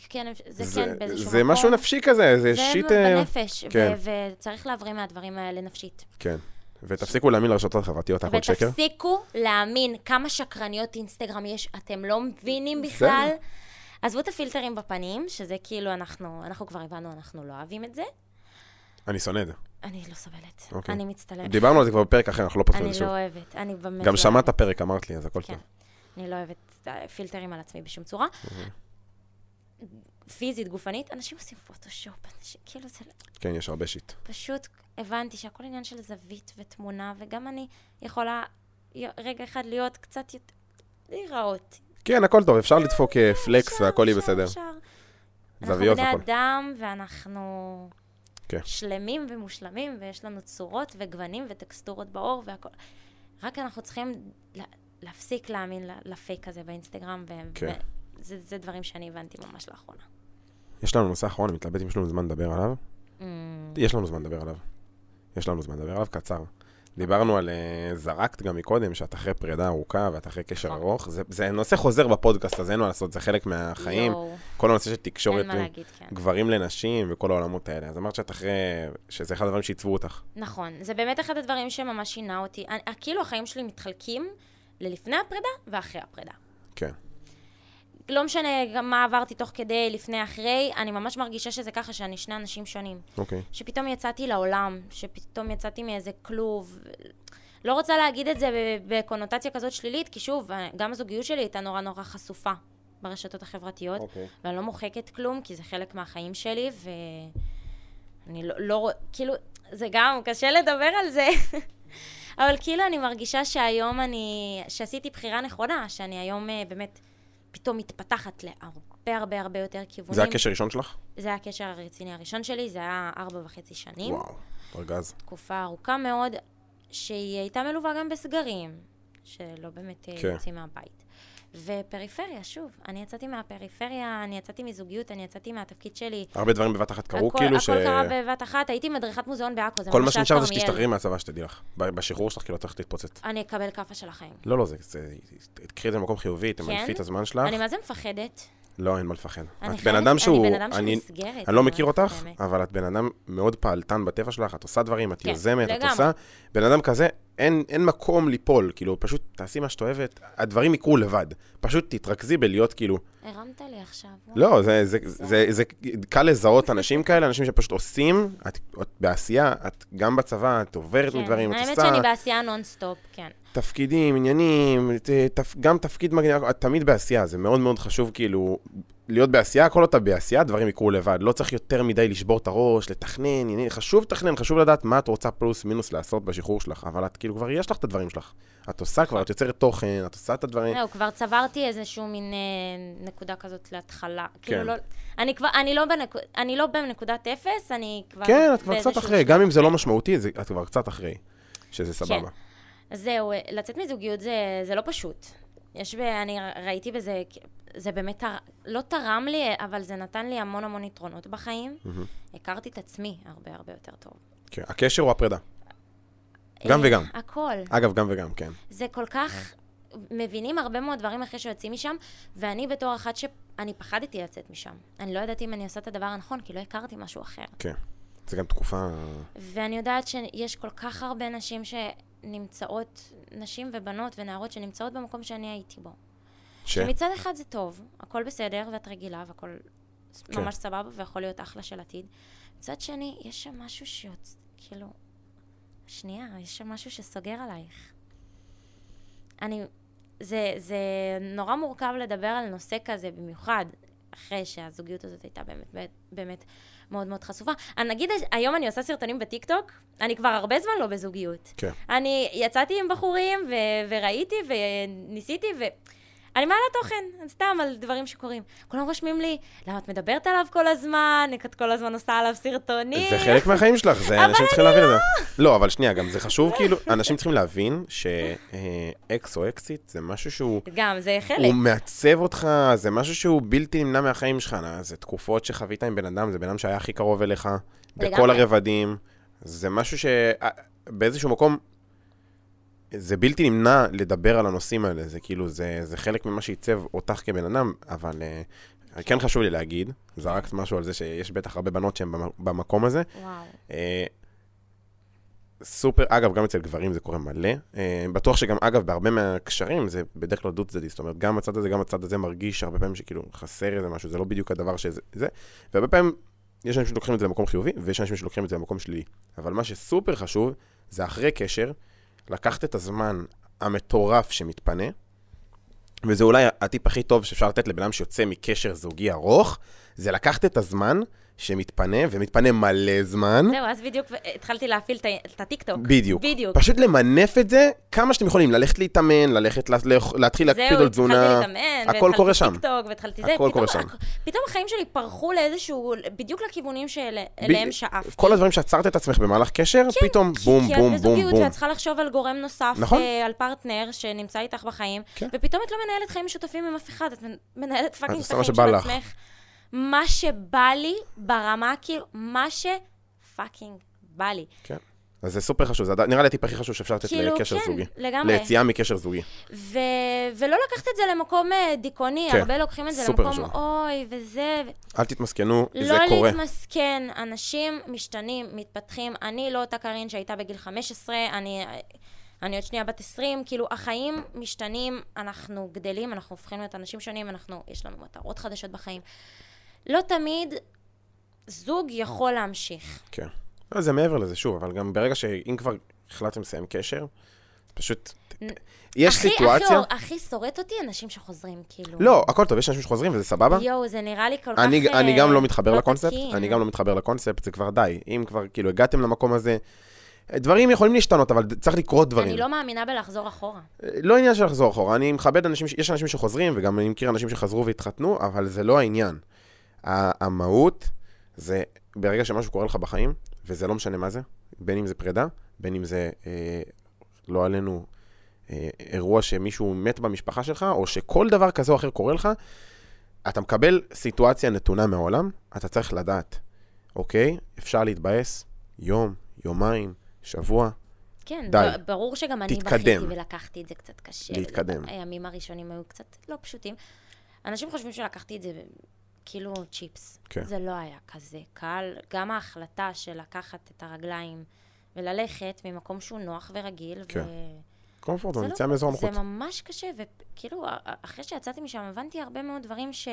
Speaker 1: כן, זה
Speaker 2: זה-
Speaker 1: כן באיזשהו מקום.
Speaker 2: זה משהו נפשי כזה, זה
Speaker 1: זה
Speaker 2: שיט... אה,
Speaker 1: בנפש, ו-
Speaker 2: כן.
Speaker 1: וצריך להבריא מהדברים האלה נפשית.
Speaker 2: כן. ותפסיקו להאמין לרשתות החברתיות, הכל שקר.
Speaker 1: ותפסיקו להאמין כמה שקרניות אינסטגרם יש, אתם לא מבינים בכלל. עזבו את הפילטרים בפנים, שזה כאילו אנחנו, אנחנו כבר הבנו, אנחנו לא אוהבים את זה.
Speaker 2: אני שונא את זה.
Speaker 1: אני לא סובלת.
Speaker 2: אוקיי.
Speaker 1: אני מצטלמת.
Speaker 2: דיברנו על זה כבר בפרק אחר, אנחנו לא פותחים את
Speaker 1: אני
Speaker 2: זה
Speaker 1: לא
Speaker 2: שוב.
Speaker 1: אוהבת, אני באמת לא
Speaker 2: גם שמעת
Speaker 1: אוהבת.
Speaker 2: פרק, אמרת לי, אז הכל
Speaker 1: כן.
Speaker 2: טוב.
Speaker 1: אני לא אוהבת אה, פילטרים על עצמי בשום צורה. פיזית, גופנית, אנשים עושים פוטושופ, אנשים, כאילו זה לא-
Speaker 2: כן, יש הרבה שיט.
Speaker 1: פשוט הבנתי שהכל עניין של זווית ותמונה, וגם אני יכולה י- רגע אחד להיות קצת יותר... להיראות.
Speaker 2: כן, הכל טוב, אפשר לדפוק אה, פלקס
Speaker 1: אפשר,
Speaker 2: והכל יהיה
Speaker 1: אפשר,
Speaker 2: בסדר.
Speaker 1: אפשר.
Speaker 2: זוויות
Speaker 1: אנחנו
Speaker 2: והכל.
Speaker 1: בני אדם, ואנחנו
Speaker 2: כן.
Speaker 1: שלמים ומושלמים, ויש לנו צורות וגוונים וטקסטורות בעור והכל. רק אנחנו צריכים לה, להפסיק להאמין ל- לפייק הזה באינסטגרם, ו-
Speaker 2: כן.
Speaker 1: ו- זה, זה דברים שאני הבנתי ממש לאחרונה.
Speaker 2: יש לנו נושא אחרון, אני מתלבט אם יש לנו זמן לדבר עליו. יש לנו זמן לדבר עליו. יש לנו זמן לדבר עליו, קצר. דיברנו על, אה, זרקת גם מקודם, שאת אחרי פרידה ארוכה ואת אחרי קשר
Speaker 1: נכון.
Speaker 2: ארוך. זה- זה נושא חוזר בפודקאסט, אז אין מה לעשות, זה חלק מהחיים.
Speaker 1: יואו,
Speaker 2: כל הנושא של תקשורת
Speaker 1: אין מה
Speaker 2: בין
Speaker 1: להגיד, כן.
Speaker 2: גברים לנשים וכל העולמות האלה. אז אמרת שאת אחרי... שזה אחד הדברים שעיצבו אותך.
Speaker 1: נכון, זה באמת אחד הדברים שממש שינה אותי. אני, כאילו החיים שלי מתחלקים ללפני הפרידה ואחרי הפרידה.
Speaker 2: כן.
Speaker 1: לא משנה גם מה עברתי תוך כדי, לפני, אחרי, אני ממש מרגישה שזה ככה, שאני שני אנשים שונים.
Speaker 2: אוקיי.
Speaker 1: שפתאום יצאתי לעולם, שפתאום יצאתי מאיזה כלוב. לא רוצה להגיד את זה ב- בקונוטציה כזאת שלילית, כי שוב, גם הזוגיות שלי הייתה נורא נורא חשופה ברשתות החברתיות,
Speaker 2: אוקיי.
Speaker 1: ואני לא מוחקת כלום, כי זה חלק מהחיים שלי, ואני לא, לא... רוא- כאילו, זה גם קשה לדבר על זה. אבל כאילו אני מרגישה שהיום אני, שעשיתי בחירה נכונה, שאני היום אה, באמת פתאום מתפתחת להרבה הרבה הרבה יותר כיוונים.
Speaker 2: זה הקשר הראשון שלך?
Speaker 1: זה היה הקשר הרציני הראשון שלי, זה היה ארבע וחצי שנים. וואו.
Speaker 2: וואו, ארגז.
Speaker 1: תקופה ארוכה מאוד, שהיא הייתה מלווה גם בסגרים, שלא באמת
Speaker 2: כן.
Speaker 1: כן. יוצאים מהבית. ופריפריה, שוב, אני יצאתי מהפריפריה, אני יצאתי מזוגיות, אני יצאתי מהתפקיד שלי.
Speaker 2: הרבה דברים בבת אחת קרו,
Speaker 1: הכל,
Speaker 2: כאילו
Speaker 1: הכל
Speaker 2: ש...
Speaker 1: קרה בבת אחת, הייתי מדריכת מוזיאון בעכו, זה
Speaker 2: כל מה
Speaker 1: ממש ליד
Speaker 2: שנשאר זה
Speaker 1: כרמיאל.
Speaker 2: שתשתחררי מהצבא, שתדעי לך. ב- בשחרור שלך, כאילו, את הולכת להתפוצץ.
Speaker 1: אני אקבל כאפה של החיים.
Speaker 2: לא, לא, זה... זה- תקחי את זה במקום חיובי, תמנפי את הזמן שלך.
Speaker 1: כן? אני מה זה מפחדת.
Speaker 2: לא, אין מה לפחד.
Speaker 1: אני
Speaker 2: את בן
Speaker 1: חייבת-
Speaker 2: אדם שהוא...
Speaker 1: אני בן אדם של
Speaker 2: אני-
Speaker 1: מסגרת.
Speaker 2: אני לא
Speaker 1: אבל
Speaker 2: מכיר אותך,
Speaker 1: באמת.
Speaker 2: אבל את בן אדם מאוד פעלתן בטבע שלך, את עושה דברים, את
Speaker 1: כן,
Speaker 2: יוזמת, את
Speaker 1: לגמרי.
Speaker 2: עושה... בן אדם כזה, אין אין מקום ליפול, כאילו, פשוט תעשי מה שאת אוהבת, הדברים יקרו לבד. פשוט תתרכזי בלהיות כאילו...
Speaker 1: הרמת לי עכשיו.
Speaker 2: לא, זה- זה- זה- זה קל לזהות אנשים כאלה, אנשים שפשוט עושים, את את בעשייה, את גם בצבא, את עוברת
Speaker 1: כן,
Speaker 2: מדברים, את
Speaker 1: האמת
Speaker 2: עושה...
Speaker 1: שאני בעשייה נונסטופ, כן.
Speaker 2: תפקידים, עניינים, ת- תפ- גם תפקיד מגניב, את תמיד בעשייה, זה מאוד מאוד חשוב, כאילו, להיות בעשייה, כל עוד אתה בעשייה, דברים יקרו לבד. לא צריך יותר מדי לשבור את הראש, לתכנן, עניינים. חשוב לתכנן, חשוב לדעת מה את רוצה פלוס מינוס לעשות בשחרור שלך, אבל את כאילו כבר יש לך את הדברים שלך. את עושה כבר, את יוצרת תוכן, את עושה את הדברים.
Speaker 1: זהו, כבר צברתי איזשהו מין אה, נקודה כזאת להתחלה. כאילו
Speaker 2: כן.
Speaker 1: לא... אני כבר, אני לא, בנקוד, אני לא בנקודת אפס, אני כבר...
Speaker 2: כן, את כבר
Speaker 1: באיזשהו
Speaker 2: קצת אחרי,
Speaker 1: שלב. כן.
Speaker 2: גם אם זה לא משמעותי, זה- את כבר קצת אחרי, שזה סבבה.
Speaker 1: אז זהו, אה, לצאת מזוגיות זה, זה לא פשוט. יש ב... אני ר- ראיתי בזה, כ- זה באמת תר, לא תרם לי, אבל זה נתן לי המון המון יתרונות בחיים.
Speaker 2: מהמם.
Speaker 1: הכרתי את עצמי הרבה הרבה יותר טוב.
Speaker 2: כן, הקשר או הפרידה? גם
Speaker 1: אה,
Speaker 2: וגם.
Speaker 1: הכל.
Speaker 2: אגב, גם וגם, כן.
Speaker 1: זה כל כך, מבינים הרבה מאוד דברים אחרי שיוצאים משם, ואני בתור אחת שאני פחדתי לצאת משם. אני לא ידעתי אם אני עושה את הדבר הנכון, כי לא הכרתי משהו אחר.
Speaker 2: כן. זה גם תקופה...
Speaker 1: ואני יודעת שיש כל כך הרבה נשים שנמצאות, נשים ובנות ונערות שנמצאות במקום שאני הייתי בו.
Speaker 2: ש...
Speaker 1: שמצד אחד זה טוב, הכל בסדר ואת רגילה והכל ס-
Speaker 2: כן.
Speaker 1: ממש סבבה ויכול להיות אחלה של עתיד. מצד שני, יש שם משהו שיוצ... כאילו... שנייה, יש שם משהו שסוגר עלייך. אני... זה, זה נורא מורכב לדבר על נושא כזה במיוחד. אחרי שהזוגיות הזאת הייתה באמת, באמת, באמת מאוד מאוד חשופה. אני נגיד, היום אני עושה סרטונים בטיקטוק, אני כבר הרבה זמן לא בזוגיות.
Speaker 2: כן.
Speaker 1: אני יצאתי עם בחורים, ו- וראיתי, וניסיתי, ו... אני מעלה תוכן, סתם על דברים שקורים. כולם רושמים לי, למה את מדברת עליו כל הזמן, את כל הזמן עושה עליו סרטונים.
Speaker 2: זה חלק מהחיים שלך, זה
Speaker 1: אבל
Speaker 2: אנשים צריכים להבין את זה. לא, אבל שנייה, גם זה חשוב, כאילו, אנשים צריכים להבין שאקס או אקסיט זה משהו שהוא...
Speaker 1: גם, זה חלק.
Speaker 2: הוא מעצב אותך, זה משהו שהוא בלתי נמנע מהחיים שלך, נה, זה תקופות שחווית עם בן אדם, זה בן אדם שהיה הכי קרוב אליך, בכל
Speaker 1: לגמרי.
Speaker 2: הרבדים, זה משהו שבאיזשהו מקום, זה בלתי נמנע לדבר על הנושאים האלה, זה כאילו, זה, זה חלק ממה שעיצב אותך כבן אדם, אבל אה, כן חשוב לי להגיד, זרקת משהו על זה שיש בטח הרבה בנות שהן במ- במקום הזה,
Speaker 1: וואו.
Speaker 2: אה, סופר, אגב, גם אצל גברים זה קורה מלא. אה, בטוח שגם, אגב, בהרבה מהקשרים זה בדרך כלל דו-צדדי, זאת אומרת, גם הצד הזה, גם הצד הזה מרגיש הרבה פעמים שכאילו חסר איזה משהו, זה לא בדיוק הדבר שזה, זה. והרבה פעמים יש אנשים שלוקחים את זה למקום חיובי, ויש אנשים שלוקחים את זה למקום שלילי. אבל מה שסופר חשוב, זה אחרי קשר, לקחת את הזמן המטורף שמתפנה, וזה אולי הטיפ הכי טוב שאפשר לתת לבן אדם שיוצא מקשר זוגי ארוך, זה לקחת את הזמן שמתפנה, ומתפנה מלא זמן.
Speaker 1: זהו, אז בדיוק התחלתי להפעיל את ה- את הטיקטוק.
Speaker 2: בדיוק.
Speaker 1: בדיוק.
Speaker 2: פשוט למנף את זה כמה שאתם יכולים, ללכת להתאמן, ללכת, לה- לאכ- להתחיל להקפיד
Speaker 1: זהו,
Speaker 2: על
Speaker 1: התחלתי
Speaker 2: תזונה.
Speaker 1: להתאמן,
Speaker 2: הכל קורה שם.
Speaker 1: והתחלתי טיקטוק, והתחלתי זה.
Speaker 2: הכל קורה
Speaker 1: פתאום-
Speaker 2: שם.
Speaker 1: פתאום החיים שלי פרחו לאיזשהו, בדיוק לכיוונים
Speaker 2: ב-
Speaker 1: שאליהם שאפתי.
Speaker 2: כל הדברים שעצרת את עצמך במהלך קשר,
Speaker 1: כן,
Speaker 2: פתאום
Speaker 1: כי-
Speaker 2: בום,
Speaker 1: כי
Speaker 2: בום,
Speaker 1: את
Speaker 2: בום,
Speaker 1: בזוגיות
Speaker 2: בום.
Speaker 1: ואת צריכה לחשוב על גורם נוסף,
Speaker 2: נכון.
Speaker 1: אה, על פרטנר שנמצא איתך בחיים,
Speaker 2: כן.
Speaker 1: ופתאום את לא מנהלת חיים משותפים עם אף אחד, את מנהלת פאקינג את
Speaker 2: עושה מה
Speaker 1: החיים
Speaker 2: שבא
Speaker 1: של
Speaker 2: לך.
Speaker 1: עצמך. מה שבא לי ברמה, כאילו, מה שפאקינג בא לי.
Speaker 2: כן. אז זה סופר חשוב, זה הד- נראה לי הטיפ הכי חשוב שאפשר לתת
Speaker 1: כאילו,
Speaker 2: לקשר
Speaker 1: כן,
Speaker 2: זוגי.
Speaker 1: לגמרי.
Speaker 2: ליציאה מקשר זוגי.
Speaker 1: ו... ולא לקחת את זה למקום אה, דיכאוני,
Speaker 2: כן,
Speaker 1: הרבה לוקחים את זה
Speaker 2: סופר
Speaker 1: למקום,
Speaker 2: חשוב.
Speaker 1: אוי, וזה, ו...
Speaker 2: אל תתמסכנו, זה
Speaker 1: לא
Speaker 2: קורה.
Speaker 1: להתמסכן, אנשים משתנים, מתפתחים. אני לא אותה קארין שהייתה בגיל 15, אני, אני עוד שנייה בת 20, כאילו החיים משתנים, אנחנו גדלים, אנחנו הופכים להיות אנשים שונים, אנחנו, יש לנו מטרות חדשות בחיים. לא תמיד זוג יכול להמשיך.
Speaker 2: כן. לא, זה מעבר לזה, שוב, אבל גם ברגע שאם כבר החלטתם לסיים קשר, פשוט...
Speaker 1: נ-
Speaker 2: יש
Speaker 1: הכי-
Speaker 2: סיטואציה...
Speaker 1: הכי, הכי שורט אותי אנשים שחוזרים, כאילו.
Speaker 2: לא, הכל טוב, יש אנשים שחוזרים וזה סבבה.
Speaker 1: יואו, זה נראה לי כל
Speaker 2: אני,
Speaker 1: כך...
Speaker 2: אני
Speaker 1: אה,
Speaker 2: גם לא מתחבר לקונספט,
Speaker 1: תקין.
Speaker 2: אני גם לא מתחבר לקונספט, זה כבר די. אם כבר, כאילו, הגעתם למקום הזה, דברים יכולים להשתנות, אבל צריך לקרות דברים.
Speaker 1: אני לא מאמינה בלחזור אחורה.
Speaker 2: לא עניין של לחזור אחורה, אני מכבד אנשים, ש- יש אנשים שחוזרים, וגם אני מכיר אנשים שחזרו והתחתנו, אבל זה לא העניין. ה- המהות זה ברגע שמשהו קורה לך בחיים, וזה לא משנה מה זה, בין אם זה פרידה, בין אם זה, אה, לא עלינו, אה, אירוע שמישהו מת במשפחה שלך, או שכל דבר כזה או אחר קורה לך, אתה מקבל סיטואציה נתונה מהעולם, אתה צריך לדעת, אוקיי? אפשר להתבאס יום, יומיים, שבוע,
Speaker 1: כן,
Speaker 2: די.
Speaker 1: ב- ברור שגם אני
Speaker 2: תתקדם.
Speaker 1: בכיתי ולקחתי את זה קצת קשה.
Speaker 2: להתקדם.
Speaker 1: וזה- הימים הראשונים היו קצת לא פשוטים. אנשים חושבים שלקחתי את זה ב- כאילו צ'יפס.
Speaker 2: כן.
Speaker 1: זה לא היה כזה קל. גם ההחלטה של לקחת את הרגליים וללכת ממקום שהוא נוח ורגיל,
Speaker 2: כן.
Speaker 1: ו...
Speaker 2: קומפורט,
Speaker 1: זה לא-
Speaker 2: נמצא מאזור המחוץ.
Speaker 1: זה ממש קשה, וכאילו, ה- אחרי שיצאתי משם הבנתי הרבה מאוד דברים ש...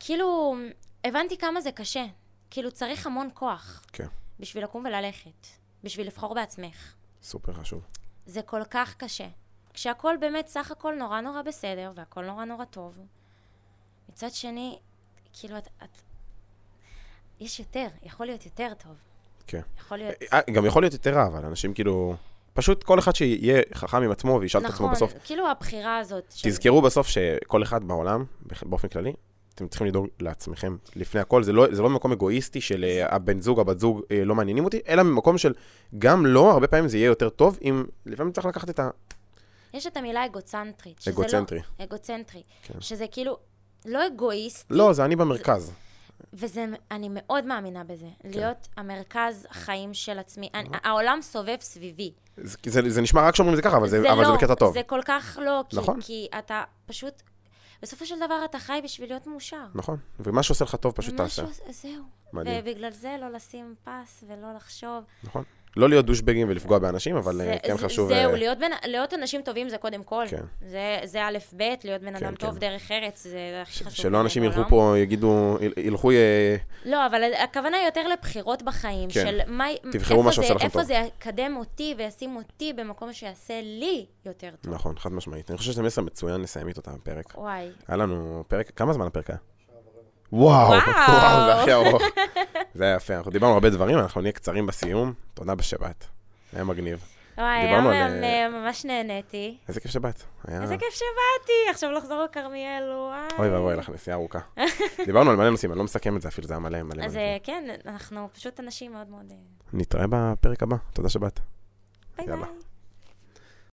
Speaker 1: כאילו, הבנתי כמה זה קשה. כאילו, צריך המון כוח.
Speaker 2: כן.
Speaker 1: בשביל לקום וללכת. בשביל לבחור בעצמך.
Speaker 2: סופר חשוב.
Speaker 1: זה כל כך קשה. כשהכול באמת סך הכל נורא נורא בסדר, והכל נורא נורא טוב, מצד שני, כאילו, את... את... יש יותר, יכול להיות יותר טוב.
Speaker 2: כן.
Speaker 1: יכול להיות...
Speaker 2: אה, גם יכול להיות יותר רע, אבל אנשים כאילו... פשוט כל אחד שיהיה חכם עם עצמו וישאל את עצמו
Speaker 1: נכון,
Speaker 2: בסוף.
Speaker 1: כאילו הבחירה הזאת. של-
Speaker 2: תזכרו בסוף שכל אחד בעולם, בכ- באופן כללי, אתם צריכים לדאוג לעצמכם לפני הכל. זה לא, זה לא ממקום אגואיסטי של אה, הבן זוג, הבת זוג אה, לא מעניינים אותי, אלא ממקום של גם לא, הרבה פעמים זה יהיה יותר טוב, אם לפעמים צריך לקחת את ה...
Speaker 1: יש את המילה אגוצנטרית. שזה
Speaker 2: אגוצנטרי.
Speaker 1: לא, אגוצנטרי.
Speaker 2: כן.
Speaker 1: שזה כאילו לא אגואיסט,
Speaker 2: לא, זה אני במרכז.
Speaker 1: וזה, אני מאוד מאמינה בזה.
Speaker 2: כן.
Speaker 1: להיות המרכז חיים של עצמי. אני,
Speaker 2: נכון.
Speaker 1: העולם סובב סביבי.
Speaker 2: זה, זה, זה נשמע רק שאומרים את זה ככה, אבל זה, אבל
Speaker 1: לא,
Speaker 2: זה בקטע טוב.
Speaker 1: זה כל כך לא, כי,
Speaker 2: נכון.
Speaker 1: כי אתה פשוט, בסופו של דבר אתה חי בשביל להיות מאושר.
Speaker 2: נכון, ומה שעושה לך טוב פשוט תעשה,
Speaker 1: משהו- זהו.
Speaker 2: מדהים.
Speaker 1: ובגלל זה לא לשים פס ולא לחשוב.
Speaker 2: נכון. לא להיות דושבגים ולפגוע באנשים, אבל
Speaker 1: זה-
Speaker 2: אה, כן
Speaker 1: זה-
Speaker 2: חשוב...
Speaker 1: זהו,
Speaker 2: אה,
Speaker 1: להיות, בין, להיות אנשים טובים זה קודם כל.
Speaker 2: כן.
Speaker 1: זה, זה א' ב', להיות בן
Speaker 2: כן,
Speaker 1: אדם טוב
Speaker 2: כן.
Speaker 1: דרך ארץ, זה הכי חשוב.
Speaker 2: שלא אנשים
Speaker 1: בעולם.
Speaker 2: ילכו פה, יגידו, יל- ילכו, אה,
Speaker 1: לא, אבל הכוונה היא יותר לבחירות בחיים,
Speaker 2: כן.
Speaker 1: של מה...
Speaker 2: תבחרו
Speaker 1: איפה
Speaker 2: מה שעושה
Speaker 1: זה-
Speaker 2: לכם
Speaker 1: איפה
Speaker 2: טוב.
Speaker 1: זה יקדם אותי וישים אותי במקום שיעשה לי יותר טוב.
Speaker 2: נכון, חד משמעית. אני חושב שזה מסר מצוין לסיים איתו את הפרק.
Speaker 1: וואי.
Speaker 2: היה לנו פרק, כמה זמן הפרק היה? וואו,
Speaker 1: וואו.
Speaker 2: וואו, זה הכי ארוך. זה היה יפה, אנחנו דיברנו הרבה דברים, אנחנו נהיה קצרים בסיום. תודה בשבת. היה מגניב.
Speaker 1: וואי, היה
Speaker 2: דיברנו על, אה,
Speaker 1: מהמם, ממש נהניתי.
Speaker 2: איזה כיף שבאת. היה-
Speaker 1: איזה כיף שבאתי, עכשיו לחזור לכרמיאל, וואי.
Speaker 2: אה. אוי ואבוי לך, נסיעה ארוכה. דיברנו על מלא נושאים, אני לא מסכם את זה אפילו, זה היה מלא מלא.
Speaker 1: אז
Speaker 2: מלא.
Speaker 1: אה, כן, אנחנו פשוט אנשים מאוד מאוד... אה,
Speaker 2: נתראה בפרק הבא, תודה שבאת.
Speaker 1: ביי
Speaker 2: יאללה.
Speaker 1: ביי.